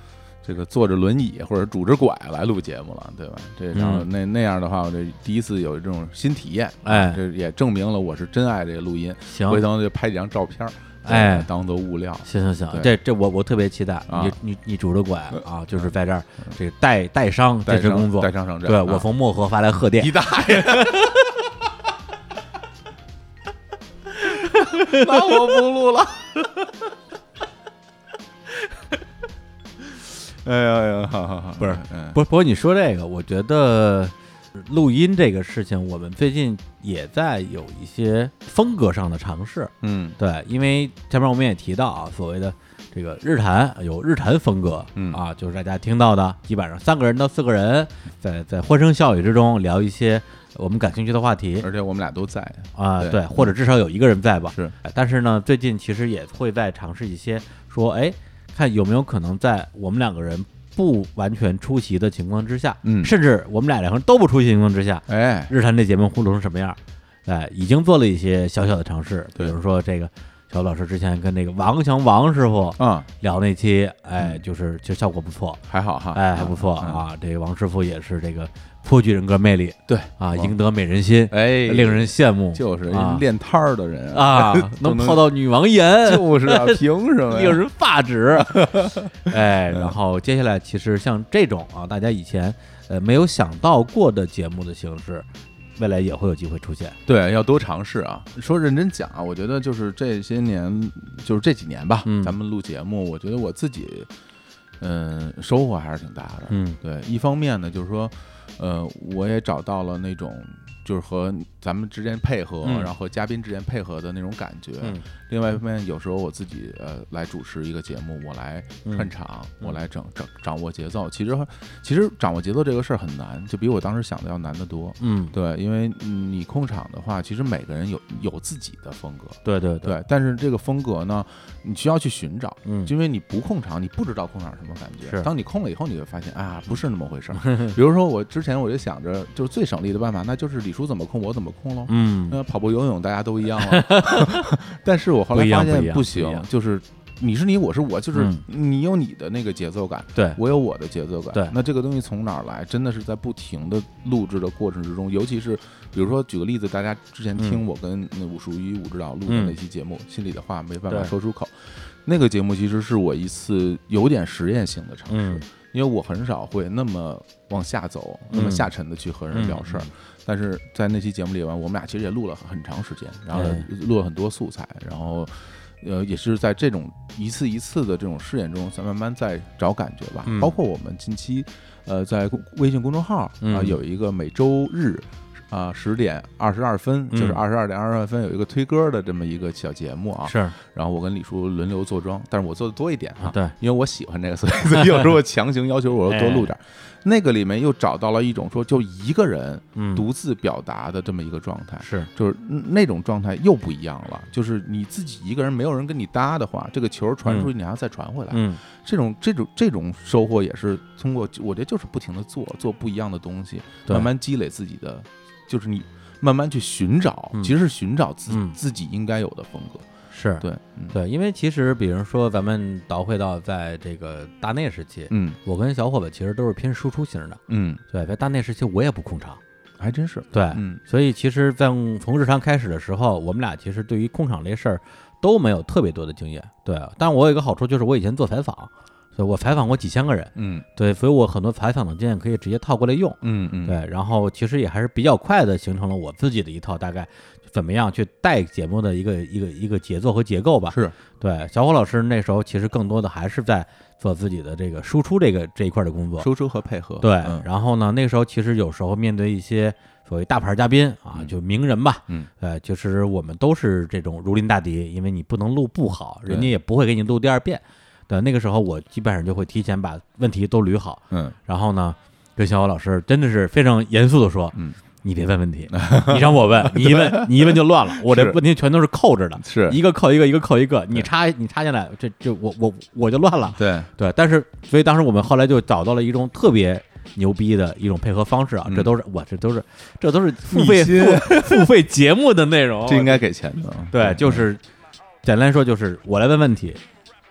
[SPEAKER 2] 这个坐着轮椅或者拄着拐来录节目了，对吧？这然后
[SPEAKER 1] 嗯
[SPEAKER 2] 那那样的话，我这第一次有这种新体验，
[SPEAKER 1] 哎
[SPEAKER 2] 这也证明了我是真爱这个录音。
[SPEAKER 1] 行，
[SPEAKER 2] 回头就拍几张照片儿，
[SPEAKER 1] 哎
[SPEAKER 2] 当做物料。
[SPEAKER 1] 行行行，
[SPEAKER 2] 对
[SPEAKER 1] 这这我我特别期待
[SPEAKER 2] 啊呃嗯
[SPEAKER 1] 你你你拄着拐啊，就是在这儿这个带带伤这
[SPEAKER 2] 带
[SPEAKER 1] 是
[SPEAKER 2] 上
[SPEAKER 1] 工作
[SPEAKER 2] 带，上上阵，
[SPEAKER 1] 对
[SPEAKER 2] 啊
[SPEAKER 1] 我从漠河发来贺电
[SPEAKER 2] 你，大 爷！那我不录 了。哎呀呀，好好好，
[SPEAKER 1] 不是
[SPEAKER 2] 嗯，
[SPEAKER 1] 不不过你说这个，我觉得录音这个事情，我们最近也在有一些风格上的尝试。
[SPEAKER 2] 嗯
[SPEAKER 1] 对，因为前面我们也提到啊，所谓的这个日坛有日坛风格，
[SPEAKER 2] 嗯
[SPEAKER 1] 啊，就是大家听到的，基本上三个人到四个人在在欢声笑语之中聊一些我们感兴趣的话题
[SPEAKER 2] 而且我们俩都在，
[SPEAKER 1] 啊，
[SPEAKER 2] 对嗯
[SPEAKER 1] 对，或者至少有一个人在吧。哎
[SPEAKER 2] 是，
[SPEAKER 1] 但是呢，最近其实也会在尝试一些说，哎，看有没有可能在我们两个人不完全出席的情况之下，
[SPEAKER 2] 嗯
[SPEAKER 1] 甚至我们俩两个人都不出席情况之下，
[SPEAKER 2] 哎，
[SPEAKER 1] 日坛这节目互动成什么样？哎，已经做了一些小小的尝试，比
[SPEAKER 2] 对
[SPEAKER 1] 如说这个小老师之前跟那个王强王师傅
[SPEAKER 2] 嗯，
[SPEAKER 1] 聊那期，哎，就是就效果不错，
[SPEAKER 2] 还好哈，
[SPEAKER 1] 哎，还不错
[SPEAKER 2] 嗯，
[SPEAKER 1] 啊。这个王师傅也是这个颇具人格魅力，
[SPEAKER 2] 对
[SPEAKER 1] 啊，
[SPEAKER 2] 王
[SPEAKER 1] 赢得美人心，
[SPEAKER 2] 哎，
[SPEAKER 1] 令人羡慕，
[SPEAKER 2] 就是
[SPEAKER 1] 啊
[SPEAKER 2] 人练摊儿的人，
[SPEAKER 1] 啊
[SPEAKER 2] 都
[SPEAKER 1] 能泡到女王颜，
[SPEAKER 2] 就是啊，凭什么
[SPEAKER 1] 令
[SPEAKER 2] 呀？
[SPEAKER 1] 人发 指。
[SPEAKER 2] 嗯
[SPEAKER 1] 哎，然后接下来其实像这种啊，大家以前呃没有想到过的节目的形式，未来也会有机会出现。
[SPEAKER 2] 对，要多尝试啊。说认真讲啊，我觉得就是这些年，就是这几年吧，
[SPEAKER 1] 嗯
[SPEAKER 2] 咱们录节目，我觉得我自己，嗯，收获还是挺大的。
[SPEAKER 1] 嗯
[SPEAKER 2] 对，一方面呢，就是说，呃，我也找到了那种就是和咱们之间配合，
[SPEAKER 1] 嗯
[SPEAKER 2] 然后和嘉宾之间配合的那种感觉。
[SPEAKER 1] 嗯
[SPEAKER 2] 另外一方面，有时候我自己呃来主持一个节目，我来
[SPEAKER 1] 嗯
[SPEAKER 2] 串场，
[SPEAKER 1] 嗯
[SPEAKER 2] 我来整整掌握节奏。其实其实掌握节奏这个事儿很难，就比我当时想的要难得多。
[SPEAKER 1] 嗯，
[SPEAKER 2] 对，因为你控场的话，其实每个人有有自己的风格，
[SPEAKER 1] 对对，
[SPEAKER 2] 对，但是这个风格呢，你需要去寻找。
[SPEAKER 1] 嗯
[SPEAKER 2] 因为你不控场，你不知道控场是什么感觉。
[SPEAKER 1] 是
[SPEAKER 2] 当你控了以后，你就发现啊，不是那么回 事儿。比如说，我之前我就想着，就是最省力的办法，那就是李叔怎么控我怎么控喽。
[SPEAKER 1] 嗯
[SPEAKER 2] 那跑步、游泳大家都一样 了， 但是我后来发
[SPEAKER 1] 不一样
[SPEAKER 2] 现不
[SPEAKER 1] 不一样不一
[SPEAKER 2] 行
[SPEAKER 1] 样，
[SPEAKER 2] 就是你是你，我是我，就是
[SPEAKER 1] 嗯
[SPEAKER 2] 你有你的那个节奏感，
[SPEAKER 1] 对
[SPEAKER 2] 我有我的节奏感。
[SPEAKER 1] 对
[SPEAKER 2] 那这个东西从哪儿来？真的是在不停的录制的过程之中，尤其是比如说举个例子，大家之前
[SPEAKER 1] 嗯
[SPEAKER 2] 听我跟那武术一武指导录的那期节目，心里的话没办法
[SPEAKER 1] 对
[SPEAKER 2] 说出口。那个节目其实是我一次有点实验性的尝试，
[SPEAKER 1] 嗯
[SPEAKER 2] 因为我很少会那么往下走，那么
[SPEAKER 1] 嗯
[SPEAKER 2] 下沉的去和人聊事儿。但是在那期节目里边，我们俩其实也录了很长时间，然后
[SPEAKER 1] 哎
[SPEAKER 2] 录了很多素材，然后呃，也是在这种一次一次的这种试验中，才慢慢在找感觉吧。
[SPEAKER 1] 嗯
[SPEAKER 2] 包括我们近期呃，在公微信公众号啊、
[SPEAKER 1] 嗯
[SPEAKER 2] 有一个每周日。啊，十点二十二分，
[SPEAKER 1] 嗯
[SPEAKER 2] 就是二十二点二十二分有一个推歌的这么一个小节目啊。
[SPEAKER 1] 是
[SPEAKER 2] 然后我跟李叔轮流坐庄，但是我做的多一点啊，
[SPEAKER 1] 对，
[SPEAKER 2] 因为我喜欢这个， 所以所以有时候我强行要求我要多录 点
[SPEAKER 1] 哎
[SPEAKER 2] 儿。那个里面又找到了一种说，就一个人
[SPEAKER 1] 嗯
[SPEAKER 2] 独自表达的这么一个状态，
[SPEAKER 1] 是
[SPEAKER 2] 就是那种状态又不一样了。就是你自己一个人，没有人跟你搭的话，这个球传出去，你还要再传回来。
[SPEAKER 1] 嗯
[SPEAKER 2] 这种这种这种收获也是通过，我觉得就是不停的做，做不一样的东西，
[SPEAKER 1] 对
[SPEAKER 2] 慢慢积累自己的，就是你慢慢去寻找，
[SPEAKER 1] 嗯
[SPEAKER 2] 其实是寻找自、
[SPEAKER 1] 嗯
[SPEAKER 2] 自己应该有的风格。
[SPEAKER 1] 是
[SPEAKER 2] 对，嗯，
[SPEAKER 1] 对，因为其实比如说咱们倒回到在这个大内时期，
[SPEAKER 2] 嗯
[SPEAKER 1] 我跟小伙伴其实都是偏输出型的，
[SPEAKER 2] 嗯，
[SPEAKER 1] 对，在大内时期我也不控场，
[SPEAKER 2] 还真是，
[SPEAKER 1] 对，
[SPEAKER 2] 嗯
[SPEAKER 1] 所以其实，在从日常开始的时候，我们俩其实对于控场这事儿都没有特别多的经验。对，但我有一个好处就是我以前做采访，所以我采访过几千个人，
[SPEAKER 2] 嗯
[SPEAKER 1] 对，所以我很多采访的经验可以直接套过来用。
[SPEAKER 2] 嗯嗯，
[SPEAKER 1] 对，然后其实也还是比较快的形成了我自己的一套大概怎么样去带节目的一个一个一个节奏和结构吧。
[SPEAKER 2] 是，
[SPEAKER 1] 对，小虎老师那时候其实更多的还是在做自己的这个输出这个这一块的工作。
[SPEAKER 2] 输出和配合，
[SPEAKER 1] 对，
[SPEAKER 2] 嗯
[SPEAKER 1] 然后呢，那时候其实有时候面对一些所谓大牌嘉宾啊，
[SPEAKER 2] 嗯
[SPEAKER 1] 就名人吧，
[SPEAKER 2] 嗯，
[SPEAKER 1] 呃，其实我们都是这种如临大敌，因为你不能录不好，人家
[SPEAKER 2] 对
[SPEAKER 1] 也不会给你录第二遍。对，那个时候我基本上就会提前把问题都捋好，
[SPEAKER 2] 嗯
[SPEAKER 1] 然后呢，跟小伙老师真的是非常严肃的说，
[SPEAKER 2] 嗯，
[SPEAKER 1] 你别问问 题，你让我问，你一问你一问就乱了，我这
[SPEAKER 2] 是
[SPEAKER 1] 问题全都是扣着的，
[SPEAKER 2] 是
[SPEAKER 1] 一个扣一个，一个扣一个，你
[SPEAKER 2] 对
[SPEAKER 1] 插你插进来，这这我我我就乱了。
[SPEAKER 2] 对，
[SPEAKER 1] 对，但是所以当时我们后来就找到了一种特别牛逼的一种配合方式啊，
[SPEAKER 2] 嗯
[SPEAKER 1] 这都是我这都是这都是付费
[SPEAKER 2] 你信
[SPEAKER 1] 付付费节目的内容，
[SPEAKER 2] 这应该给钱的，啊
[SPEAKER 1] 对，就是简单说就是我来问问题，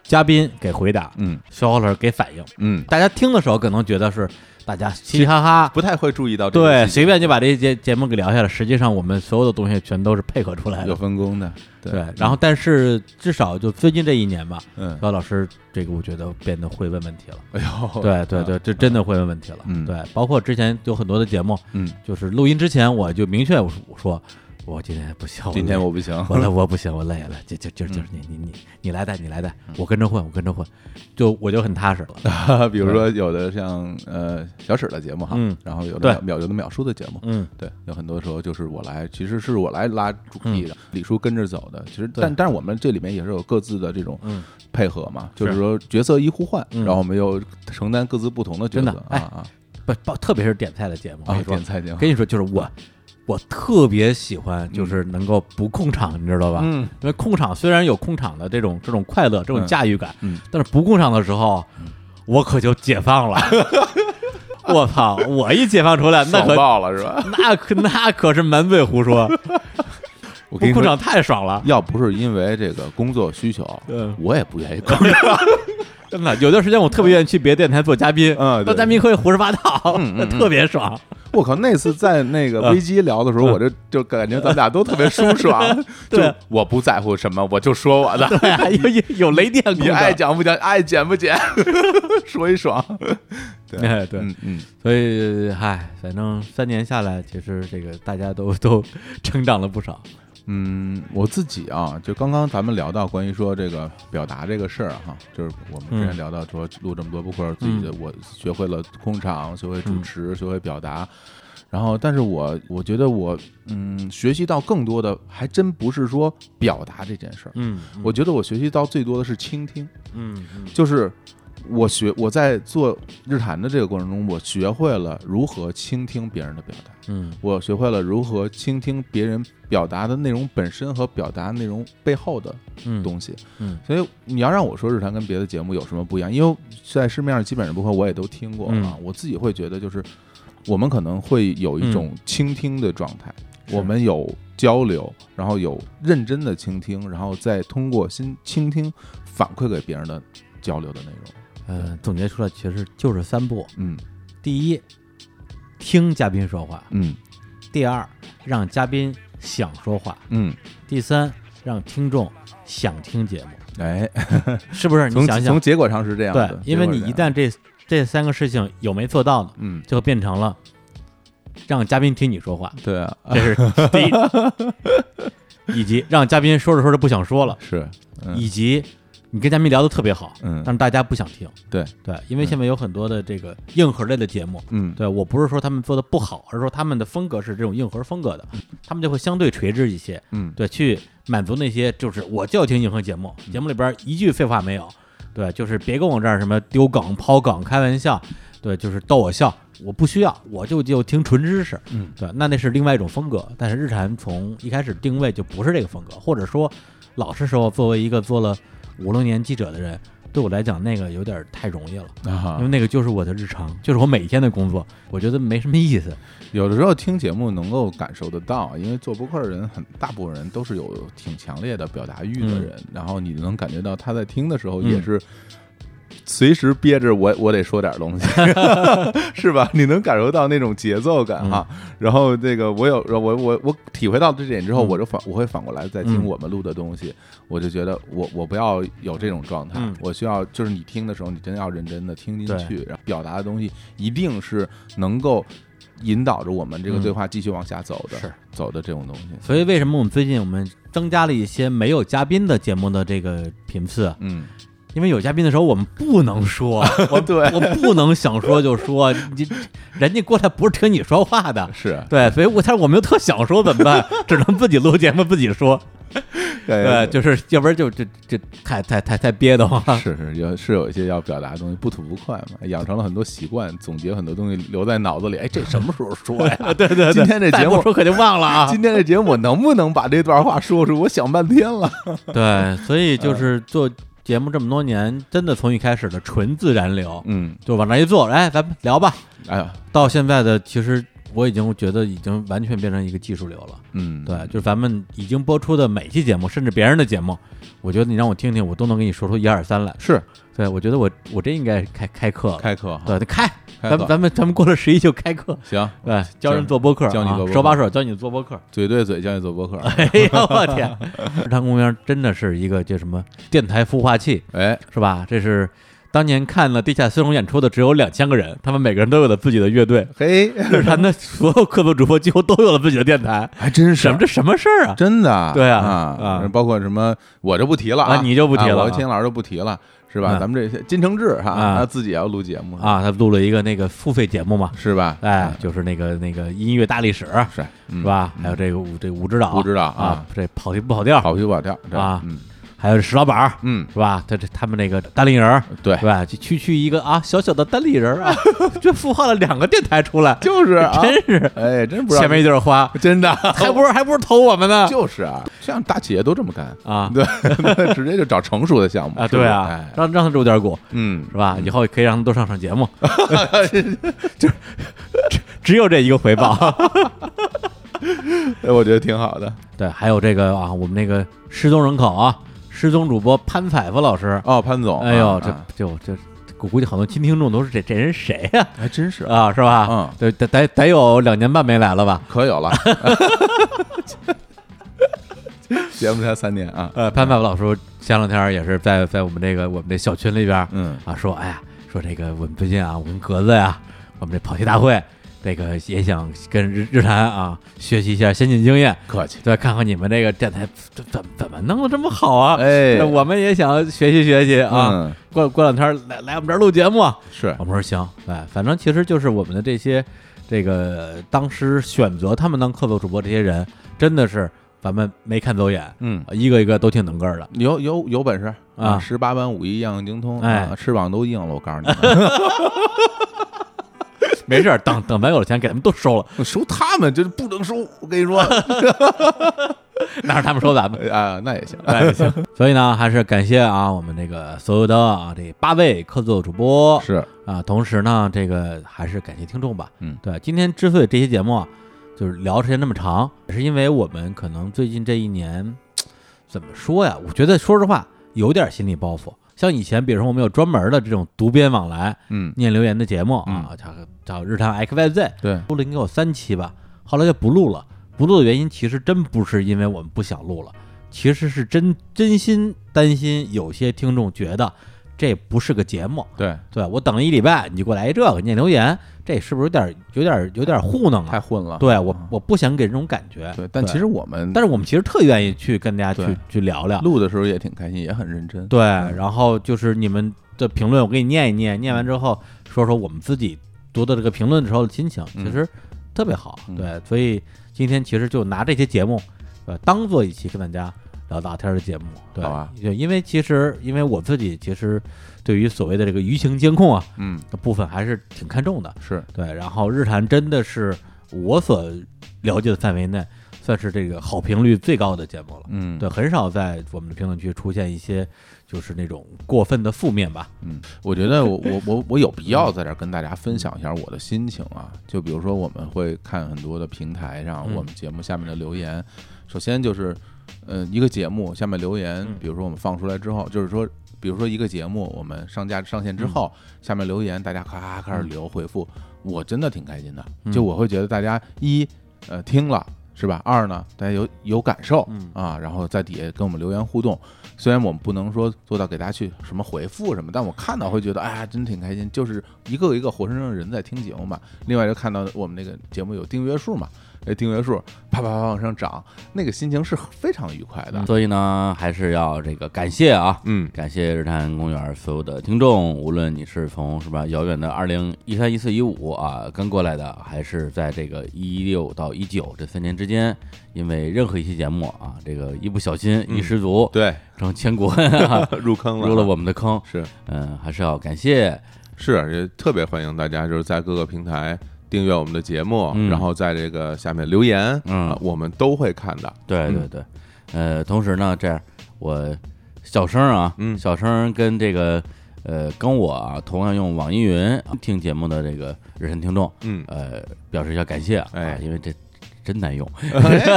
[SPEAKER 1] 嘉宾给回答，
[SPEAKER 2] 嗯
[SPEAKER 1] 肖老师给反应，
[SPEAKER 2] 嗯，
[SPEAKER 1] 大家听的时候可能觉得是大家嘻嘻哈哈。
[SPEAKER 2] 不太会注意到这个
[SPEAKER 1] 对，
[SPEAKER 2] 细
[SPEAKER 1] 随便就把这节节目给聊下来，实际上我们所有的东西全都是配合出来
[SPEAKER 2] 节
[SPEAKER 1] 的
[SPEAKER 2] 有。分工的，对
[SPEAKER 1] 对，然后但是至少就最近这一年吧，
[SPEAKER 2] 嗯，
[SPEAKER 1] 肖老师这个我觉得变得会问问题了。
[SPEAKER 2] 哎呦，
[SPEAKER 1] 对对对，这真的会问问题了。
[SPEAKER 2] 嗯
[SPEAKER 1] 对，包括之前有很多的节目，
[SPEAKER 2] 嗯，
[SPEAKER 1] 就是录音之前我就明确我说，我说我今天不行，
[SPEAKER 2] 今天
[SPEAKER 1] 我
[SPEAKER 2] 我不嗯行，
[SPEAKER 1] 累我累我不行，我累了，就就就就是你你你你来带你来带，
[SPEAKER 2] 嗯
[SPEAKER 1] 我跟着混我跟着混，就我就很踏实了。
[SPEAKER 2] 比如说有的像呃小史的节目哈，
[SPEAKER 1] 嗯
[SPEAKER 2] 然后有
[SPEAKER 1] 对
[SPEAKER 2] 的秒有的秒叔的节目。
[SPEAKER 1] 嗯，
[SPEAKER 2] 对，有很多时候就是我来，其实是我来拉主题的，李叔跟着走的。其实，
[SPEAKER 1] 嗯对
[SPEAKER 2] 但但是我们这里面也是有各自的这种
[SPEAKER 1] 嗯
[SPEAKER 2] 配合嘛，
[SPEAKER 1] 是
[SPEAKER 2] 就是说角色一互换，
[SPEAKER 1] 嗯
[SPEAKER 2] 然后我们又承担各自不同的角
[SPEAKER 1] 真
[SPEAKER 2] 色
[SPEAKER 1] 的哎
[SPEAKER 2] 啊啊
[SPEAKER 1] 不不，特别是点菜的节目，我跟
[SPEAKER 2] 啊！
[SPEAKER 1] 你说
[SPEAKER 2] 点，菜节啊目，
[SPEAKER 1] 跟你说就是我。我特别喜欢，就是能够不控场，你知道吧？
[SPEAKER 2] 嗯，
[SPEAKER 1] 因为控场虽然有控场的这种这种快乐、这种
[SPEAKER 2] 嗯
[SPEAKER 1] 驾驭感，
[SPEAKER 2] 嗯
[SPEAKER 1] 但是不控场的时候，我可就解放了。 我操！我一解放出来，那
[SPEAKER 2] 爽
[SPEAKER 1] 可
[SPEAKER 2] 爆了是吧？
[SPEAKER 1] 那可那可是满嘴胡说。
[SPEAKER 2] 我跟你
[SPEAKER 1] 部
[SPEAKER 2] 说，
[SPEAKER 1] 长太爽了，
[SPEAKER 2] 要不是因为这个工作需求，
[SPEAKER 1] 嗯，
[SPEAKER 2] 我也不愿意更
[SPEAKER 1] 真的，有段时间我特别愿意去别的电台做嘉宾，
[SPEAKER 2] 嗯对
[SPEAKER 1] 当嘉宾可以胡说八道，
[SPEAKER 2] 嗯 嗯嗯
[SPEAKER 1] 特别 爽。
[SPEAKER 2] 我靠，那次在那个
[SPEAKER 1] 嗯。
[SPEAKER 2] 危机聊的时候，我就就感觉咱们俩都特别舒爽
[SPEAKER 1] 对
[SPEAKER 2] 就我不在乎什么，我就说 我的。
[SPEAKER 1] 对啊，有有有雷电功
[SPEAKER 2] 你
[SPEAKER 1] 能，
[SPEAKER 2] 爱讲不讲，爱剪不剪， 说一爽。对
[SPEAKER 1] 哎对，
[SPEAKER 2] 嗯嗯，
[SPEAKER 1] 所以唉，反正三年下来，其实这个大家都都成长了不少。
[SPEAKER 2] 嗯，我自己啊，就刚刚咱们聊到关于说这个表达这个事儿哈，就是我们之前
[SPEAKER 1] 嗯
[SPEAKER 2] 聊到说录这么多播客，自己的我学会了控场，学会主持，学会表达。然后，但是我我觉得我嗯，学习到更多的还真不是说表达这件事儿，
[SPEAKER 1] 嗯，
[SPEAKER 2] 我觉得我学习到最多的是倾听，
[SPEAKER 1] 嗯嗯
[SPEAKER 2] 就是我学我在做日坛的这个过程中，我学会了如何倾听别人的表达。
[SPEAKER 1] 嗯
[SPEAKER 2] 我学会了如何倾听别人表达的内容本身和表达内容背后的
[SPEAKER 1] 嗯，
[SPEAKER 2] 东西。
[SPEAKER 1] 嗯
[SPEAKER 2] 所以你要让我说日常跟别的节目有什么不一样，因为在市面上基本上播客我也都听过啊，
[SPEAKER 1] 嗯
[SPEAKER 2] 我自己会觉得就是我们可能会有一种倾听的状态，
[SPEAKER 1] 嗯是
[SPEAKER 2] 我们有交流，然后有认真的倾听，然后再通过新倾听反馈给别人的交流的内容。
[SPEAKER 1] 呃，总结出来其实就是三步：
[SPEAKER 2] 嗯
[SPEAKER 1] 第一，听嘉宾说话；
[SPEAKER 2] 嗯
[SPEAKER 1] 第二，让嘉宾想说话；
[SPEAKER 2] 嗯，
[SPEAKER 1] 第三，让听众想听节目，
[SPEAKER 2] 哎，
[SPEAKER 1] 是不是？你
[SPEAKER 2] 从
[SPEAKER 1] 想
[SPEAKER 2] 从
[SPEAKER 1] 想，
[SPEAKER 2] 结果上是这样
[SPEAKER 1] 对
[SPEAKER 2] 的，，
[SPEAKER 1] 因为你
[SPEAKER 2] 结果
[SPEAKER 1] 一
[SPEAKER 2] 是这样
[SPEAKER 1] 旦这这三个事情有没做到呢，
[SPEAKER 2] 嗯。
[SPEAKER 1] 就变成了让嘉宾听你说话，
[SPEAKER 2] 对啊，
[SPEAKER 1] 这是 第一，以及让嘉宾说着说着不想说了，
[SPEAKER 2] 是，嗯
[SPEAKER 1] 以及你跟嘉宾聊的特别好，
[SPEAKER 2] 嗯
[SPEAKER 1] 但是大家不想听。
[SPEAKER 2] 对，
[SPEAKER 1] 对，因为现在有很多的这个硬核类的节目，
[SPEAKER 2] 嗯，
[SPEAKER 1] 对我不是说他们做的不好，而是说他们的风格是这种硬核风格的，他们就会相对垂直一些，
[SPEAKER 2] 嗯，
[SPEAKER 1] 对，去满足那些就是我就要听硬核节目，节目里边一句废话没有，对，就是别跟我这儿什么丢梗、抛梗、开玩笑，对，就是逗我笑，我不需要，我就就听纯知识，
[SPEAKER 2] 嗯，
[SPEAKER 1] 对，那那是另外一种风格，但是日坛从一开始定位就不是这个风格，或者说老是说作为一个做了五六年记者的人，对我来讲那个有点太容易了。因为
[SPEAKER 2] 啊，
[SPEAKER 1] 那个就是我的日常，就是我每天的工作，我觉得没什么意思。
[SPEAKER 2] 有的时候听节目能够感受得到，因为做播客的人很大部分人都是有挺强烈的表达欲的人，然后你能感觉到他在听的时候
[SPEAKER 1] 嗯
[SPEAKER 2] 也是随时憋着我我得说点东西， 是吧？你能感受到那种节奏感哈。
[SPEAKER 1] 嗯
[SPEAKER 2] 然后这个我有我我我体会到这点之后，
[SPEAKER 1] 嗯
[SPEAKER 2] 我就反我会反过来再
[SPEAKER 1] 嗯
[SPEAKER 2] 听我们录的东西，我就觉得我我不要有这种状态
[SPEAKER 1] 嗯，
[SPEAKER 2] 我需要就是你听的时候，你真要认真的听进
[SPEAKER 1] 对
[SPEAKER 2] 去，然后表达的东西一定是能够。引导着我们这个
[SPEAKER 1] 嗯
[SPEAKER 2] 对话继续往下走的，
[SPEAKER 1] 是
[SPEAKER 2] 走的这种东西。
[SPEAKER 1] 所以为什么我们最近我们增加了一些没有嘉宾的节目的这个频次啊？
[SPEAKER 2] 嗯，
[SPEAKER 1] 因为有嘉宾的时候我们不能说， 我
[SPEAKER 2] 对
[SPEAKER 1] 我不能想说就说，你人家过来不是听你说话的。
[SPEAKER 2] 是，
[SPEAKER 1] 对，所以我但是我们又特想说怎么办？ 只能自己录节目自己说，对，就是要不然就这这太太太太憋得 慌了。
[SPEAKER 2] 是是有是有一些要表达的东西，不吐不快嘛，养成了很多习惯，总结很多东西留在脑子里。哎，这什么时候说 呀？
[SPEAKER 1] 对对对，
[SPEAKER 2] 今天这
[SPEAKER 1] 再
[SPEAKER 2] 节
[SPEAKER 1] 不
[SPEAKER 2] 目
[SPEAKER 1] 说可就忘了啊。
[SPEAKER 2] 今天这节目我能不能把这段话说出？我想半天了。
[SPEAKER 1] 对，所以
[SPEAKER 2] 嗯
[SPEAKER 1] 就是做节目这么多年，真的从一开始的纯自然流，
[SPEAKER 2] 嗯，
[SPEAKER 1] 就往那一坐，哎，咱们聊吧。
[SPEAKER 2] 哎呀，
[SPEAKER 1] 到现在的，其实我已经觉得已经完全变成一个技术流了。
[SPEAKER 2] 嗯，
[SPEAKER 1] 对，就是咱们已经播出的每期节目，甚至别人的节目，我觉得你让我听听，我都能给你说出一二三来。
[SPEAKER 2] 是
[SPEAKER 1] 对，我觉得我我真应该开开课了。
[SPEAKER 2] 开课哈，
[SPEAKER 1] 对，开，
[SPEAKER 2] 开
[SPEAKER 1] 咱
[SPEAKER 2] 课
[SPEAKER 1] 们咱们咱们过了十一就开课。
[SPEAKER 2] 行，
[SPEAKER 1] 对，教人做播客啊，
[SPEAKER 2] 教你做播客
[SPEAKER 1] 手把手教你做播 客。
[SPEAKER 2] 嘴对嘴教你做 播客。
[SPEAKER 1] 哎呦我天， 日坛公园真的是一个叫什么电台孵化器。
[SPEAKER 2] 哎，
[SPEAKER 1] 是吧？这是当年看了地下丝绒演出的只有两千个人，他们每个人都有了自己的乐 队，
[SPEAKER 2] 嘿，
[SPEAKER 1] 日坛的所有客座主播几乎都有了自己的电台，
[SPEAKER 2] 还真
[SPEAKER 1] 什么这什么事儿啊？
[SPEAKER 2] 真的，
[SPEAKER 1] 对啊
[SPEAKER 2] 啊
[SPEAKER 1] 啊
[SPEAKER 2] 包括什么我就不提了
[SPEAKER 1] 啊你就不提了
[SPEAKER 2] 啊我
[SPEAKER 1] 啊
[SPEAKER 2] 和秦老师就不提了，是
[SPEAKER 1] 啊
[SPEAKER 2] 吧？咱们这些金承志哈，
[SPEAKER 1] 啊
[SPEAKER 2] 他自己也要录节目，
[SPEAKER 1] 啊，他录了一个那个付费节目嘛，
[SPEAKER 2] 是吧？
[SPEAKER 1] 哎
[SPEAKER 2] 啊，，
[SPEAKER 1] 就是那个那个音乐大历史是
[SPEAKER 2] 是是？
[SPEAKER 1] 吧？
[SPEAKER 2] 嗯
[SPEAKER 1] 还有这个武这武指导，
[SPEAKER 2] 武指导
[SPEAKER 1] 啊
[SPEAKER 2] 啊，
[SPEAKER 1] 这跑题不跑调，
[SPEAKER 2] 好皮不好跳这
[SPEAKER 1] 啊
[SPEAKER 2] 嗯
[SPEAKER 1] 还有石老板儿
[SPEAKER 2] 嗯，
[SPEAKER 1] 是吧？他这他们那个单立人儿。
[SPEAKER 2] 对
[SPEAKER 1] 是，吧？就区区一个啊，小小的单立人 儿啊，这孵化了两个电台出来，
[SPEAKER 2] 就是啊，
[SPEAKER 1] 真是
[SPEAKER 2] 哎，真不知道
[SPEAKER 1] 前面一对花，
[SPEAKER 2] 真 的
[SPEAKER 1] 还不是还不是投我们呢？
[SPEAKER 2] 就是啊，像大企业都这么干，
[SPEAKER 1] 啊
[SPEAKER 2] 对， 直接就找成熟的项目
[SPEAKER 1] 啊，
[SPEAKER 2] 是不
[SPEAKER 1] 对
[SPEAKER 2] 是
[SPEAKER 1] 啊
[SPEAKER 2] 哎，
[SPEAKER 1] 让让他揉点股
[SPEAKER 2] 嗯
[SPEAKER 1] 是吧？以后可以让他多上上节目， 就只只有这一个回报。
[SPEAKER 2] 哎我觉得挺好的。
[SPEAKER 1] 对，还有这个啊，我们这个失踪人口啊，失踪主播潘彩夫老师，
[SPEAKER 2] 哦，潘总，
[SPEAKER 1] 哎呦，
[SPEAKER 2] 啊
[SPEAKER 1] 这
[SPEAKER 2] 啊
[SPEAKER 1] 就这，我估计好多新听众都是这这人谁呀？
[SPEAKER 2] 还真是，
[SPEAKER 1] 啊，是吧？
[SPEAKER 2] 嗯，
[SPEAKER 1] 对，得得得有两年半没来了吧？
[SPEAKER 2] 可有 了。节目才三年啊，
[SPEAKER 1] 呃，潘范老师前两天也是在在我们这个我们这小群里边儿
[SPEAKER 2] 嗯，
[SPEAKER 1] 啊说，哎呀，说这个我们最近啊，我跟格子呀，我们这跑题大会，这个也想跟日日坛啊学习一下先进经验，
[SPEAKER 2] 客气。
[SPEAKER 1] 对，看看你们这个电台怎怎怎么弄得这么好啊？
[SPEAKER 2] 哎，
[SPEAKER 1] 我们也想学习学习啊，
[SPEAKER 2] 嗯，
[SPEAKER 1] 过过两天来来我们这儿录节目啊，
[SPEAKER 2] 是
[SPEAKER 1] 我们说行，哎，反正其实就是我们的这些这个当时选择他们当客座主播这些人，真的是咱们没看走眼，
[SPEAKER 2] 嗯，
[SPEAKER 1] 一个一个都挺能干 的。
[SPEAKER 2] 有有有本事
[SPEAKER 1] 啊
[SPEAKER 2] 十八般武艺样样精通，
[SPEAKER 1] 哎
[SPEAKER 2] 啊翅膀都硬了，我告诉你们，
[SPEAKER 1] 没事儿，等等咱有了钱，给他们都收了，
[SPEAKER 2] 收他们就是不能收，我跟 你说
[SPEAKER 1] 哪有他们收咱们？
[SPEAKER 2] 啊，那也行，
[SPEAKER 1] 哎，也行。所以呢，还是感谢啊，我们这个所有的啊这八位客座主播
[SPEAKER 2] 是
[SPEAKER 1] 啊，同时呢，这个还是感谢听众吧。
[SPEAKER 2] 嗯
[SPEAKER 1] 对，今天之所以这期节目啊，就是聊时间那么长，也是因为我们可能最近这一年怎么说呀？我觉得说实话有点心理包袱。像以前，比如说我们有专门的这种读编往来、
[SPEAKER 2] 嗯，
[SPEAKER 1] 念留言的节目啊，叫叫日常 XYZ，
[SPEAKER 2] 对，
[SPEAKER 1] 录了应该有三期吧，后来就不录了。不录的原因其实真不是因为我们不想录了，其实是真真心担心有些听众觉得这不是个节目，
[SPEAKER 2] 对，
[SPEAKER 1] 对我等了一礼拜，你就给我来一这个念留言，这是不是有点有点有点糊弄
[SPEAKER 2] 太
[SPEAKER 1] 啊？
[SPEAKER 2] 混了，嗯
[SPEAKER 1] 对我我不想给人这种感觉。
[SPEAKER 2] 对，但其实我们
[SPEAKER 1] 但是我们其实特愿意去跟大家去
[SPEAKER 2] 对
[SPEAKER 1] 去聊聊，
[SPEAKER 2] 录的时候也挺开心，也很认真，
[SPEAKER 1] 对，然后就是你们的评论，我给你念一
[SPEAKER 2] 嗯
[SPEAKER 1] 念，念完之后说说我们自己读的这个评论的时候的心情，
[SPEAKER 2] 嗯
[SPEAKER 1] 其实特别好。
[SPEAKER 2] 嗯
[SPEAKER 1] 对，所以今天其实就拿这些节目，呃，当做一期跟大家聊大天儿的节目。对
[SPEAKER 2] 好啊，
[SPEAKER 1] 就因为其实因为我自己其实对于所谓的这个舆情监控啊
[SPEAKER 2] 嗯，
[SPEAKER 1] 的部分还是挺看重的。
[SPEAKER 2] 是
[SPEAKER 1] 对，然后日坛真的是我所了解的范围内，算是这个好评率最高的节目了。
[SPEAKER 2] 嗯，
[SPEAKER 1] 对，很少在我们的评论区出现一些就是那种过分的负面吧。
[SPEAKER 2] 嗯，我觉得我我我我有必要在这儿跟大家分享一下我的心情啊。就比如说，我们会看很多的平台上
[SPEAKER 1] 嗯
[SPEAKER 2] 我们节目下面的留言，首先就是，呃，一个节目下面留言
[SPEAKER 1] 嗯，
[SPEAKER 2] 比如说我们放出来之后，就是说，比如说一个节目我们上架上线之后，下面留言大家咔咔开始留回复，我真的挺开心的。
[SPEAKER 1] 嗯
[SPEAKER 2] 就我会觉得大家一呃听了。是吧？二呢，大家有有感受
[SPEAKER 1] 嗯
[SPEAKER 2] 啊，然后在底下跟我们留言互动，虽然我们不能说做到给大家去什么回复什么，但我看到会觉得，哎呀，真挺开心，就是一个一个活生生的人在听节目嘛。另外就看到我们那个节目有订阅数嘛，这订阅数啪啪啪往上涨，那个心情是非常愉快的。
[SPEAKER 3] 所以呢，还是要这个感谢啊，
[SPEAKER 2] 嗯，
[SPEAKER 3] 感谢日坛公园所有的听众，无论你是从是吧遥远的二零一三、一四、一五啊跟过来的，还是在这个一六到一九这三年之间，因为任何一期节目啊，这个一不小心
[SPEAKER 2] 嗯
[SPEAKER 3] 一失足、
[SPEAKER 2] 对，
[SPEAKER 3] 成千古 恨、啊，
[SPEAKER 2] 入坑
[SPEAKER 3] 入了我们的坑。
[SPEAKER 2] 是
[SPEAKER 3] 嗯，还是要感谢，
[SPEAKER 2] 是，也特别欢迎大家就是在各个平台订阅我们的节目
[SPEAKER 3] 嗯然后
[SPEAKER 2] 在这个下面留言，
[SPEAKER 3] 嗯啊
[SPEAKER 2] 我们都会看的。
[SPEAKER 3] 对对
[SPEAKER 2] 嗯
[SPEAKER 3] 对，呃，同时呢，这样我小声啊，
[SPEAKER 2] 嗯
[SPEAKER 3] 小声跟这个呃跟我啊同样用网易云听节目的这个日坛听众，
[SPEAKER 2] 嗯，
[SPEAKER 3] 呃，表示一下感谢啊，
[SPEAKER 2] 哎
[SPEAKER 3] 因为这真难用，
[SPEAKER 2] 呃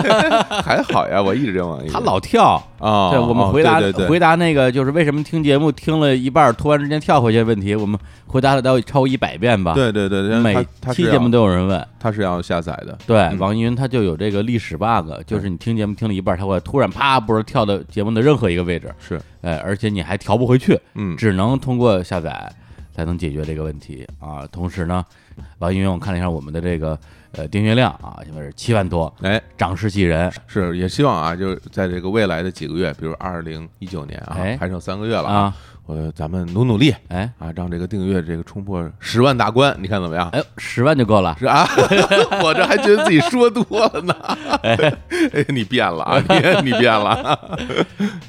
[SPEAKER 2] 还好呀，我一直这网易
[SPEAKER 3] 它老跳。
[SPEAKER 2] 啊
[SPEAKER 3] 对，我们回答回答那个就是为什么听节目听了一半儿突然之间跳回去的问题，我们回答了得有超过一百遍吧。。
[SPEAKER 2] 对对对，因为
[SPEAKER 3] 每
[SPEAKER 2] 它它
[SPEAKER 3] 期
[SPEAKER 2] 是啊
[SPEAKER 3] 节目
[SPEAKER 2] 要
[SPEAKER 3] 都有人问，
[SPEAKER 2] 它是要下载的，
[SPEAKER 3] 对，网易云它就有这个历史 bug，就是
[SPEAKER 2] 嗯
[SPEAKER 3] 你听节目听了一半儿，它会突然啪，不是跳到节目的任何一个位置，
[SPEAKER 2] 是，
[SPEAKER 3] 呃，而且你还调不回去，
[SPEAKER 2] 嗯，
[SPEAKER 3] 只能通过下载才能解决这个问题啊。同时呢，网易云我看了一下我们的这个呃订阅量啊，现在是七万多，
[SPEAKER 2] 哎，
[SPEAKER 3] 涨势喜人，
[SPEAKER 2] 是也希望啊，就是在这个未来的几个月，比如二零一九年啊
[SPEAKER 3] 哎，
[SPEAKER 2] 还剩三个月了，
[SPEAKER 3] 啊，
[SPEAKER 2] 我咱们努努力
[SPEAKER 3] 哎
[SPEAKER 2] 啊，让这个订阅这个冲破十万大关，你看怎么样？
[SPEAKER 3] 哎，十万就够了。
[SPEAKER 2] 是啊， 我这还觉得自己说多了呢， 哎，你变了 啊，你你变了，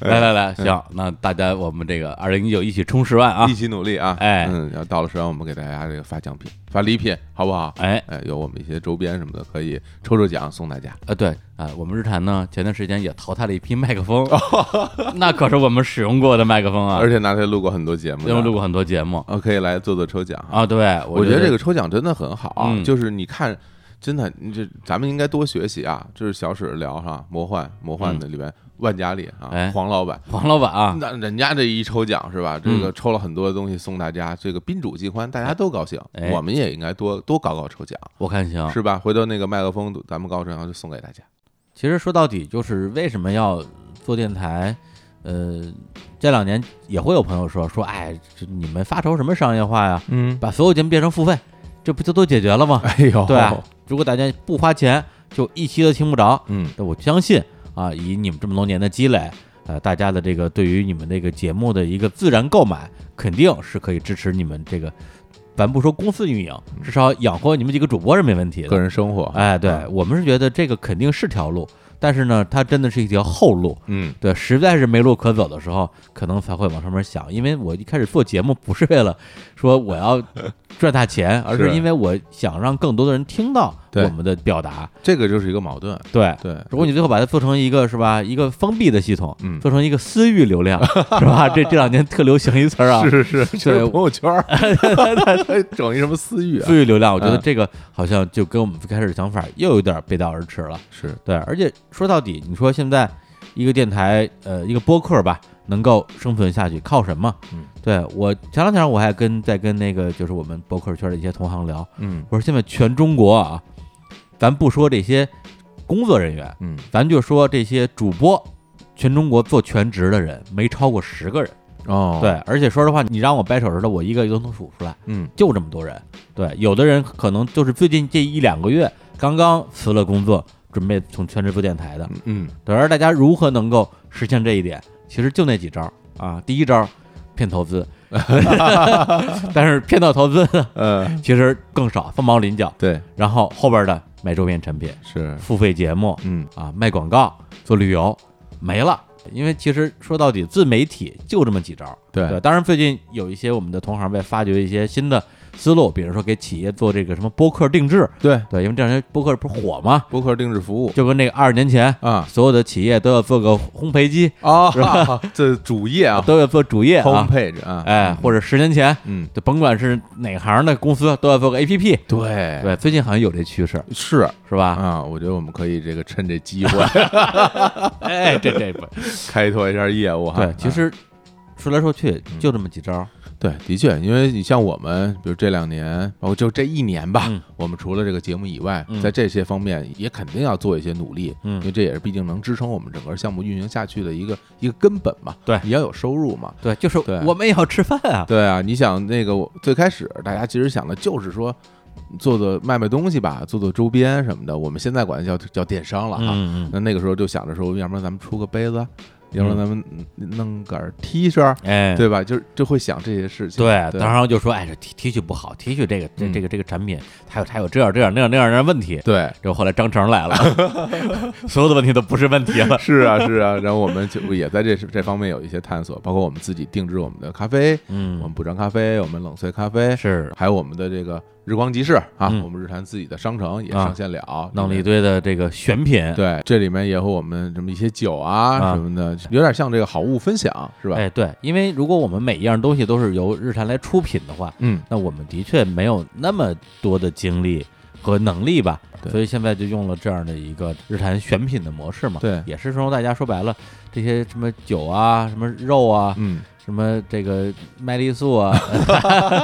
[SPEAKER 3] 来来
[SPEAKER 2] 哎
[SPEAKER 3] 来，行，那大家我们这个二零一九一起冲十万啊
[SPEAKER 2] 一！起努力啊，
[SPEAKER 3] 哎
[SPEAKER 2] 嗯，然后到了十万，我们给大家这个发奖品、发礼品，好不好？
[SPEAKER 3] 哎，
[SPEAKER 2] 哎，有我们一些周边什么的，可以抽抽奖送大家。
[SPEAKER 3] 呃，对啊、我们日坛呢前段时间也淘汰了一批麦 克风，那可是我们使用过的麦克风啊
[SPEAKER 2] 而，且拿它录过很多节目的，
[SPEAKER 3] 因为录过很多节目
[SPEAKER 2] 啊，可以来做做抽奖啊。
[SPEAKER 3] 啊。对，
[SPEAKER 2] 我
[SPEAKER 3] 觉
[SPEAKER 2] 觉得这个抽奖真的很好啊，
[SPEAKER 3] 嗯
[SPEAKER 2] 就是你看，真的，你这咱们应该多学习啊！这是小史聊哈，魔幻魔幻的里边，万家里啊，
[SPEAKER 3] 嗯哎
[SPEAKER 2] 黄老板，
[SPEAKER 3] 黄老板啊，嗯
[SPEAKER 2] 那人家这一抽奖是吧？这个抽了很多东西送大家，这个宾主尽欢，大家都高兴
[SPEAKER 3] 哎。啊
[SPEAKER 2] 我们也应该多多搞搞抽奖，
[SPEAKER 3] 我看行。
[SPEAKER 2] 是吧？回头那个麦克风咱们高抽
[SPEAKER 3] 嗯
[SPEAKER 2] 奖就送给大家。
[SPEAKER 3] 其实说到底，就是为什么要做电台？呃，这两年也会有朋友说说，哎，这你们发愁什么商业化呀？
[SPEAKER 2] 嗯，
[SPEAKER 3] 把所有节目变成付费，这不就都解决了吗？
[SPEAKER 2] 哎呦，
[SPEAKER 3] 啊对啊如果大家不花钱，就一期都听不着。
[SPEAKER 2] 嗯，
[SPEAKER 3] 那我相信啊，以你们这么多年的积累，呃，大家的这个对于你们这个节目的一个自然购买，肯定是可以支持你们这个，咱不说公司运营，至少养活你们几个主播是没问题
[SPEAKER 2] 嗯个
[SPEAKER 3] 的。
[SPEAKER 2] 人啊生活，
[SPEAKER 3] 哎，对我们是觉得这个肯定是条路，但是呢，它真的是一条后路。
[SPEAKER 2] 嗯，
[SPEAKER 3] 对，实在是没路可走的时候，可能才会往上面想。因为我一开始做节目不是为了说我要赚大钱，而是
[SPEAKER 2] 是
[SPEAKER 3] 因为我想让更多的人听到
[SPEAKER 2] 对
[SPEAKER 3] 我们的表达。
[SPEAKER 2] 这个就是一个矛盾。
[SPEAKER 3] 对，
[SPEAKER 2] 对，
[SPEAKER 3] 如果你最后把它做成一个是吧，一个封闭的系统，
[SPEAKER 2] 嗯
[SPEAKER 3] 做成一个私域流 量，是吧？这这两年特流行一词儿啊，哎
[SPEAKER 2] 是是是，就是朋友圈儿整一什么私域啊
[SPEAKER 3] 私？域流量。我觉得
[SPEAKER 2] 嗯
[SPEAKER 3] 这个好像就跟我们最开始的想法又有点背道而驰了。
[SPEAKER 2] 是，
[SPEAKER 3] 对，而且说到底，你说现在一个电台，呃，一个播客吧，能够生存下去，靠什么？
[SPEAKER 2] 嗯，
[SPEAKER 3] 对我前两天我还跟在跟那个就是我们播客圈的一些同行聊，
[SPEAKER 2] 嗯
[SPEAKER 3] 我说现在全中国啊，咱不说这些工作人员，
[SPEAKER 2] 嗯
[SPEAKER 3] 咱就说这些主播，全中国做全职的人没超过十个人。
[SPEAKER 2] 哦，
[SPEAKER 3] 对，，而且说实话，你让我掰手指头，我一个一个都能数出来。
[SPEAKER 2] 嗯
[SPEAKER 3] 就这么多人。对，有的人可能就是最近这一两个月刚刚辞了工作，准备从全职做电台的。
[SPEAKER 2] 嗯
[SPEAKER 3] 对，而大家如何能够实现这一点，其实就那几招儿啊。第一招儿，骗 投资，但是骗到投资
[SPEAKER 2] 呃，
[SPEAKER 3] 其实更少，凤毛麟角。
[SPEAKER 2] 对，
[SPEAKER 3] 然后后边的买周边产品、
[SPEAKER 2] 是，
[SPEAKER 3] 付费节目
[SPEAKER 2] 嗯
[SPEAKER 3] 啊、卖广告、做旅游，没了。因为其实说到底，自媒体就这么几招儿。对，
[SPEAKER 2] 对，
[SPEAKER 3] 当然最近有一些我们的同行在发掘一些新的思路，比如说给企业做这个什么播客定制，
[SPEAKER 2] 对，
[SPEAKER 3] 对，因为这两年播客不是火吗？
[SPEAKER 2] 博客定制服务
[SPEAKER 3] 就跟那个二十年前，
[SPEAKER 2] 啊
[SPEAKER 3] 所有的企业都要做个烘焙机，
[SPEAKER 2] 哦，这主页啊
[SPEAKER 3] 都要做主页啊，
[SPEAKER 2] ，homepage 啊，
[SPEAKER 3] 哎，或者十年前，
[SPEAKER 2] 嗯，
[SPEAKER 3] 就甭管是哪行的公司，都要做个 APP。
[SPEAKER 2] 对，
[SPEAKER 3] 对，最近好像有这趋势，
[SPEAKER 2] 是
[SPEAKER 3] 是吧？
[SPEAKER 2] 啊，我觉得我们可以这个趁这机会
[SPEAKER 3] 哎，这这不
[SPEAKER 2] 开拓一下业务哈。
[SPEAKER 3] 对，其
[SPEAKER 2] 啊
[SPEAKER 3] 实说来说去就这么几招儿，
[SPEAKER 2] 对，的确，因为你像我们，比如这两年，包括就这一年吧
[SPEAKER 3] 嗯，
[SPEAKER 2] 我们除了这个节目以外
[SPEAKER 3] 嗯，
[SPEAKER 2] 在这些方面也肯定要做一些努力，
[SPEAKER 3] 嗯
[SPEAKER 2] 因为这也是毕竟能支撑我们整个项目运营下去的一个一个根本嘛。
[SPEAKER 3] 对
[SPEAKER 2] 你要有收入嘛。
[SPEAKER 3] 对，就是
[SPEAKER 2] 对
[SPEAKER 3] 我们也要吃饭啊，
[SPEAKER 2] 对啊，你想那个我最开始大家其实想的就是说，做做卖卖东西吧，做做周边什么的。我们现在管它叫叫电商了啊。
[SPEAKER 3] 嗯嗯，
[SPEAKER 2] 那那个时候就想着说，要不然咱们出个杯子，要不然咱们弄个儿 T 恤儿，
[SPEAKER 3] 嗯哎，
[SPEAKER 2] 对吧？就就会想这些事情。
[SPEAKER 3] 对，
[SPEAKER 2] 对
[SPEAKER 3] 当然就说，哎，这 T T 恤不好，T 恤这个这
[SPEAKER 2] 嗯
[SPEAKER 3] 这个这个产品，它有它有这样这样那样那样那样问题。
[SPEAKER 2] 对，
[SPEAKER 3] 这后来张成来 了，所有的问题都不是问题了。
[SPEAKER 2] 是啊，是啊。然后我们就也在这这方面有一些探索，包括我们自己定制我们的咖啡，我们
[SPEAKER 3] 嗯，
[SPEAKER 2] 补装咖啡，我们冷萃咖啡，
[SPEAKER 3] 是
[SPEAKER 2] 还有我们的这个日光集市啊，
[SPEAKER 3] 嗯
[SPEAKER 2] 我们日坛自己的商城也
[SPEAKER 3] 啊
[SPEAKER 2] 上线了，
[SPEAKER 3] 弄了
[SPEAKER 2] 里
[SPEAKER 3] 一
[SPEAKER 2] 面
[SPEAKER 3] 堆的这个选品，
[SPEAKER 2] 对，这里面也和我们什么一些酒
[SPEAKER 3] 啊
[SPEAKER 2] 啊什么的，有点像这个好物分享，是吧？
[SPEAKER 3] 哎对，因为如果我们每一样东西都是由日产来出品的话，
[SPEAKER 2] 嗯，
[SPEAKER 3] 那我们的确没有那么多的精力和能力吧，
[SPEAKER 2] 对
[SPEAKER 3] 所以现在就用了这样的一个日产选品的模式嘛。
[SPEAKER 2] 对
[SPEAKER 3] 也是说大家说白了，这些什么酒啊、什么肉啊、
[SPEAKER 2] 嗯，
[SPEAKER 3] 什么这个麦丽素啊，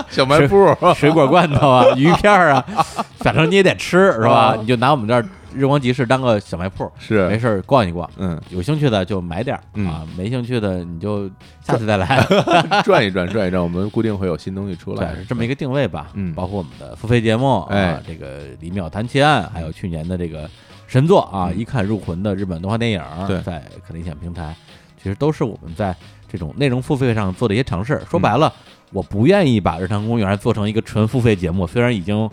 [SPEAKER 2] 小卖 部，
[SPEAKER 3] 水果罐头啊、鱼片儿啊， 反正你也得吃，是吧
[SPEAKER 2] 啊？
[SPEAKER 3] 你就拿我们这儿日光集市当个小卖铺，没
[SPEAKER 2] 是，
[SPEAKER 3] 事儿逛一逛。
[SPEAKER 2] 嗯，
[SPEAKER 3] 有兴趣的就买点儿
[SPEAKER 2] 嗯
[SPEAKER 3] 啊，没兴趣的你就下次再来。
[SPEAKER 2] 转一转，转一转，我们固定会有新东西出
[SPEAKER 3] 对，
[SPEAKER 2] 来
[SPEAKER 3] 是。这么一个定位吧。
[SPEAKER 2] 嗯
[SPEAKER 3] 包括我们的付费节目，啊
[SPEAKER 2] 哎，
[SPEAKER 3] 这个《李淼谈奇案》，还有去年的这个神作啊，
[SPEAKER 2] 嗯
[SPEAKER 3] 一看入魂的日本动画电影，
[SPEAKER 2] 对
[SPEAKER 3] 在可理想平台，其实都是我们在这种内容付费上做的一些尝试。说白了，
[SPEAKER 2] 嗯
[SPEAKER 3] 我不愿意把《日常公园》做成一个纯付费节目，虽然已经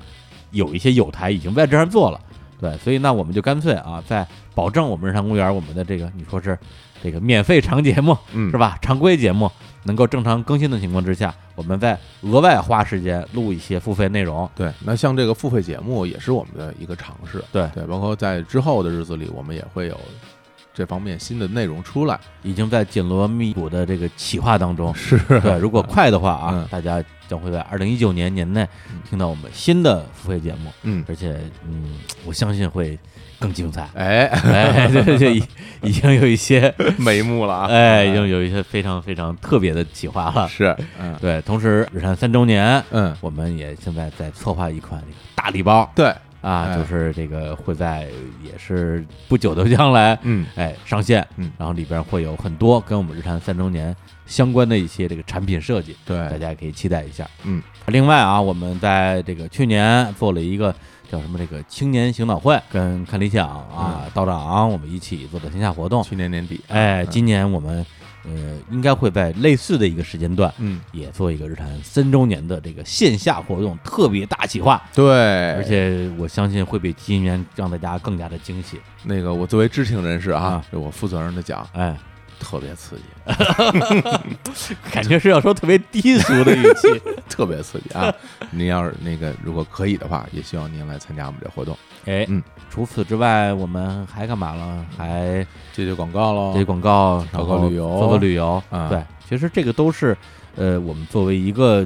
[SPEAKER 3] 有一些有台已经在这儿做了。对，所以那我们就干脆啊，在保证我们日常公园我们的这个你说是这个免费长节目，
[SPEAKER 2] 嗯，
[SPEAKER 3] 是吧？常规节目能够正常更新的情况之下，我们再额外花时间录一些付费内容。
[SPEAKER 2] 对，那像这个付费节目也是我们的一个尝试，
[SPEAKER 3] 对
[SPEAKER 2] 对，包括在之后的日子里，我们也会有这方面新的内容出来。
[SPEAKER 3] 已经在紧锣密鼓的这个企划当中。
[SPEAKER 2] 是
[SPEAKER 3] 对，如果快的话啊，
[SPEAKER 2] 嗯
[SPEAKER 3] 大家将会在二零一九年年内
[SPEAKER 2] 嗯
[SPEAKER 3] 听到我们新的付费节目，
[SPEAKER 2] 嗯，。
[SPEAKER 3] 而且嗯，我相信会更精彩
[SPEAKER 2] 哎，
[SPEAKER 3] 哎，对对对，已已经有 一些，
[SPEAKER 2] 眉目了啊，
[SPEAKER 3] 哎，已经有一些非常非常特别的企划了。
[SPEAKER 2] 是，嗯
[SPEAKER 3] 对，同时日产三周年，
[SPEAKER 2] 嗯，
[SPEAKER 3] 我们也现在在策划一款这个大礼包
[SPEAKER 2] 对，
[SPEAKER 3] 啊，
[SPEAKER 2] 哎
[SPEAKER 3] 就是这个会在也是不久的将来，
[SPEAKER 2] 嗯
[SPEAKER 3] 哎上线，
[SPEAKER 2] 嗯
[SPEAKER 3] 然后里边会有很多跟我们日产三周年相关的一些这个产品设计，大
[SPEAKER 2] 对，
[SPEAKER 3] 家也可以期待一下。
[SPEAKER 2] 哎嗯，
[SPEAKER 3] 另外啊，我们在这个去年做了一个叫什么这个青年行导会，跟看理想啊、道长我们一起做的线下活动。
[SPEAKER 2] 去年年底，啊
[SPEAKER 3] 哎，
[SPEAKER 2] 嗯
[SPEAKER 3] 今年我们呃应该会在类似的一个时间段。
[SPEAKER 2] 嗯，
[SPEAKER 3] 也做一个日坛三周年的这个线下活动，特别大企划，
[SPEAKER 2] 对，
[SPEAKER 3] 而且我相信会比今年让大家更加的惊喜。
[SPEAKER 2] 那个我作为知情人士啊
[SPEAKER 3] 啊，
[SPEAKER 2] 我负责任的讲，
[SPEAKER 3] 哎，
[SPEAKER 2] 特别刺激，
[SPEAKER 3] 感觉是要说特别低俗的语 气。
[SPEAKER 2] 特别刺激啊！您要是那个如果可以的话，也希望您来参加我们这活动。
[SPEAKER 3] 哎，
[SPEAKER 2] 嗯，
[SPEAKER 3] 除此之外，我们还干嘛了？还
[SPEAKER 2] 这就广告喽
[SPEAKER 3] 接广告，
[SPEAKER 2] 哦搞
[SPEAKER 3] 然
[SPEAKER 2] 搞
[SPEAKER 3] 后
[SPEAKER 2] 旅游
[SPEAKER 3] 做做旅游。
[SPEAKER 2] 啊
[SPEAKER 3] 对，其实这个都是，呃，我们作为一个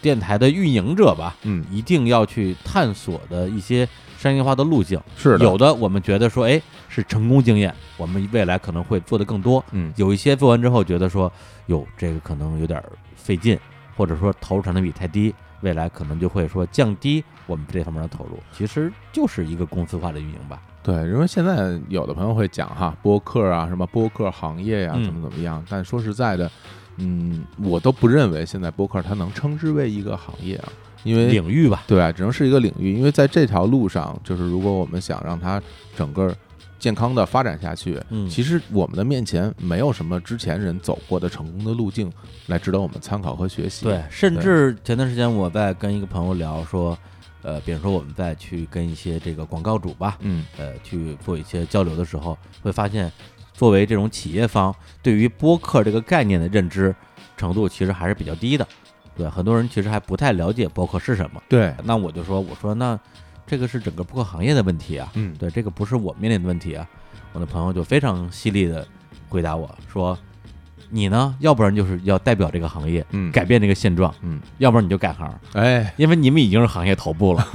[SPEAKER 3] 电台的运营者吧，
[SPEAKER 2] 嗯，
[SPEAKER 3] 一定要去探索的一些商业化的路径。
[SPEAKER 2] 是的，
[SPEAKER 3] 有的我们觉得说，哎，是成功经验，我们未来可能会做的更多。
[SPEAKER 2] 嗯，
[SPEAKER 3] 有一些做完之后觉得说，哟，这个可能有点儿费劲，或者说投入产能比太低，未来可能就会说降低我们这方面的投入。其实就是一个公司化的运营吧。
[SPEAKER 2] 对，因为现在有的朋友会讲哈，播客啊，什么播客行业呀、
[SPEAKER 3] 嗯
[SPEAKER 2] 怎么怎么样，但说实在的，嗯，我都不认为现在播客它能称之为一个行业啊，因为
[SPEAKER 3] 领域吧，
[SPEAKER 2] 对啊，只能是一个领域，因为在这条路上，就是如果我们想让它整个健康的发展下去，
[SPEAKER 3] 嗯，
[SPEAKER 2] 其实我们的面前没有什么之前人走过的成功的路径来值得我们参考和学习。
[SPEAKER 3] 对，甚
[SPEAKER 2] 对
[SPEAKER 3] 至前段时间我在跟一个朋友聊说，呃，比如说我们在去跟一些这个广告主吧，
[SPEAKER 2] 嗯，
[SPEAKER 3] 呃，去做一些交流的时候，会发现，作为这种企业方，对于播客这个概念的认知程度其实还是比较低的。对，很多人其实还不太了解播客是什么。
[SPEAKER 2] 对，
[SPEAKER 3] 那我就说，我说那这个是整个播客行业的问题啊，
[SPEAKER 2] 嗯，
[SPEAKER 3] 对，这个不是我面临的问题啊。我的朋友就非常犀利的回答我说：“你呢，要不然就是要代表这个行业，
[SPEAKER 2] 嗯，
[SPEAKER 3] 改变这个现状，
[SPEAKER 2] 嗯，
[SPEAKER 3] 要不然你就改行，
[SPEAKER 2] 哎，
[SPEAKER 3] 因为你们已经是行业头部 了，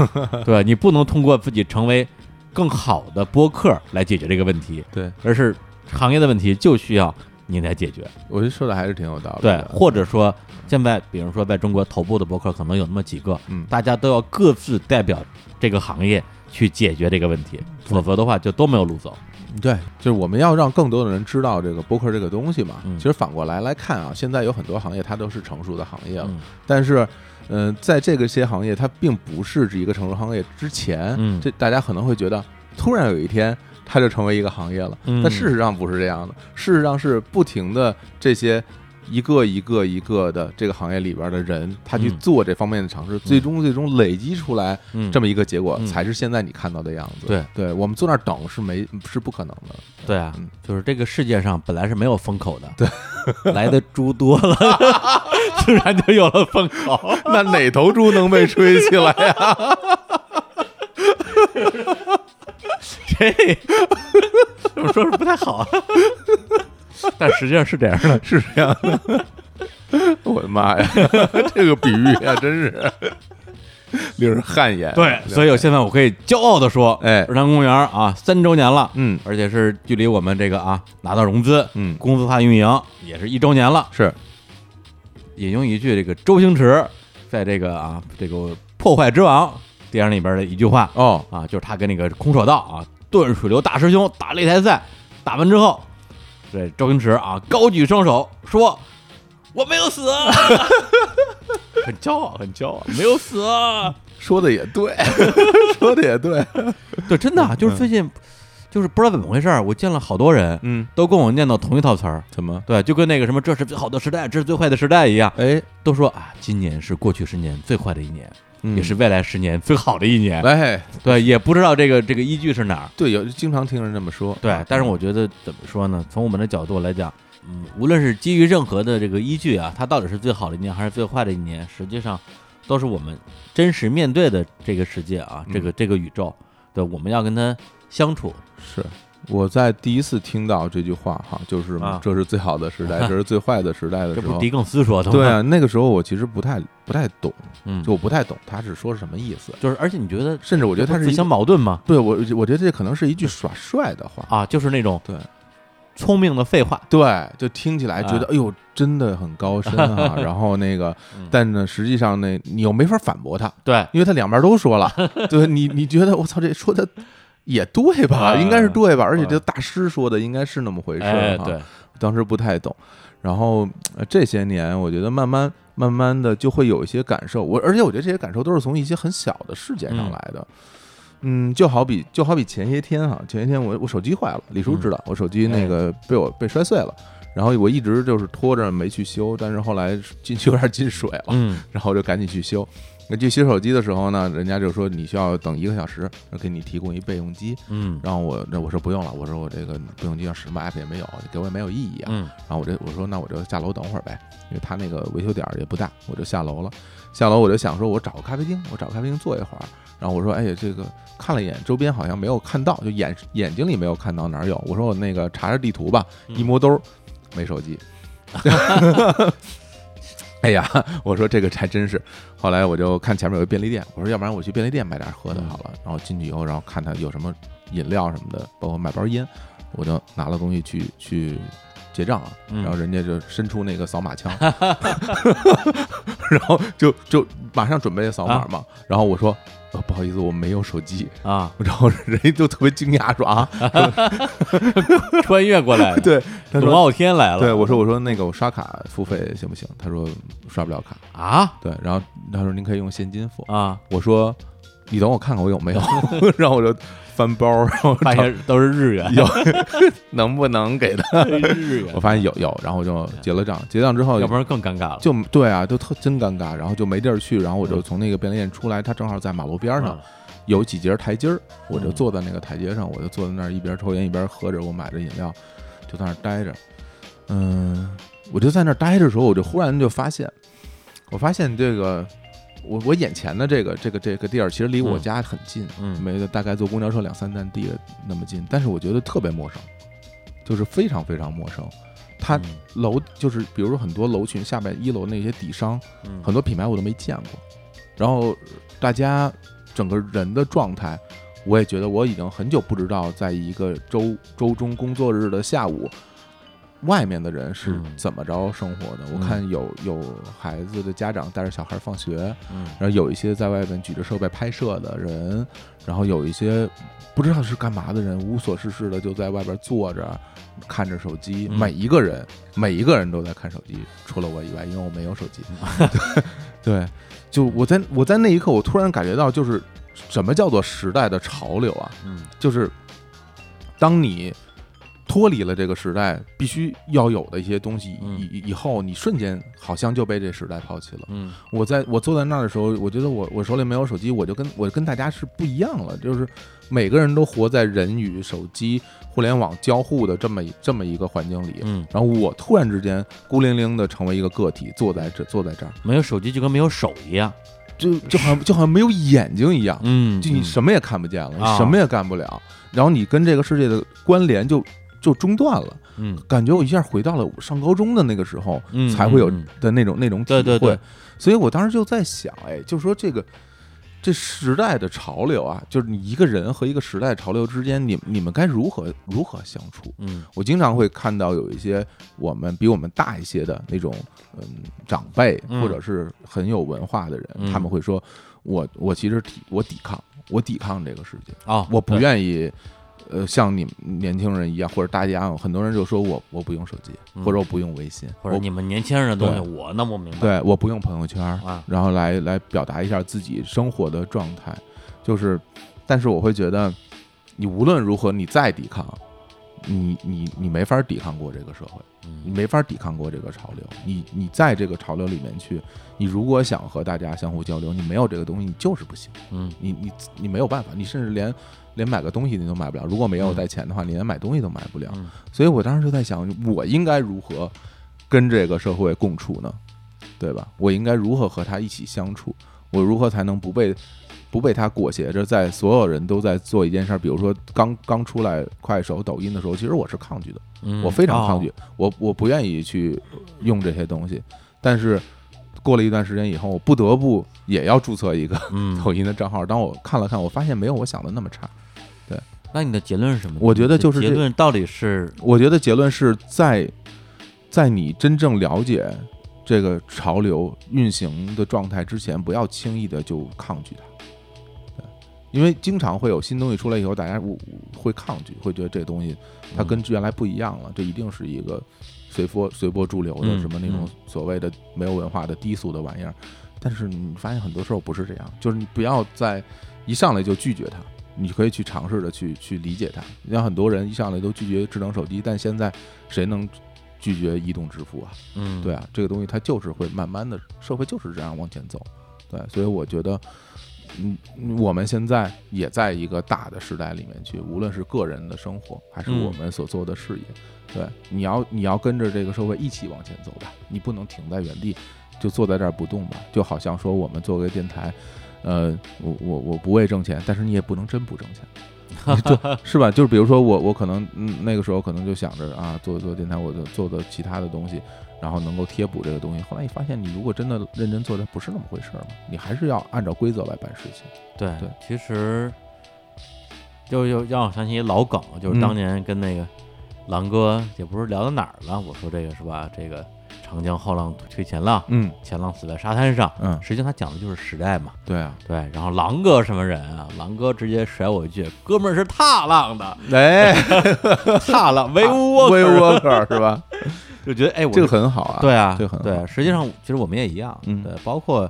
[SPEAKER 3] 对吧？你不能通过自己成为更好的播客来解决这个问题，
[SPEAKER 2] 对，
[SPEAKER 3] 而是行业的问题就需要你来解决。
[SPEAKER 2] 我觉得说的还是挺有道理
[SPEAKER 3] 对
[SPEAKER 2] 的。，
[SPEAKER 3] 或者说现在，比如说在中国头部的播客可能有那么几个，
[SPEAKER 2] 嗯，
[SPEAKER 3] 大家都要各自代表这个行业去解决这个问题，否则的话就都没有路走。
[SPEAKER 2] 对，就是我们要让更多的人知道这个播客这个东西嘛。
[SPEAKER 3] 嗯
[SPEAKER 2] 其实反过来来看啊，现在有很多行业它都是成熟的行业了，
[SPEAKER 3] 嗯
[SPEAKER 2] 但是。嗯、在这个些行业，它并不是一个成熟行业之前，
[SPEAKER 3] 嗯
[SPEAKER 2] 这大家可能会觉得，突然有一天它就成为一个行业了，
[SPEAKER 3] 嗯
[SPEAKER 2] 但事实上不是这样的，事实上是不停的这些一个一个一个的这个行业里边的人，他去
[SPEAKER 3] 嗯
[SPEAKER 2] 做这方面的尝试，最终最终累积出来
[SPEAKER 3] 嗯，
[SPEAKER 2] 这
[SPEAKER 3] 么
[SPEAKER 2] 么一个结果，
[SPEAKER 3] 嗯
[SPEAKER 2] 才是现在你看到的样子。
[SPEAKER 3] 对，
[SPEAKER 2] 对我们坐那儿等是没是不可能 的。
[SPEAKER 3] 对啊
[SPEAKER 2] 嗯，
[SPEAKER 3] 就是这个世界上本来是没有风口的，对， 来的猪多了， 突然就有了风 口。
[SPEAKER 2] 那哪头猪能被吹起来 呀、
[SPEAKER 3] 这怎么说是不太好啊， 但实际上是这样的。
[SPEAKER 2] 是这样的。 我的妈呀， 这个比喻啊，真是令人汗颜。
[SPEAKER 3] 对，所以我现在我可以骄傲的说，
[SPEAKER 2] 哎
[SPEAKER 3] 日坛公园啊，三周年了，
[SPEAKER 2] 嗯
[SPEAKER 3] 而且是距离我们这个啊拿到融资，
[SPEAKER 2] 嗯
[SPEAKER 3] 公司化运营也是一周年了。
[SPEAKER 2] 是
[SPEAKER 3] 引用一句这个周星驰在这个啊这个《破坏之王》电影里边的一句话
[SPEAKER 2] 哦，
[SPEAKER 3] 啊，就是他跟那个空手道啊顿水流大师兄打擂台赛，打完之后，这周星驰啊高举双手说：“我没有死啊。” 很骄傲，很骄傲，没有死啊！
[SPEAKER 2] 说的也对， 说的也对。
[SPEAKER 3] 对，真的啊就是最近，就是不知道怎么回事儿，我见了好多人
[SPEAKER 2] 嗯，
[SPEAKER 3] 都跟我念叨同一套词儿，
[SPEAKER 2] 怎么？
[SPEAKER 3] 对，就跟那个什么“这是最好的时代，这是最坏的时代”一样，
[SPEAKER 2] 哎，
[SPEAKER 3] 都说啊，今年是过去十年最坏的一年，
[SPEAKER 2] 嗯
[SPEAKER 3] 也是未来十年最好的一年。
[SPEAKER 2] 哎，
[SPEAKER 3] 对，也不知道这个这个依据是哪儿。
[SPEAKER 2] 对，有经常听人这么说。
[SPEAKER 3] 对，但是我觉得怎么说呢？从我们的角度来讲，嗯，无论是基于任何的这个依据啊，它到底是最好的一年还是最坏的一年，实际上都是我们真实
[SPEAKER 2] 嗯
[SPEAKER 3] 面对的这个世界啊，这个这个宇宙，对，我们要跟它相处，
[SPEAKER 2] 是我在第一次听到这句话哈，就是
[SPEAKER 3] 啊
[SPEAKER 2] 这是最好的时 代，这是最坏的时代的
[SPEAKER 3] 这
[SPEAKER 2] 时
[SPEAKER 3] 不是
[SPEAKER 2] 候
[SPEAKER 3] 狄。更斯说的吗？
[SPEAKER 2] 对啊，那个时候我其实不太不太懂，
[SPEAKER 3] 嗯，
[SPEAKER 2] 就我不太懂他是说什么意思，
[SPEAKER 3] 就是，而且你觉得
[SPEAKER 2] 甚至我觉得他是
[SPEAKER 3] 自
[SPEAKER 2] 一
[SPEAKER 3] 相矛盾吗？
[SPEAKER 2] 对我我觉得这可能是一句耍帅的话，
[SPEAKER 3] 啊，就是那种
[SPEAKER 2] 对
[SPEAKER 3] 聪明的废话，
[SPEAKER 2] 对，就听起来觉得
[SPEAKER 3] 啊
[SPEAKER 2] 哎呦真的很高深 啊，然后那个
[SPEAKER 3] 嗯，
[SPEAKER 2] 但呢实际上呢你又没法反驳他，
[SPEAKER 3] 对，
[SPEAKER 2] 因为他两边都说 了，对你你觉得我操这说的也对吧，
[SPEAKER 3] 嗯
[SPEAKER 2] 应该是对吧，而且这大师说的应该是那么回事
[SPEAKER 3] 哎，
[SPEAKER 2] 儿哈，
[SPEAKER 3] 对，
[SPEAKER 2] 当时不太懂，然后、呃这些年，我觉得慢慢慢慢的就会有一些感受。我而且我觉得这些感受都是从一些很小的事件上
[SPEAKER 3] 嗯
[SPEAKER 2] 来的。嗯就好比就好比前些天哈、前些天我我手机坏了，李叔
[SPEAKER 3] 嗯
[SPEAKER 2] 知道、我手机
[SPEAKER 3] 哎
[SPEAKER 2] 那个被我被摔碎了，然后我一直就是拖着没去修，但是后来进 去有点进水了，
[SPEAKER 3] 嗯
[SPEAKER 2] 然后我就赶紧去修。那去修手机的时候呢，人家就说你需要等一个小时，给你提供一备用机。
[SPEAKER 3] 嗯
[SPEAKER 2] 然后我那我说不用了，我说我这个备用机上什么 app 也没有，给我也没有意义啊。
[SPEAKER 3] 嗯
[SPEAKER 2] 然后我这我说那我就下楼等会儿呗，因为他那个维修点儿也不大，我就下楼了。下楼我就想说，我找个咖啡厅，我找个咖啡厅坐一会儿。然后我说，哎呀，这个看了一眼周边好像没有看到，就眼眼睛里没有看到哪儿有。我说我那个查查地图吧，
[SPEAKER 3] 嗯
[SPEAKER 2] 一摸兜儿没手机。哎呀，我说这个还真是。后来我就看前面有个便利店，我说要不然我去便利店买点喝的好了。
[SPEAKER 3] 嗯
[SPEAKER 2] 然后进去以后，然后看他有什么饮料什么的，包括买包烟，我就拿了东西去去结账啊。
[SPEAKER 3] 嗯
[SPEAKER 2] 然后人家就伸出那个扫码枪， 然后就就马上准备扫码嘛。然后我说、呃不好意思，我没有手机。
[SPEAKER 3] 啊，
[SPEAKER 2] 然后人家就特别惊讶说啊，
[SPEAKER 3] 穿越过来 的，
[SPEAKER 2] 对，他
[SPEAKER 3] 董
[SPEAKER 2] 说。
[SPEAKER 3] 傲天来了，
[SPEAKER 2] 对，我说我说那个我刷卡付费行不行？他说刷不了卡。
[SPEAKER 3] 啊
[SPEAKER 2] 对，然后他说您可以用现金付。
[SPEAKER 3] 啊，
[SPEAKER 2] 我说你等我看看我有没有， 然后我就翻包，然后
[SPEAKER 3] 发
[SPEAKER 2] 找
[SPEAKER 3] 现都是日元，
[SPEAKER 2] 有能不能给他？
[SPEAKER 3] 日
[SPEAKER 2] 我
[SPEAKER 3] 元，
[SPEAKER 2] 发现有有，然后我就结了账，结账之后
[SPEAKER 3] 要不然更尴尬了。
[SPEAKER 2] 就对啊，就特真尴尬，然后就没地儿去，然后我就从那个便利店出来，他正好在马路边上
[SPEAKER 3] 嗯
[SPEAKER 2] 有几节台阶儿，我就坐在那个台阶上，我就坐在那儿一边抽烟一边喝着我买着饮料，就在那儿待着，嗯，我就在那儿待着的时候，我就忽然就发现，我发现这个我我眼前的这个这个这个地儿其实离我
[SPEAKER 3] 嗯
[SPEAKER 2] 家很近，
[SPEAKER 3] 嗯
[SPEAKER 2] 没大概坐公交车两三站地的那么近，但是我觉得特别陌生，就是非常非常陌生。它
[SPEAKER 3] 嗯
[SPEAKER 2] 楼就是比如说很多楼群下边一楼那些底商，
[SPEAKER 3] 嗯
[SPEAKER 2] 很多品牌我都没见过。然后大家整个人的状态，我也觉得我已经很久不知道，在一个周周中工作日的下午，外面的人是
[SPEAKER 3] 嗯
[SPEAKER 2] 怎么着生活的。我
[SPEAKER 3] 嗯
[SPEAKER 2] 看有有孩子的家长带着小孩放学，
[SPEAKER 3] 嗯
[SPEAKER 2] 然后有一些在外面举着设备拍摄的人，然后有一些不知道是干嘛的人，无所事事的就在外边坐着看着手机。
[SPEAKER 3] 嗯
[SPEAKER 2] 每一个人，每一个人都在看手机，除了我以外，因为我没有手机。对，就我在我在那一刻，我突然感觉到，就是什么叫做时代的潮流啊？
[SPEAKER 3] 嗯
[SPEAKER 2] 就是当你脱离了这个时代必须要有的一些东西以、
[SPEAKER 3] 嗯
[SPEAKER 2] 以以后，你瞬间好像就被这时代抛弃了。
[SPEAKER 3] 嗯
[SPEAKER 2] 我在我坐在那儿的时候，我觉得我我手里没有手机，我就跟我跟大家是不一样了，就是每个人都活在人与手机、互联网交互的这么一这么一个环境里。
[SPEAKER 3] 嗯，
[SPEAKER 2] 然后我突然之间孤零零的成为一个个体，坐在这坐在这儿，
[SPEAKER 3] 没有手机就跟没有手一样。
[SPEAKER 2] 就就好像就好像没有眼睛一样，
[SPEAKER 3] 嗯
[SPEAKER 2] 就你什么也看不见了，
[SPEAKER 3] 啊
[SPEAKER 2] 你什么也干不了，然后你跟这个世界的关联就就中断了，
[SPEAKER 3] 嗯
[SPEAKER 2] 感觉我一下回到了我上高中的那个时候，
[SPEAKER 3] 嗯
[SPEAKER 2] 才会有
[SPEAKER 3] 嗯嗯
[SPEAKER 2] 的那种那种体
[SPEAKER 3] 对
[SPEAKER 2] 会。
[SPEAKER 3] 对对
[SPEAKER 2] 所以我当时就在想，哎，就说这个这时代的潮流啊，就是你一个人和一个时代潮流之间，你你们该如何如何相处？
[SPEAKER 3] 嗯
[SPEAKER 2] 我经常会看到有一些我们比我们大一些的那种，嗯，长辈
[SPEAKER 3] 嗯
[SPEAKER 2] 或者是很有文化的人，
[SPEAKER 3] 嗯
[SPEAKER 2] 他们会说，我我其实抵我抵抗，我抵抗这个世界，
[SPEAKER 3] 哦，
[SPEAKER 2] 我不
[SPEAKER 3] 对
[SPEAKER 2] 愿意，呃，像你们年轻人一样，或者大家很多人就说我我不用手机，
[SPEAKER 3] 嗯
[SPEAKER 2] 或者我不用微信，
[SPEAKER 3] 或者
[SPEAKER 2] 我
[SPEAKER 3] 你们年轻人的东西，
[SPEAKER 2] 对
[SPEAKER 3] 我弄不明白。
[SPEAKER 2] 对我不用朋友圈，
[SPEAKER 3] 啊，
[SPEAKER 2] 然后来来表达一下自己生活的状态，就是，但是我会觉得，你无论如何你再抵抗，你你你没法抵抗过这个社会，你
[SPEAKER 3] 嗯
[SPEAKER 2] 没法抵抗过这个潮流，你你在这个潮流里面去，你如果想和大家相互交流，你没有这个东西你就是不行，
[SPEAKER 3] 嗯
[SPEAKER 2] 你你你没有办法，你甚至连连买个东西你都买不了，如果没有带钱的话，你连买东西都买不了，
[SPEAKER 3] 嗯
[SPEAKER 2] 所以我当时就在想，我应该如何跟这个社会共处呢？对吧？我应该如何和他一起相处？我如何才能不被不被它裹挟着，在所有人都在做一件事儿，比如说刚刚出来快手、抖音的时候，其实我是抗拒的，
[SPEAKER 3] 嗯
[SPEAKER 2] 我非常抗拒，我我不愿意去用这些东西。但是过了一段时间以后，我不得不也要注册一个
[SPEAKER 3] 嗯，
[SPEAKER 2] 抖音的账号。当我看了看，我发现没有我想的那么差。
[SPEAKER 3] 那你的结论是什么？
[SPEAKER 2] 我觉得就是
[SPEAKER 3] 结
[SPEAKER 2] 这
[SPEAKER 3] 论到底是
[SPEAKER 2] 我觉得结论是在在你真正了解这个潮流运行的状态之前，不要轻易的就抗拒它。对因为经常会有新东西出来以后，大家会会抗拒，会觉得这东西它跟原来不一样了，这一定是一个随波随波逐流的
[SPEAKER 3] 嗯
[SPEAKER 2] 什么那种所谓的没有文化的低俗的玩意儿。但是你发现很多时候不是这样，就是你不要在一上来就拒绝它，你可以去尝试着去去理解它。你像很多人一上来都拒绝智能手机，但现在谁能拒绝移动支付啊？
[SPEAKER 3] 嗯，
[SPEAKER 2] 对啊，这个东西它就是会慢慢的，社会就是这样往前走。对，所以我觉得，嗯，我们现在也在一个大的时代里面去，无论是个人的生活，还是
[SPEAKER 3] 嗯
[SPEAKER 2] 我们所做的事业，对，你要你要跟着这个社会一起往前走吧，你不能停在原地，就坐在这儿不动吧。就好像说我们做个电台，呃，我我我不为挣钱，但是你也不能真不挣钱。 就是吧？就是比如说我，我可能嗯那个时候可能就想着啊，做做电台，我就做做其他的东西，然后能够贴补这个东西。后来你发现，你如果真的认真做，它不是那么回事儿嘛，你还是要按照规则来办事情。
[SPEAKER 3] 对
[SPEAKER 2] 对，
[SPEAKER 3] 其实就又让我想起一老梗，就是
[SPEAKER 2] 嗯
[SPEAKER 3] 当年跟那个狼哥也不是聊到哪儿了，我说这个是吧？这个长江后浪推前浪，
[SPEAKER 2] 嗯
[SPEAKER 3] 前浪死在沙滩上。
[SPEAKER 2] 嗯，
[SPEAKER 3] 实际上他讲的就是时代嘛，
[SPEAKER 2] 对啊，
[SPEAKER 3] 对。然后狼哥什么人啊？狼哥直接甩我一句：“哥们儿是踏浪的，
[SPEAKER 2] 哎
[SPEAKER 3] 踏浪
[SPEAKER 2] w
[SPEAKER 3] wave
[SPEAKER 2] o
[SPEAKER 3] walker。
[SPEAKER 2] Walker 是吧？
[SPEAKER 3] 就觉得哎，我
[SPEAKER 2] 这个很好啊。
[SPEAKER 3] 对啊，
[SPEAKER 2] 这个很好
[SPEAKER 3] 对。实际上，其实我们也一样，
[SPEAKER 2] 嗯
[SPEAKER 3] 对。包括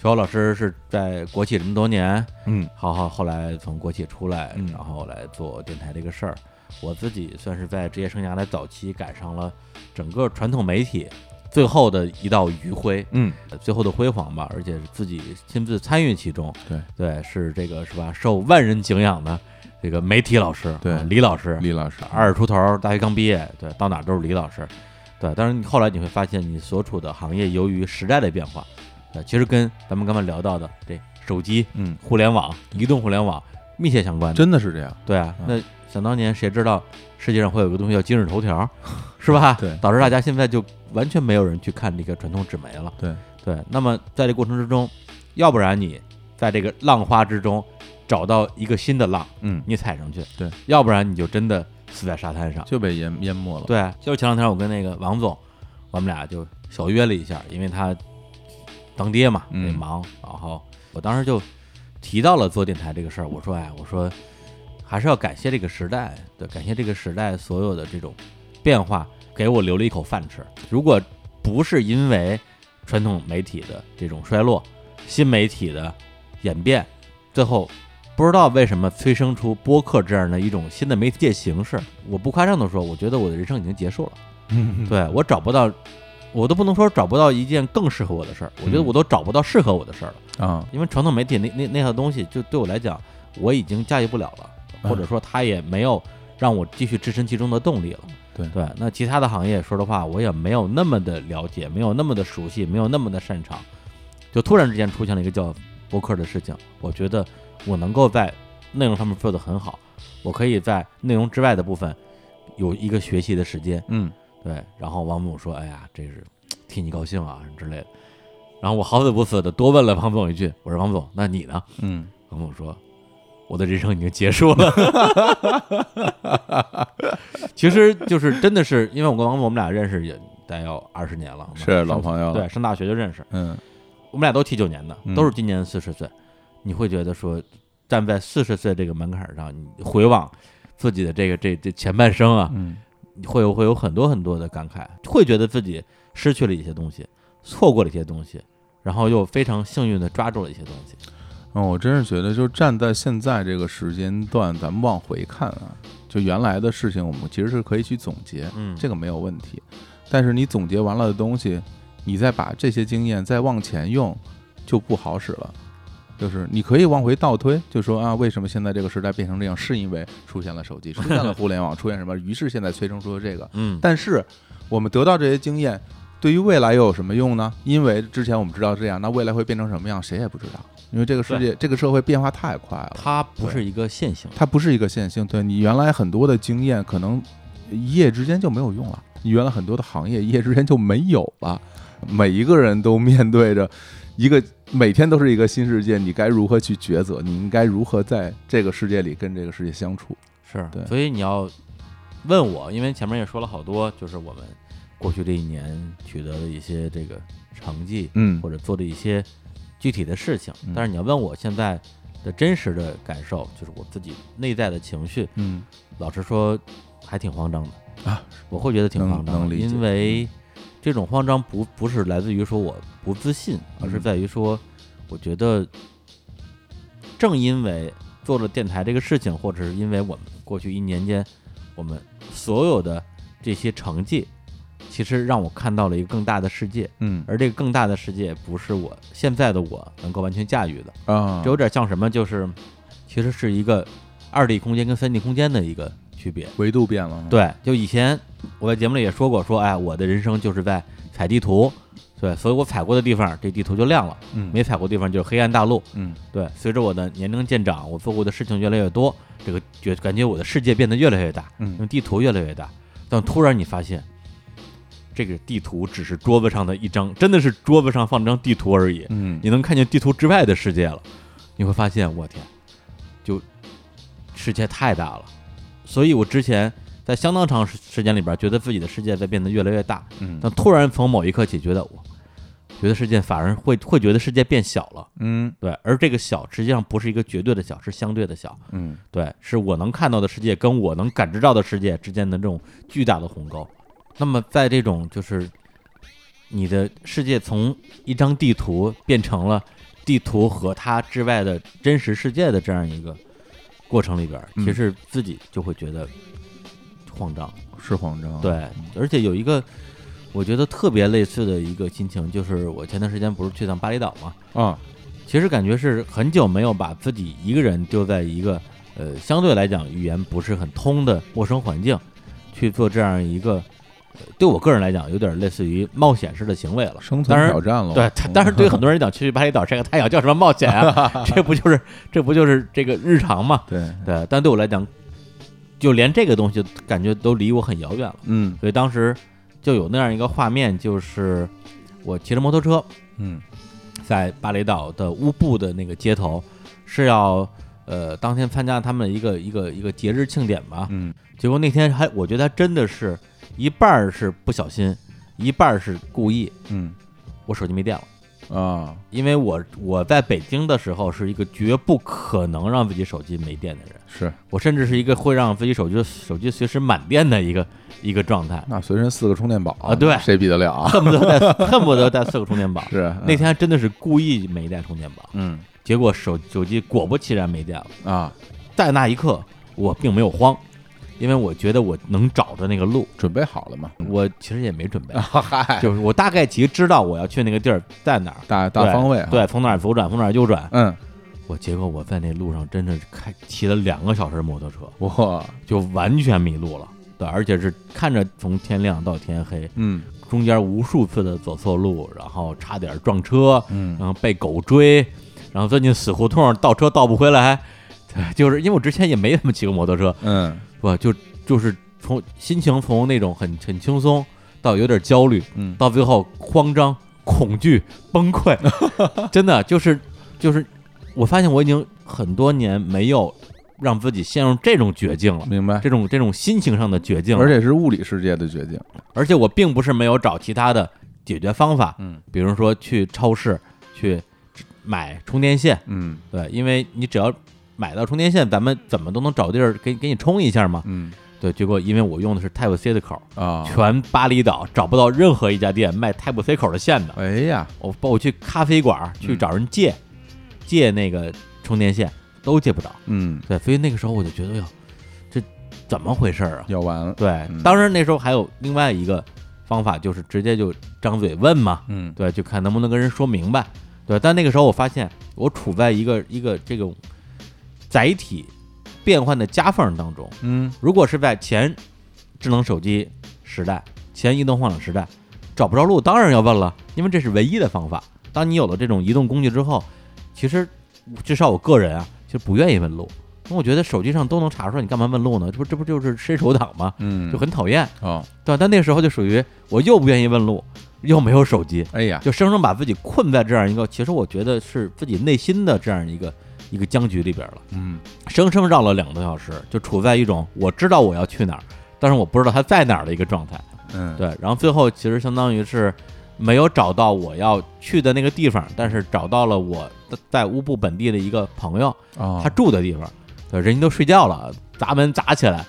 [SPEAKER 3] 小欧老师是在国企这么多年，
[SPEAKER 2] 嗯
[SPEAKER 3] 好好，后来从国企出来，
[SPEAKER 2] 嗯
[SPEAKER 3] 然后来做电台这个事儿。我自己算是在职业生涯的早期赶上了整个传统媒体最后的一道余晖，
[SPEAKER 2] 嗯，
[SPEAKER 3] 呃最后的辉煌吧，而且是自己亲自参与其中。
[SPEAKER 2] 对
[SPEAKER 3] 对，是这个是吧？受万人敬仰的这个媒体老师，
[SPEAKER 2] 对
[SPEAKER 3] 啊李老师，
[SPEAKER 2] 嗯李老师，
[SPEAKER 3] 二十出头，大学刚毕业，对，到哪儿都是李老师，对。但是你后来你会发现，你所处的行业由于时代的变化，呃，其实跟咱们刚才聊到的这手机、
[SPEAKER 2] 嗯，
[SPEAKER 3] 互联网、移动互联网密切相关的。
[SPEAKER 2] 真的是这样。
[SPEAKER 3] 对啊，
[SPEAKER 2] 嗯
[SPEAKER 3] 那想当年谁知道世界上会有个东西叫今日头 条，是吧？
[SPEAKER 2] 对
[SPEAKER 3] 导致大家现在就完全没有人去看这个传统纸媒了。
[SPEAKER 2] 对
[SPEAKER 3] 对，那么在这过程之中，要不然你在这个浪花之中找到一个新的浪，
[SPEAKER 2] 嗯，
[SPEAKER 3] 你踩上去；
[SPEAKER 2] 对，
[SPEAKER 3] 要不然你就真的死在沙滩上。
[SPEAKER 2] 就被淹淹没了。
[SPEAKER 3] 对，就是前两天我跟那个王总，我们俩就小约了一下，因为他当爹嘛，
[SPEAKER 2] 嗯
[SPEAKER 3] 得忙。然后我当时就提到了做电台这个事儿，我说哎，我说还是要感谢这个时代，对，感谢这个时代所有的这种变化，给我留了一口饭吃。如果不是因为传统媒体的这种衰落，新媒体的演变，最后不知道为什么催生出播客这样的一种新的媒介形式。我不夸张的说，我觉得我的人生已经结束了。
[SPEAKER 2] 嗯，
[SPEAKER 3] 对我找不到，我都不能说找不到一件更适合我的事儿，我觉得
[SPEAKER 2] 嗯
[SPEAKER 3] 我都找不到适合我的事儿了。
[SPEAKER 2] 啊，
[SPEAKER 3] 因为传统媒体那那那套东西，就对我来讲，我已经驾驭不了了，或者
[SPEAKER 1] 嗯
[SPEAKER 3] 说它也没有让我继续置身其中的动力了。
[SPEAKER 2] 对
[SPEAKER 3] 对，那其他的行业，说实话，我也没有那么的了解，没有那么的熟悉，没有那么的擅长。就突然之间出现了一个叫博客的事情，我觉得我能够在内容上面做得很好，我可以在内容之外的部分有一个学习的时间。
[SPEAKER 2] 嗯，
[SPEAKER 3] 对，然后王总说：“哎呀，这是替你高兴啊什么之类的。”然后我好死不死的多问了王总一句：“我说王总，那你呢
[SPEAKER 2] 嗯，？”
[SPEAKER 3] 王总说：“我的人生已经结束了。” 其实就是真的是，因为我跟王总我们俩认识也得有二十年了，
[SPEAKER 2] 是老
[SPEAKER 3] 上
[SPEAKER 2] 朋友了
[SPEAKER 3] 对，上大学就认识，
[SPEAKER 2] 嗯，
[SPEAKER 3] 我们俩都七九年的，
[SPEAKER 2] 嗯
[SPEAKER 3] 都是今年四十岁，你会觉得说，站在四十岁这个门槛上，你回望自己的这个这这前半生啊，
[SPEAKER 2] 嗯，
[SPEAKER 3] 会有会有很多很多的感慨，会觉得自己失去了一些东西，错过了一些东西，然后又非常幸运的抓住了一些东西。
[SPEAKER 2] 嗯，我真是觉得，就站在现在这个时间段，咱们往回看啊，就原来的事情，我们其实是可以去总结，
[SPEAKER 3] 嗯
[SPEAKER 2] 这个没有问题。但是你总结完了的东西，你再把这些经验再往前用，就不好使了。就是你可以往回倒推，就说啊，为什么现在这个时代变成这样，是因为出现了手 机，出现了互联网，出现什么，于是现在催生出了这个。
[SPEAKER 3] 嗯，
[SPEAKER 2] 但是我们得到这些经验，对于未来又有什么用呢？因为之前我们知道这样，那未来会变成什么样，谁也不知道。
[SPEAKER 4] 因为这个世界这个社会变化太快
[SPEAKER 2] 啊
[SPEAKER 4] 了，
[SPEAKER 3] 它不是一个线性，
[SPEAKER 4] 它不是一个线性。对你原来很多的经验，可能一夜之间就没有用了。你原来很多的行业，一夜之间就没有了。每一个人都面对着一个每天都是一个新世界，你该如何去抉择？你应该如何在这个世界里跟这个世界相处？
[SPEAKER 3] 是
[SPEAKER 4] 对
[SPEAKER 3] 所以你要问我，因为前面也说了好多，就是我们过去这一年取得的一些这个成绩，
[SPEAKER 4] 嗯
[SPEAKER 3] 或者做的一些具体的事情
[SPEAKER 4] 嗯。
[SPEAKER 3] 但是你要问我现在的真实的感受，就是我自己内在的情绪，
[SPEAKER 4] 嗯
[SPEAKER 3] 老实说，还挺慌张的
[SPEAKER 4] 啊，
[SPEAKER 3] 我会觉得挺
[SPEAKER 4] 能
[SPEAKER 3] 慌张
[SPEAKER 4] 能
[SPEAKER 3] 的，
[SPEAKER 4] 理解嗯
[SPEAKER 3] 因为这种慌张不不是来自于说我不自信，而是
[SPEAKER 4] 嗯
[SPEAKER 3] 在于说，我觉得正因为做了电台这个事情，或者是因为我们过去一年间我们所有的这些成绩，其实让我看到了一个更大的世界，
[SPEAKER 4] 嗯
[SPEAKER 3] 而这个更大的世界不是我现在的我能够完全驾驭的，
[SPEAKER 4] 啊
[SPEAKER 3] 这有点像什么，就是其实是一个二 D 空间跟三 D 空间的一个区别。
[SPEAKER 4] 维度变了，，
[SPEAKER 3] 对，就以前我在节目里也说过，说哎，我的人生就是在踩地图，对，所以我踩过的地方，这地图就亮了；
[SPEAKER 4] 嗯
[SPEAKER 3] 没踩过的地方就是黑暗大陆。
[SPEAKER 4] 嗯
[SPEAKER 3] 对，随着我的年龄渐长，我做过的事情越来越多，这个觉感觉我的世界变得越来越大，
[SPEAKER 4] 嗯
[SPEAKER 3] 用地图越来越大。但突然你发现，这个地图只是桌子上的一张，真的是桌子上放张地图而已。
[SPEAKER 4] 嗯
[SPEAKER 3] 你能看见地图之外的世界了，你会发现，我天，就世界太大了。所以我之前在相当长时时间里边，觉得自己的世界在变得越来越大，
[SPEAKER 4] 嗯
[SPEAKER 3] 但突然从某一刻起，觉得我觉得世界反而会会觉得世界变小了。
[SPEAKER 4] 嗯
[SPEAKER 3] 对，而这个小实际上不是一个绝对的小，是相对的小。
[SPEAKER 4] 嗯
[SPEAKER 3] 对，是我能看到的世界跟我能感知到的世界之间的这种巨大的鸿沟。那么，在这种就是你的世界从一张地图变成了地图和它之外的真实世界的这样一个过程里边儿，
[SPEAKER 4] 嗯
[SPEAKER 3] 其实自己就会觉得慌张。
[SPEAKER 2] 嗯
[SPEAKER 4] 是慌张，
[SPEAKER 3] 对，而且有一个我觉得特别类似的一个心情，就是我前段时间不是去趟巴厘岛嘛，
[SPEAKER 4] 啊
[SPEAKER 3] 其实感觉是很久没有把自己一个人丢在一个呃相对来讲语言不是很通的陌生环境，去做这样一个、呃对我个人来讲有点类似于冒险式的行为了。
[SPEAKER 4] 生存
[SPEAKER 3] 当然
[SPEAKER 4] 挑战了，嗯
[SPEAKER 3] 对，他当然对很多人讲去巴厘岛晒个太阳叫什么冒险啊？这不就是这不就是这个日常嘛？
[SPEAKER 4] 对，
[SPEAKER 3] 对，但对我来讲，就连这个东西感觉都离我很遥远了。
[SPEAKER 4] 嗯
[SPEAKER 3] 所以当时就有那样一个画面，就是我骑着摩托车，
[SPEAKER 4] 嗯
[SPEAKER 3] 在巴厘岛的乌布的那个街头，是要呃当天参加他们的一个一个一个节日庆典吧。
[SPEAKER 4] 嗯
[SPEAKER 3] 结果那天还我觉得还真的是一半儿是不小心，一半儿是故意，
[SPEAKER 4] 嗯
[SPEAKER 3] 我手机没电了。
[SPEAKER 4] 啊
[SPEAKER 3] 因为我我在北京的时候是一个绝不可能让自己手机没电的人，
[SPEAKER 4] 是，
[SPEAKER 3] 我甚至是一个会让自己手机手机随时满电的一个 一个状态，
[SPEAKER 4] 那随身四个充电宝
[SPEAKER 3] 啊对
[SPEAKER 4] 谁比得了啊？
[SPEAKER 3] 恨不得带恨不得带四个充电宝。
[SPEAKER 4] 是嗯
[SPEAKER 3] 那天还真的是故意没带充电宝，
[SPEAKER 4] 嗯
[SPEAKER 3] 结果手手机果不其然没电了。
[SPEAKER 4] 啊，
[SPEAKER 3] 在那一刻，我并没有慌，因为我觉得我能找着那个路。
[SPEAKER 4] 准备好了吗？
[SPEAKER 3] 我其实也没准备，
[SPEAKER 4] 嗨，
[SPEAKER 3] 就是我大概其实知道我要去那个地儿在哪儿，
[SPEAKER 4] 大大
[SPEAKER 3] 对
[SPEAKER 4] 方
[SPEAKER 2] 嗯
[SPEAKER 4] 位啊，
[SPEAKER 3] 对，从哪儿左转，从哪儿右转。
[SPEAKER 4] 嗯，
[SPEAKER 3] 我结果我在那路上真的是开骑了两个小时摩托车，
[SPEAKER 4] 哇，
[SPEAKER 3] 就完全迷路了。对，而且是看着从天亮到天黑，
[SPEAKER 4] 嗯
[SPEAKER 3] 中间无数次的走错路，然后差点撞车，
[SPEAKER 4] 嗯
[SPEAKER 3] 然后被狗追，然后钻进死胡同，倒车倒不回来。 对，就是因为我之前也没怎么骑过摩托车，
[SPEAKER 4] 嗯
[SPEAKER 3] 不就就是从心情从那种很很轻松到有点焦虑，
[SPEAKER 4] 嗯
[SPEAKER 3] 到最后慌张、恐惧、崩溃，真的就是就是，我发现我已经很多年没有让自己陷入这种绝境了。
[SPEAKER 4] 明白，
[SPEAKER 3] 这种这种心情上的绝境了，
[SPEAKER 4] 而且是物理世界的决定，
[SPEAKER 3] 而且我并不是没有找其他的解决方法，
[SPEAKER 4] 嗯
[SPEAKER 3] 比如说去超市去买充电线，
[SPEAKER 4] 嗯
[SPEAKER 3] 对，因为你只要买到充电线，咱们怎么都能找地儿给给你充一下嘛。
[SPEAKER 4] 嗯
[SPEAKER 3] 对，结果因为我用的是 Type C 的口儿，
[SPEAKER 4] 啊，
[SPEAKER 3] 全巴厘岛找不到任何一家店卖 Type C 口的线的。
[SPEAKER 4] 哎呀，
[SPEAKER 3] 我包括去咖啡馆儿
[SPEAKER 4] 嗯
[SPEAKER 3] 去找人借、借那个充电线，都借不着。
[SPEAKER 4] 嗯，
[SPEAKER 3] 对，所以那个时候我就觉得，哟，哎这怎么回事儿啊？
[SPEAKER 4] 要完了，
[SPEAKER 3] 对
[SPEAKER 4] 嗯，
[SPEAKER 3] 当然那时候还有另外一个方法，就是直接就张嘴问嘛，
[SPEAKER 4] 嗯
[SPEAKER 3] 对，就看能不能跟人说明白。对，但那个时候我发现我处在一个一个这种载体变换的夹缝当中，
[SPEAKER 4] 嗯
[SPEAKER 3] 如果是在前智能手机时代、前移动互联网时代，找不着路，当然要问了，因为这是唯一的方法。当你有了这种移动工具之后，其实至少我个人啊，就不愿意问路，因为我觉得手机上都能查出来，你干嘛问路呢？这不这不就是伸手党吗？
[SPEAKER 2] 嗯
[SPEAKER 3] 就很讨厌，
[SPEAKER 2] 哦，
[SPEAKER 3] 对吧？但那个时候就属于我又不愿意问路，又没有手机，
[SPEAKER 2] 哎呀，
[SPEAKER 3] 就生生把自己困在这样一个，其实我觉得是自己内心的这样一个一个僵局里边了。
[SPEAKER 2] 嗯，
[SPEAKER 3] 生生绕了两个多小时，就处在一种我知道我要去哪儿，但是我不知道它在哪儿的一个状态。
[SPEAKER 2] 嗯，
[SPEAKER 3] 对，然后最后其实相当于是没有找到我要去的那个地方，但是找到了我的在乌布本地的一个朋友，
[SPEAKER 2] 哦
[SPEAKER 3] 他住的地方，对，人家都睡觉了，砸门砸起来，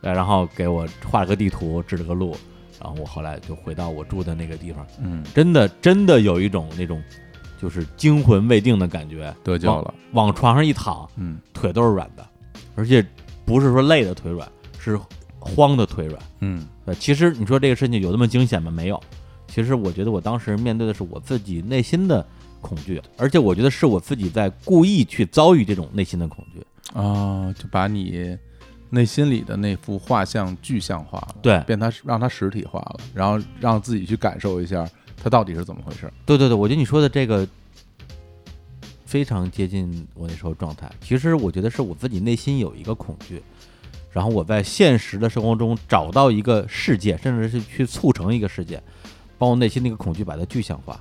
[SPEAKER 3] 对，然后给我画了个地图，指了个路，然后我后来就回到我住的那个地方，
[SPEAKER 2] 嗯，
[SPEAKER 3] 真的真的有一种那种就是惊魂未定的感觉，
[SPEAKER 2] 得救了，
[SPEAKER 3] 往床上一躺，
[SPEAKER 2] 嗯
[SPEAKER 3] 腿都是软的，而且不是说累的腿软，是慌的腿软。
[SPEAKER 2] 嗯
[SPEAKER 3] 对，其实你说这个事情有那么惊险吗？没有。其实我觉得我当时面对的是我自己内心的恐惧，而且我觉得是我自己在故意去遭遇这种内心的恐惧。
[SPEAKER 2] 啊，就把你内心里的那幅画像具象化了，
[SPEAKER 3] 对，
[SPEAKER 2] 变它让它实体化了，然后让自己去感受一下它到底是怎么回事。
[SPEAKER 3] 对对对，我觉得你说的这个非常接近我那时候状态。其实我觉得是我自己内心有一个恐惧，然后我在现实的生活中找到一个世界，甚至是去促成一个世界，帮我内心那个恐惧把它具象化，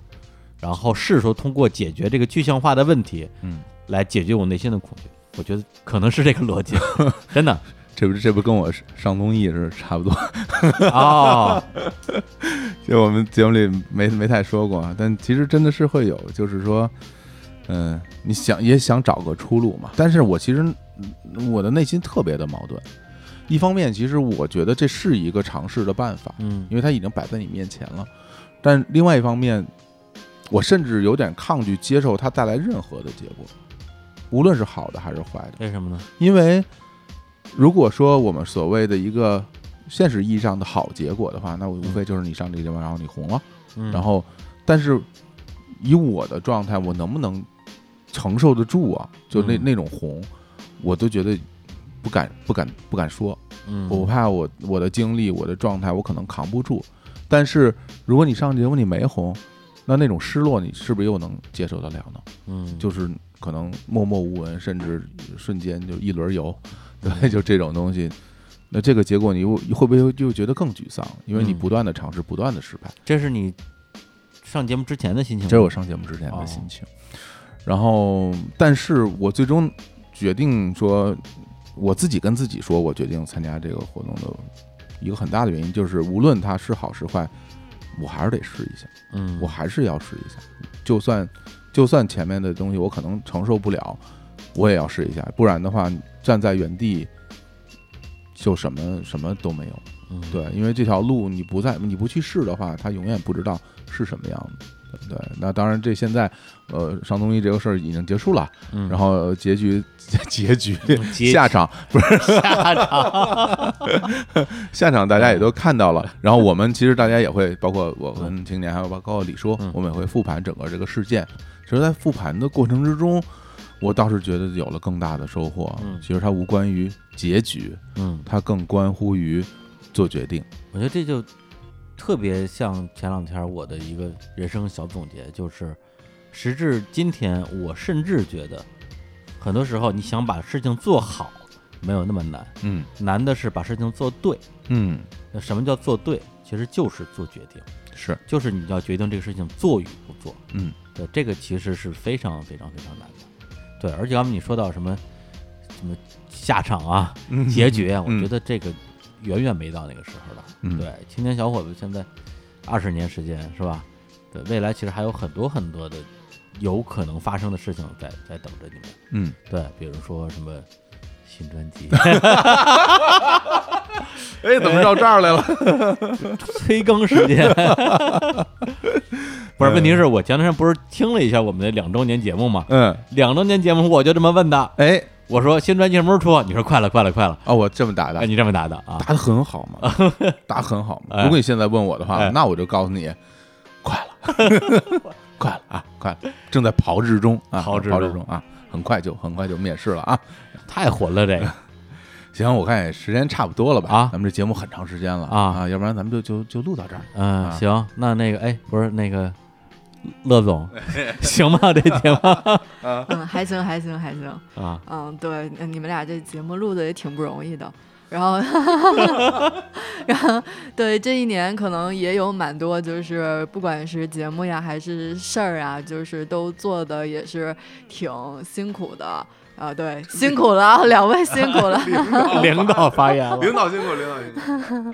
[SPEAKER 3] 然后是时候通过解决这个具象化的问题，
[SPEAKER 2] 嗯，
[SPEAKER 3] 来解决我内心的恐惧。我觉得可能是这个 逻辑，真的
[SPEAKER 2] 这不这不跟我上综艺是差不多，
[SPEAKER 3] 哦，
[SPEAKER 2] 就我们节目里没没太说过啊，但其实真的是会有，就是说，嗯，你想也想找个出路嘛。但是我其实嗯我的内心特别的矛盾，一方面其实我觉得这是一个尝试的办法，
[SPEAKER 3] 嗯
[SPEAKER 2] 因为它已经摆在你面前了，但另外一方面，我甚至有点抗拒接受它带来任何的结果，无论是好的还是坏的。
[SPEAKER 3] 为什么呢？
[SPEAKER 2] 因为如果说我们所谓的一个现实意义上的好结果的话，那我无非就是你上这个节目，然后你红了，
[SPEAKER 3] 嗯，
[SPEAKER 2] 然后，但是以我的状态，我能不能承受得住啊？就那
[SPEAKER 3] 嗯
[SPEAKER 2] 那种红，我都觉得不敢不敢不敢说，
[SPEAKER 3] 嗯，
[SPEAKER 2] 我怕我我的经历、我的状态，我可能扛不住。但是如果你上节目你没红，那那种失落，你是不是又能接受得了呢？
[SPEAKER 3] 嗯，
[SPEAKER 2] 就是可能默默无闻，甚至瞬间就一轮游，对， 就这种东西。那这个结果你又会不会就觉得更沮丧？因为你
[SPEAKER 3] 嗯
[SPEAKER 2] 不断的尝试，不断的失败。
[SPEAKER 3] 这是你上节目之前的心情吗，
[SPEAKER 2] 这是我上节目之前的心情。然后，但是我最终决定说，我自己跟自己说，我决定参加这个活动的一个很大的原因就是，无论它是好是坏，我还是得试一下。
[SPEAKER 3] 嗯，
[SPEAKER 2] 我还是要试一下，就算就算前面的东西我可能承受不了，我也要试一下，不然的话站在原地就什么什么都没有。
[SPEAKER 3] 嗯
[SPEAKER 2] 对，因为这条路你不在你不去试的话，他永远不知道是什么样的。对不对，那当然，这现在，呃，上综艺这个事儿已经结束了，
[SPEAKER 3] 嗯，
[SPEAKER 2] 然后结局 结局
[SPEAKER 3] 结
[SPEAKER 2] 下场
[SPEAKER 3] 下场， 嗯
[SPEAKER 2] 下场大家也都看到了，然后我们其实大家也会，包括我跟青年，还有包括李叔
[SPEAKER 3] 嗯，
[SPEAKER 2] 我们也会复盘整个这个事件。其实，在复盘的过程之中，我倒是觉得有了更大的收获
[SPEAKER 3] 嗯。
[SPEAKER 2] 其实它无关于结局，
[SPEAKER 3] 嗯，
[SPEAKER 2] 它更关乎于做决定。
[SPEAKER 3] 我觉得这就特别像前两天我的一个人生小总结，就是时至今天，我甚至觉得，很多时候你想把事情做好没有那么难，
[SPEAKER 2] 嗯
[SPEAKER 3] 难的是把事情做对。
[SPEAKER 2] 嗯，
[SPEAKER 3] 那什么叫做对？其实就是做决定，
[SPEAKER 2] 是
[SPEAKER 3] 就是你要决定这个事情做与不做。
[SPEAKER 2] 嗯，
[SPEAKER 3] 对，这个其实是非常非常非常难的。对，而且刚才你说到什么什么下场啊、结局啊，我
[SPEAKER 2] 嗯
[SPEAKER 3] 觉得这个远远没到那个时候了。
[SPEAKER 2] 嗯
[SPEAKER 3] 对，青年小伙子现在二十年时间是吧？对，未来其实还有很多很多的有可能发生的事情在在等着你们。
[SPEAKER 2] 嗯，
[SPEAKER 3] 对，比如说什么新专 辑，
[SPEAKER 2] 哎，怎么到这儿来了？
[SPEAKER 3] 催更时间。 不是，问题是我前段时间不是听了一下我们的两周年节目嘛？
[SPEAKER 2] 嗯，
[SPEAKER 3] 两周年节目我就这么问的，
[SPEAKER 2] 哎，
[SPEAKER 3] 我说新专辑什么时候出？啊你说快了，快了，快了。
[SPEAKER 2] 哦，我这么打的
[SPEAKER 3] 哎，，你这么答的啊？
[SPEAKER 2] 答的很好嘛， 答得很好嘛。
[SPEAKER 3] 哎
[SPEAKER 2] 如果你现在问我的话
[SPEAKER 3] 哎，
[SPEAKER 2] 那我就告诉你，快了， 快了啊，快了，正在炮制中啊，
[SPEAKER 3] 炮
[SPEAKER 2] 炮
[SPEAKER 3] 制
[SPEAKER 2] 制
[SPEAKER 3] 中
[SPEAKER 2] 中啊，很快就很快就面试了啊。
[SPEAKER 3] 太混了，这个。
[SPEAKER 2] 行，我看也时间差不多了吧？
[SPEAKER 3] 啊
[SPEAKER 2] 咱们这节目很长时间了
[SPEAKER 3] 啊
[SPEAKER 2] 啊，要不然咱们就就就录到这儿。
[SPEAKER 3] 嗯，
[SPEAKER 2] 啊
[SPEAKER 3] 行，那那个，哎，不是那个，乐 总，行吗？这节目
[SPEAKER 5] 嗯，还行，还行，还行。
[SPEAKER 3] 啊，
[SPEAKER 5] 嗯，对，嗯你们俩这节目录的也挺不容易的。然后，然后，对这一年可能也有蛮多，就是不管是节目呀，还是事儿啊，就是都做的也是挺辛苦的啊。对，辛苦了啊，两位辛苦了。
[SPEAKER 3] 领导发言了，
[SPEAKER 2] 领导辛苦，领导辛苦。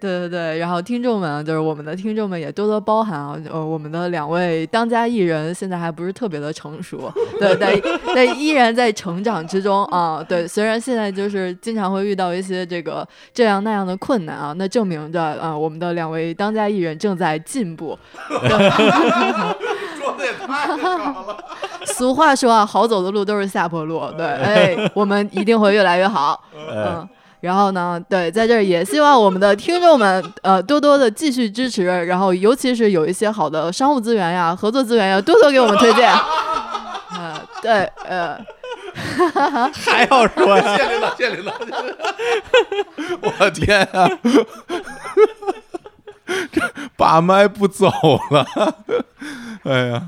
[SPEAKER 5] 对对对，然后听众们就是我们的听众们也多多包涵啊，呃，我们的两位当家艺人现在还不是特别的成熟，对对，但依然在成长之中啊。对，虽然现在就是经常会遇到一些这个这样那样的困难啊，那证明着啊，我们的两位当家艺人正在进 步。
[SPEAKER 2] 说的也太少了。
[SPEAKER 5] 俗话说啊，好走的路都是下坡路。对，哎，我们一定会越来越好。
[SPEAKER 2] 哎
[SPEAKER 5] 嗯。然后呢，对，在这儿也希望我们的听众们，呃，多多的继续支持，然后尤其是有一些好的商务资源呀、合作资源呀，多多给我们推荐。呃，对，呃，
[SPEAKER 3] 还要说呀？
[SPEAKER 2] 谢谢领导，谢谢领导。我天啊！这把麦不走了，哎呀，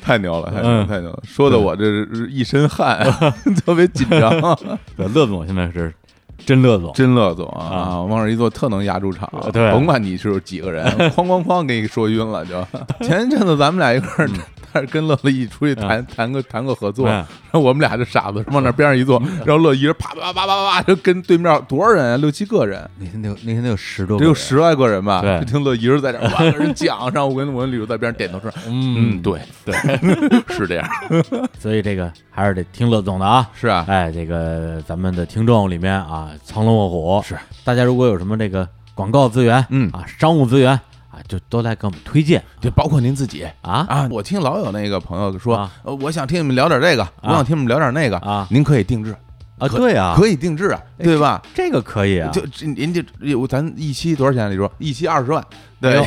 [SPEAKER 2] 太牛了，太牛了，
[SPEAKER 3] 嗯
[SPEAKER 2] 太牛了！说的我这是一身汗， 特别紧 张。
[SPEAKER 3] 对，乐总现在是真乐总，
[SPEAKER 2] 真乐总啊，
[SPEAKER 3] 啊呃
[SPEAKER 2] 往这一坐特能压住场，
[SPEAKER 3] 对
[SPEAKER 2] 甭管你是几个 人，哐哐哐给你说晕了就。前一阵子咱们俩一块儿，他是跟乐乐一起出去谈谈个谈个合作，
[SPEAKER 3] 嗯
[SPEAKER 2] 然后我们俩这傻子往那边上一坐，然后乐一人啪啪啪啪啪啪就跟对面多少人啊，六七个人。
[SPEAKER 3] 那天得有那天得有十多
[SPEAKER 2] 得
[SPEAKER 3] 个人，
[SPEAKER 2] 有十来个人吧，
[SPEAKER 3] 对
[SPEAKER 2] 就听乐一人在这儿哇跟人讲，然后我跟我跟李叔在边上点头说，
[SPEAKER 3] 嗯，
[SPEAKER 2] 对对，是这样，
[SPEAKER 3] 所以这个还是得听乐总的啊。
[SPEAKER 2] 是啊，
[SPEAKER 3] 哎，这个咱们的听众里面啊，藏龙卧虎
[SPEAKER 2] 是。
[SPEAKER 3] 大家如果有什么这个广告资源，
[SPEAKER 2] 嗯
[SPEAKER 3] 啊，商务资源啊，就都来给我们推荐
[SPEAKER 2] 对，包括您自己，
[SPEAKER 3] 啊
[SPEAKER 2] 啊，我听老有那个朋友说
[SPEAKER 3] 啊，
[SPEAKER 2] 呃我想听你们聊点这个，我想听你们聊点那个
[SPEAKER 3] 啊
[SPEAKER 2] 您可以定制，
[SPEAKER 3] 啊！
[SPEAKER 2] 可
[SPEAKER 3] 对啊，
[SPEAKER 2] 可以定制啊，
[SPEAKER 3] 哎
[SPEAKER 2] 对吧？
[SPEAKER 3] 这个可以啊，
[SPEAKER 2] 就这您这有咱一期多少钱？李叔，一期二十万，对，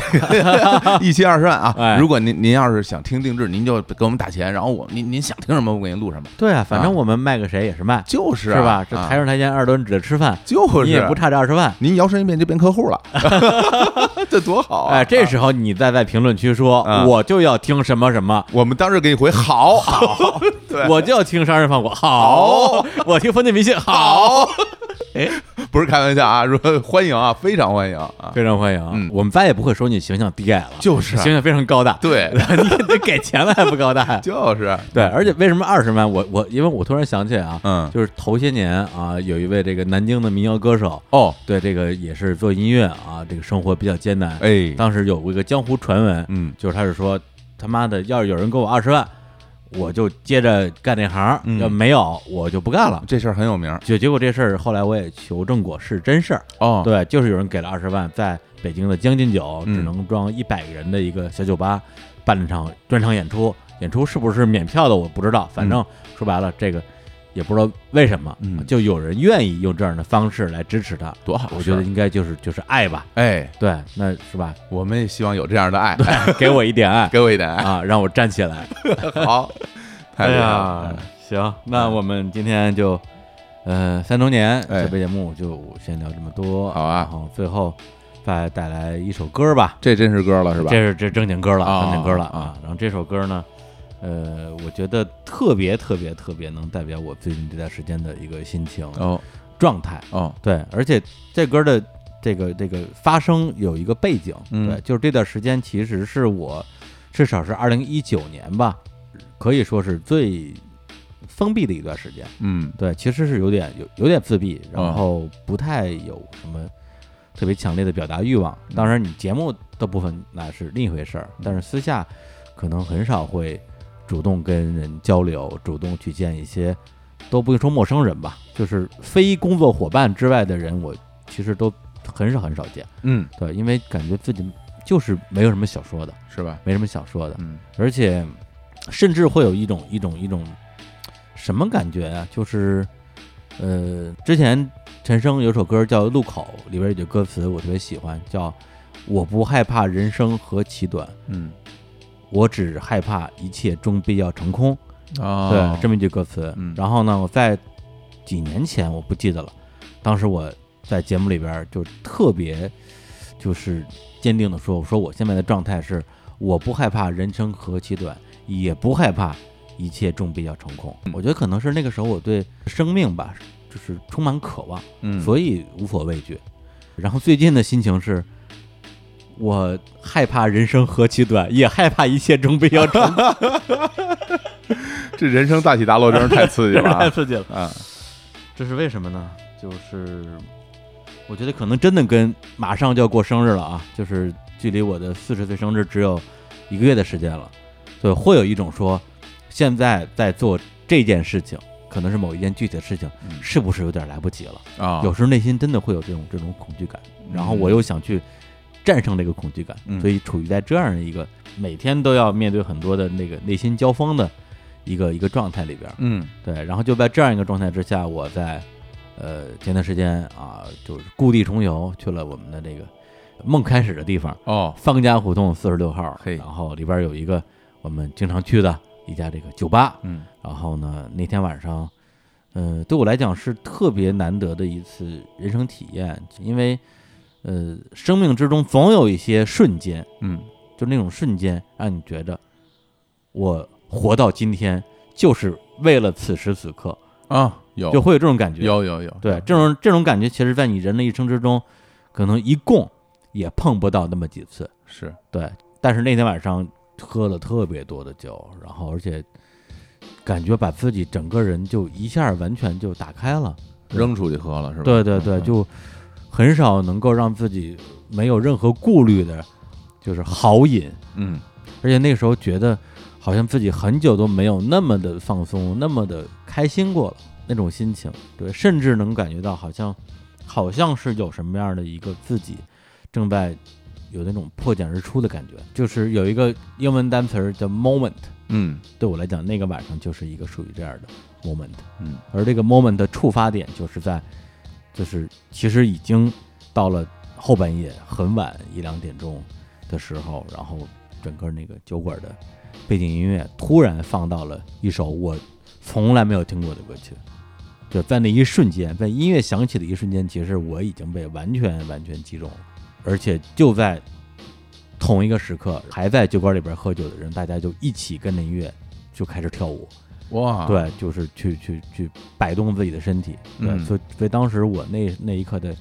[SPEAKER 2] 一期二十万啊
[SPEAKER 3] 哎。
[SPEAKER 2] 如果您您要是想听定制，您就给我们打钱，然后我您您想听什么，我给您录什么，
[SPEAKER 3] 对啊，反正我们卖给谁也是卖，
[SPEAKER 2] 就是
[SPEAKER 3] 是
[SPEAKER 2] 啊
[SPEAKER 3] 吧？这
[SPEAKER 2] 啊
[SPEAKER 3] 台上台前二十指着吃饭，
[SPEAKER 2] 就
[SPEAKER 3] 你也
[SPEAKER 2] 是啊
[SPEAKER 3] 不差这二十万。
[SPEAKER 2] 您摇身一变就变客户了， 这多好啊！
[SPEAKER 3] 哎，这
[SPEAKER 2] 啊
[SPEAKER 3] 时候你再在评论区说，
[SPEAKER 2] 啊
[SPEAKER 3] 我就要听什么什么，
[SPEAKER 2] 我们当时给你回 好，好，对，
[SPEAKER 3] 我就要听商人放火，好；我听封建迷信，好。
[SPEAKER 2] 好，
[SPEAKER 3] 哎，
[SPEAKER 2] 不是开玩笑啊，说欢迎啊，非常欢迎啊，
[SPEAKER 3] 非常欢迎啊，
[SPEAKER 2] 嗯
[SPEAKER 3] 我们再也不会说你形象低矮了，
[SPEAKER 2] 就是啊
[SPEAKER 3] 形象非常高大。
[SPEAKER 2] 对
[SPEAKER 3] 你得给钱了还不高大呀？
[SPEAKER 2] 就是，啊
[SPEAKER 3] 对，而且为什么二十万？我我因为我突然想起来啊，
[SPEAKER 2] 嗯，
[SPEAKER 3] 就是头些年啊，有一位这个南京的民谣歌手，
[SPEAKER 2] 哦，
[SPEAKER 3] 对这个也是做音乐啊，这个生活比较艰难。
[SPEAKER 2] 哎，
[SPEAKER 3] 当时有过一个江湖传闻，
[SPEAKER 2] 嗯
[SPEAKER 3] 就是他是说他妈的，要是有人给我二十万，我就接着干这行；
[SPEAKER 2] 嗯
[SPEAKER 3] 要没有，我就不干了。
[SPEAKER 2] 这事儿很有名儿
[SPEAKER 3] 就结果这事儿后来我也求证过是真事儿，
[SPEAKER 2] 哦，
[SPEAKER 3] 对，就是有人给了二十万，在北京的将进酒，
[SPEAKER 2] 嗯
[SPEAKER 3] 只能装一百个人的一个小酒吧，办了场专场演出。演出是不是免票的我不知道，反正说白了，这个也不知道为什么，
[SPEAKER 2] 嗯
[SPEAKER 3] 就有人愿意用这样的方式来支持他。
[SPEAKER 2] 多好事儿，
[SPEAKER 3] 我觉得应该就是就是爱吧，
[SPEAKER 2] 哎，
[SPEAKER 3] 对，那是吧？
[SPEAKER 2] 我们也希望有这样的爱，哎
[SPEAKER 3] 给我一 点爱
[SPEAKER 2] 给我一点 爱，
[SPEAKER 3] 啊，让我站起来。
[SPEAKER 2] 好，太
[SPEAKER 3] 哎
[SPEAKER 2] 厉害了嗯
[SPEAKER 3] 呀，，行，那我们今天就，呃，三周年
[SPEAKER 2] 哎
[SPEAKER 3] 特别节目就先聊这么多，
[SPEAKER 2] 好啊
[SPEAKER 3] 然后最后再带来一首歌吧，
[SPEAKER 2] 这真是歌了是吧？
[SPEAKER 3] 这是这正经歌了，
[SPEAKER 2] 啊
[SPEAKER 3] 正经歌了
[SPEAKER 2] 啊。
[SPEAKER 3] 然后这首歌呢，呃，我觉得特别特别特别能代表我最近这段时间的一个心情
[SPEAKER 2] 哦
[SPEAKER 3] 状态。
[SPEAKER 2] 哦，
[SPEAKER 3] 对，而且这歌的这个这个发生有一个背景，
[SPEAKER 2] 嗯
[SPEAKER 3] 对，就是这段时间其实是我至少是二零一九年吧，可以说是最封闭的一段时间。
[SPEAKER 2] 嗯
[SPEAKER 3] 对，其实是有点有有点自闭，
[SPEAKER 2] 哦
[SPEAKER 3] 然后不太有什么特别强烈的表达欲望。当然，你节目的部分那是另一回事儿，但是私下可能很少会主动跟人交流，主动去见一些都不用说陌生人吧，就是非工作伙伴之外的人，我其实都很少很少见。
[SPEAKER 2] 嗯，
[SPEAKER 3] 对，因为感觉自己就是没有什么想说的，
[SPEAKER 2] 是吧？
[SPEAKER 3] 没什么想说的，
[SPEAKER 2] 嗯
[SPEAKER 3] 而且甚至会有一种一种一种什么感觉啊？就是呃，之前陈升有首歌叫《路口》，里边有句歌词我特别喜欢，叫“我不害怕人生何其短，
[SPEAKER 2] 嗯
[SPEAKER 3] 我只害怕一切终必要成空”
[SPEAKER 2] 哦
[SPEAKER 3] 对，，这么一句歌词。
[SPEAKER 2] 嗯
[SPEAKER 3] 然后呢，我在几年前我不记得了，当时我在节目里边就特别就是坚定的说，我说我现在的状态是我不害怕人生何其短，也不害怕一切终必要成空。
[SPEAKER 2] 嗯
[SPEAKER 3] 我觉得可能是那个时候我对生命吧，就是充满渴望，
[SPEAKER 2] 嗯
[SPEAKER 3] 所以无所畏惧。然后最近的心情是，我害怕人生何其短，也害怕一切终必要成空，
[SPEAKER 1] 这人生大起大落，真是太刺激了
[SPEAKER 3] 太
[SPEAKER 1] 啊。
[SPEAKER 3] 刺激了。
[SPEAKER 1] 嗯，
[SPEAKER 3] 这是为什么呢？就是我觉得可能真的跟马上就要过生日了啊，就是距离我的四十岁生日只有一个月的时间了，所以会有一种说，现在在做这件事情，可能是某一件具体的事情，
[SPEAKER 1] 嗯
[SPEAKER 3] 是不是有点来不及了？
[SPEAKER 1] 啊
[SPEAKER 3] 有时候内心真的会有这种这种恐惧感，然后我又想去战胜这个恐惧感，
[SPEAKER 1] 嗯
[SPEAKER 3] 所以处于在这样的一个每天都要面对很多的那个内心交锋的一个一个状态里边，
[SPEAKER 1] 嗯
[SPEAKER 3] 对，然后就在这样一个状态之下，我在呃前段时间啊，就是故地重游，去了我们的这个梦开始的地方
[SPEAKER 1] 哦
[SPEAKER 3] ——方家胡同四十六号。
[SPEAKER 1] 嘿
[SPEAKER 3] 然后里边有一个我们经常去的一家这个酒吧。
[SPEAKER 1] 嗯
[SPEAKER 3] 然后呢，那天晚上，呃，对我来讲是特别难得的一次人生体验，因为呃，生命之中总有一些瞬间，
[SPEAKER 1] 嗯
[SPEAKER 3] 就那种瞬间，让你觉得我活到今天就是为了此时此刻，
[SPEAKER 2] 嗯哦
[SPEAKER 1] 啊，有
[SPEAKER 3] 就会有这种感觉。
[SPEAKER 1] 有有有，
[SPEAKER 3] 对这种这种感觉，其实在你人的一生之中，可能一共也碰不到那么几次。
[SPEAKER 1] 是
[SPEAKER 3] 对，但是那天晚上喝了特别多的酒，然后而且感觉把自己整个人就一下完全就打开了。
[SPEAKER 2] 扔出去喝了是吧？嗯
[SPEAKER 3] 对对对，就很少能够让自己没有任何顾虑的，就是豪饮。
[SPEAKER 1] 嗯
[SPEAKER 3] 而且那时候觉得好像自己很久都没有那么的放松，那么的开心过了那种心情，对，甚至能感觉到好像好像是有什么样的一个自己正在有那种破茧而出的感觉，就是有一个英文单词儿叫 moment，
[SPEAKER 1] 嗯
[SPEAKER 3] 对我来讲，那个晚上就是一个属于这样的 moment，
[SPEAKER 1] 嗯，
[SPEAKER 3] 而这个 moment 的触发点就是在，就是其实已经到了后半夜很晚一两点钟的时候，然后整个那个酒馆的背景音乐突然放到了一首我从来没有听过的歌曲，就在那一瞬间，在音乐响起的一瞬间，其实我已经被完全完全击中了，而且就在同一个时刻，还在酒馆里边喝酒的人，大家就一起跟着音乐就开始跳舞，
[SPEAKER 2] 啊
[SPEAKER 1] 哇，
[SPEAKER 3] 对，就是去去去摆动自己的身体，对，
[SPEAKER 1] 嗯
[SPEAKER 3] 所以所以当时我那那一刻的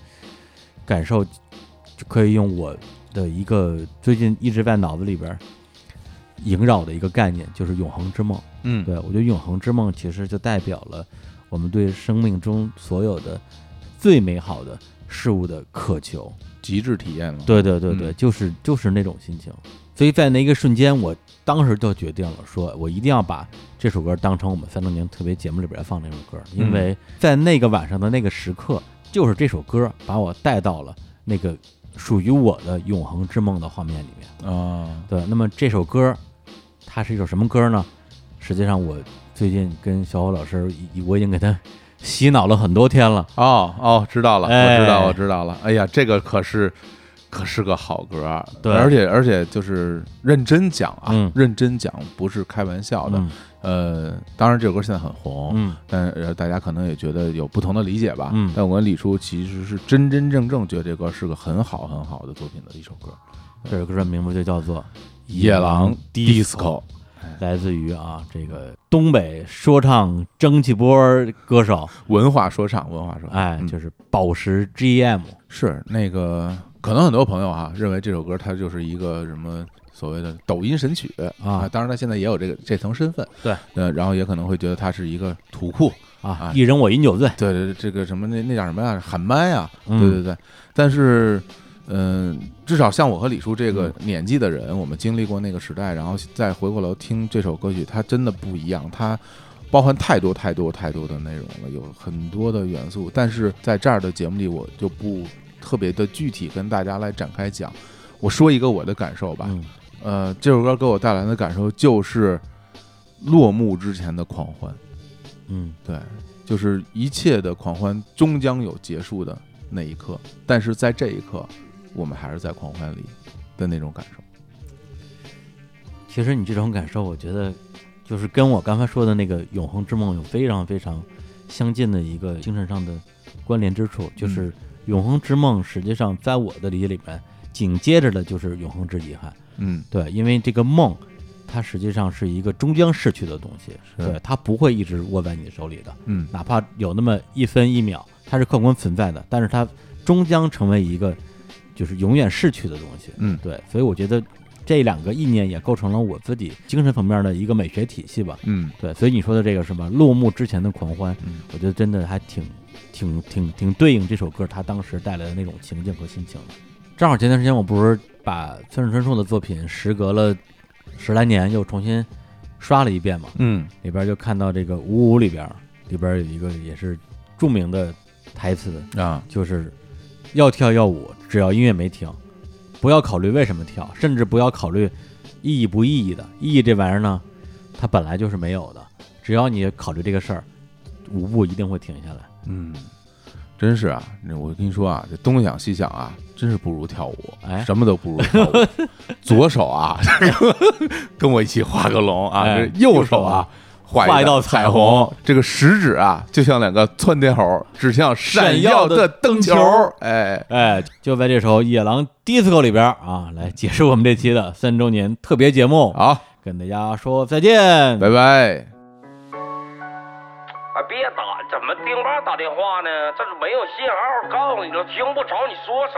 [SPEAKER 3] 感受，就可以用我的一个最近一直在脑子里边萦绕的一个概念，就是永恒之梦。
[SPEAKER 1] 嗯
[SPEAKER 3] 对我觉得永恒之梦其实就代表了我们对生命中所有的最美好的事物的渴求。嗯
[SPEAKER 2] 极致体验了。
[SPEAKER 3] 对对对对，就是就是那种心情。所以在那一个瞬间，我当时就决定了，说我一定要把这首歌当成我们三周年特别节目里边放这首歌，因为在那个晚上的那个时刻，就是这首歌把我带到了那个属于我的永恒之梦的画面里面。
[SPEAKER 2] 哦
[SPEAKER 1] 啊
[SPEAKER 3] 对，那么这首歌，它是一首什么歌呢？实际上，我最近跟小伙老师，已我已经给他洗脑了很多天了。
[SPEAKER 1] 哦哦，知道了，
[SPEAKER 3] 哎
[SPEAKER 1] 我知道我知道了，哎呀，这个可是。可是个好歌儿，
[SPEAKER 3] 对
[SPEAKER 2] 而且而且就是认真讲啊，
[SPEAKER 3] 嗯
[SPEAKER 2] 认真讲不是开玩笑的。
[SPEAKER 3] 嗯
[SPEAKER 2] 呃，当然这首歌现在很红，
[SPEAKER 3] 嗯
[SPEAKER 2] 但呃大家可能也觉得有不同的理解吧。
[SPEAKER 3] 嗯
[SPEAKER 2] 但我跟李叔其实是真真正正觉得这歌是个很好很好的作品的一首歌，
[SPEAKER 3] 这首歌的名字就叫做《
[SPEAKER 2] 《野狼 DISCO》。
[SPEAKER 3] 来自于啊这个东北说唱蒸汽波儿歌手，
[SPEAKER 2] 文化说唱，文化说唱
[SPEAKER 3] 哎，
[SPEAKER 2] 嗯
[SPEAKER 3] 就是宝石 GM，
[SPEAKER 2] 是那个，可能很多朋友哈、认为这首歌它就是一个什么所谓的抖音神曲
[SPEAKER 3] 啊
[SPEAKER 2] 当然他现在也有这个这层身份，
[SPEAKER 3] 对，
[SPEAKER 2] 呃，然后也可能会觉得它是一个土库，
[SPEAKER 3] 啊
[SPEAKER 2] 哎，
[SPEAKER 3] 一人我饮酒醉，
[SPEAKER 2] 对对，对这个什么那那叫什么呀，喊麦呀，
[SPEAKER 3] 嗯
[SPEAKER 2] 对对对，但是。嗯，至少像我和李叔这个
[SPEAKER 3] 嗯
[SPEAKER 2] 年纪的人，我们经历过那个时代，然后再回过头听这首歌曲，它真的不一样，它包含太多太多太多的内容了，有很多的元素。但是在这儿的节目里，我就不特别的具体跟大家来展开讲。我说一个我的感受吧，
[SPEAKER 3] 嗯
[SPEAKER 2] 呃，这首歌给我带来的感受就是落幕之前的狂欢，
[SPEAKER 3] 嗯
[SPEAKER 2] 对，就是一切的狂欢终将有结束的那一刻，但是在这一刻，我们还是在狂欢里的那种感受。
[SPEAKER 3] 其实你这种感受，我觉得就是跟我刚才说的那个《永恒之梦》有非常非常相近的一个精神上的关联之处，就是《永恒之梦》实际上在我的理解里面，紧接着的就是《永恒之遗憾》，
[SPEAKER 2] 嗯
[SPEAKER 3] 对，因为这个梦，它实际上是一个终将逝去的东西，
[SPEAKER 2] 是
[SPEAKER 3] 对，它不会一直握在你手里的，
[SPEAKER 2] 嗯
[SPEAKER 3] 哪怕有那么一分一秒，它是客观存在的，但是它终将成为一个就是永远逝去的东西。
[SPEAKER 2] 嗯
[SPEAKER 3] 对，所以我觉得这两个意念也构成了我自己精神层面的一个美学体系吧。
[SPEAKER 2] 嗯
[SPEAKER 3] 对，所以你说的这个什么落幕之前的狂欢，
[SPEAKER 2] 嗯
[SPEAKER 3] 我觉得真的还挺挺挺挺对应这首歌它当时带来的那种情境和心情的。正好前段时间我不是把村上春树的作品时隔了十来年又重新刷了一遍嘛，
[SPEAKER 2] 嗯
[SPEAKER 3] 里边就看到这个《五五》里边，里边有一个也是著名的台词，
[SPEAKER 6] 啊，
[SPEAKER 3] 就是要跳要舞，只要音乐没停，不要考虑为什么跳，甚至不要考虑意义不意义的。意义这玩意儿呢，它本来就是没有的，只要你考虑这个事儿，舞步一定会停下来。
[SPEAKER 2] 嗯，真是啊！那我跟你说啊，这东想西想啊，真是不如跳舞，
[SPEAKER 3] 哎
[SPEAKER 2] 什么都不如跳舞。左手啊， 跟我一起画个龙啊；
[SPEAKER 3] 哎
[SPEAKER 2] 这右手啊，画
[SPEAKER 3] 画一道彩
[SPEAKER 2] 彩
[SPEAKER 3] 虹。
[SPEAKER 2] 这个食指啊，就像两个窜天猴，指向闪
[SPEAKER 3] 闪耀的
[SPEAKER 2] 的灯
[SPEAKER 3] 球
[SPEAKER 2] 球。哎，
[SPEAKER 3] 哎，就在这首《野狼 DISCO》里边啊，来结束我们这期的三周年特别节目，
[SPEAKER 2] 好，
[SPEAKER 3] 跟大家说再见，
[SPEAKER 2] 拜拜。
[SPEAKER 7] 啊，别打，怎么丁爸打电话呢？这是没有信号，告诉你了，听不着你说啥。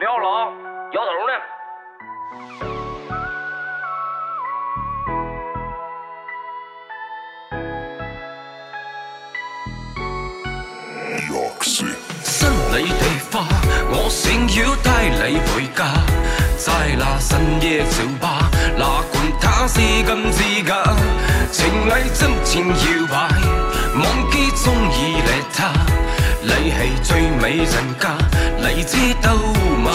[SPEAKER 7] 撂了啊，摇头呢。
[SPEAKER 8] 新理地花，我想要帶你回家。齋那新嘅酒吧，哪管它是金字架，情侶真情搖擺，忘記中意你他，你係最美人家，你知道嗎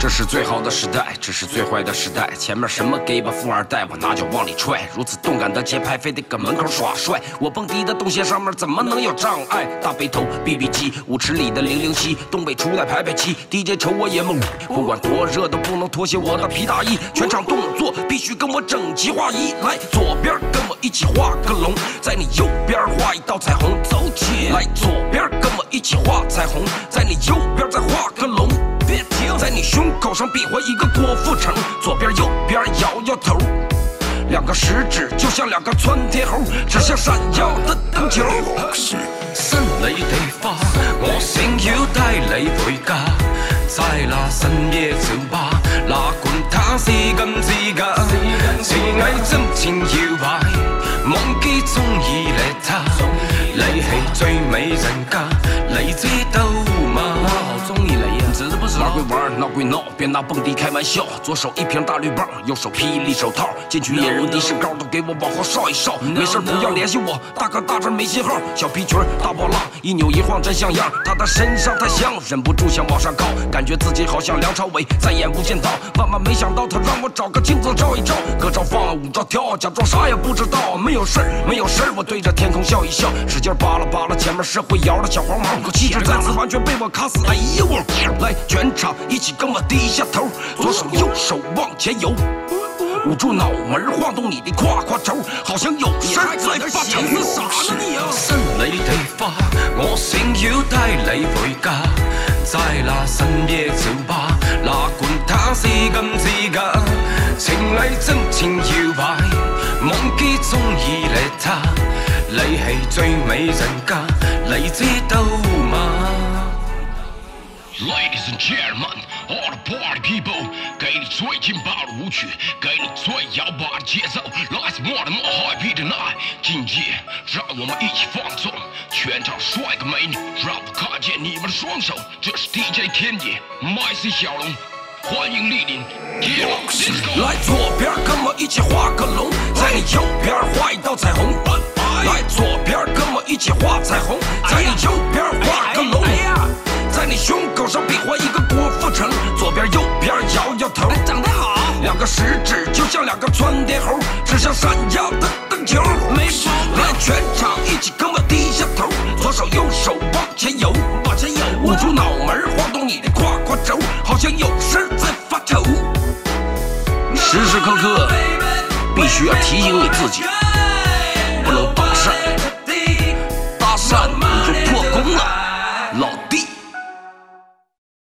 [SPEAKER 9] 这是最好的时代，这是最坏的时代。前面什么 gay 吧富二代，我拿脚往里踹。如此动感的节拍，非得搁门口耍帅。我蹦迪的动线上面怎么能有障碍？大背头、BB 机，舞池里的零零七，东北出来排排七，DJ 瞅我也懵。不管多热都不能脱卸我的皮大衣，全场动作必须跟我整齐划一。来，左边跟我一起画个龙，在你右边画一道彩虹，走起来。左边跟我一起画彩虹，在你右边再画个龙。别停，在你胸口上比划一个郭富城，左边右边摇摇头，两个食指就像两个窜天猴，指向闪耀的灯球。
[SPEAKER 8] 新理地花，我想要帶你回家。齋那新嘅酒吧，哪管它是金字架，慈愛真情搖擺，忘記中意你他，你係最美人家，你知道嗎？
[SPEAKER 9] 我好中意你呀，你知不知道？玩归玩，闹归闹，别拿蹦迪开玩笑。左手一瓶大绿棒，右手霹雳手套，进去野人的士高，都给我往后稍一稍。没事不要联系我，大哥大这没信号。小皮裙儿大波浪，一扭一晃真像样。他的身上太香，忍不住想往上靠，感觉自己好像梁朝伟在演《无间道》。万万没想到他让我找个镜子照一照，歌照放，舞照跳，假装啥也不知道。没有事儿，没有事儿，我对着天空笑一笑，使劲扒拉扒拉前面是会摇的小黄毛，可气质再次完全被我卡死。哎呦我，来全场一起跟我低下头，左手右手往前游。捂住脑门儿，晃动你的胯胯轴，好像有事儿在发愁。那啥呢你呀、
[SPEAKER 8] 新理地花，我想要帶你回家。齋那新嘅酒吧，哪管它是金字架，情侶真情搖擺，忘記中意你他，你係最美人家，你知道嗎？
[SPEAKER 10] Ladies and gentlemen, all the party people，给你最劲爆的舞曲，给你最摇摆的节奏。Let's more than more happy tonight，今夜让我们一起放纵，全场帅哥美女，让我看见你们的双手。这是 DJ 天野，MC 小龙，欢迎莅临 g e Disco。
[SPEAKER 8] 来左边跟我一起画个龙，在你右边画一道彩虹。来左边跟我一起画彩虹，在你右边画个龙。在你胸口上比划一个郭富城，左边右边摇摇头。哎长得好，两个食指就像两个窜天猴，指向闪耀的灯球。没错，来全场一起跟我低下头，左手右手往前游，往前游，啊捂住脑门儿晃动你的胯胯轴，好像有事儿在发愁。
[SPEAKER 9] 时时刻刻必须要提醒你自己。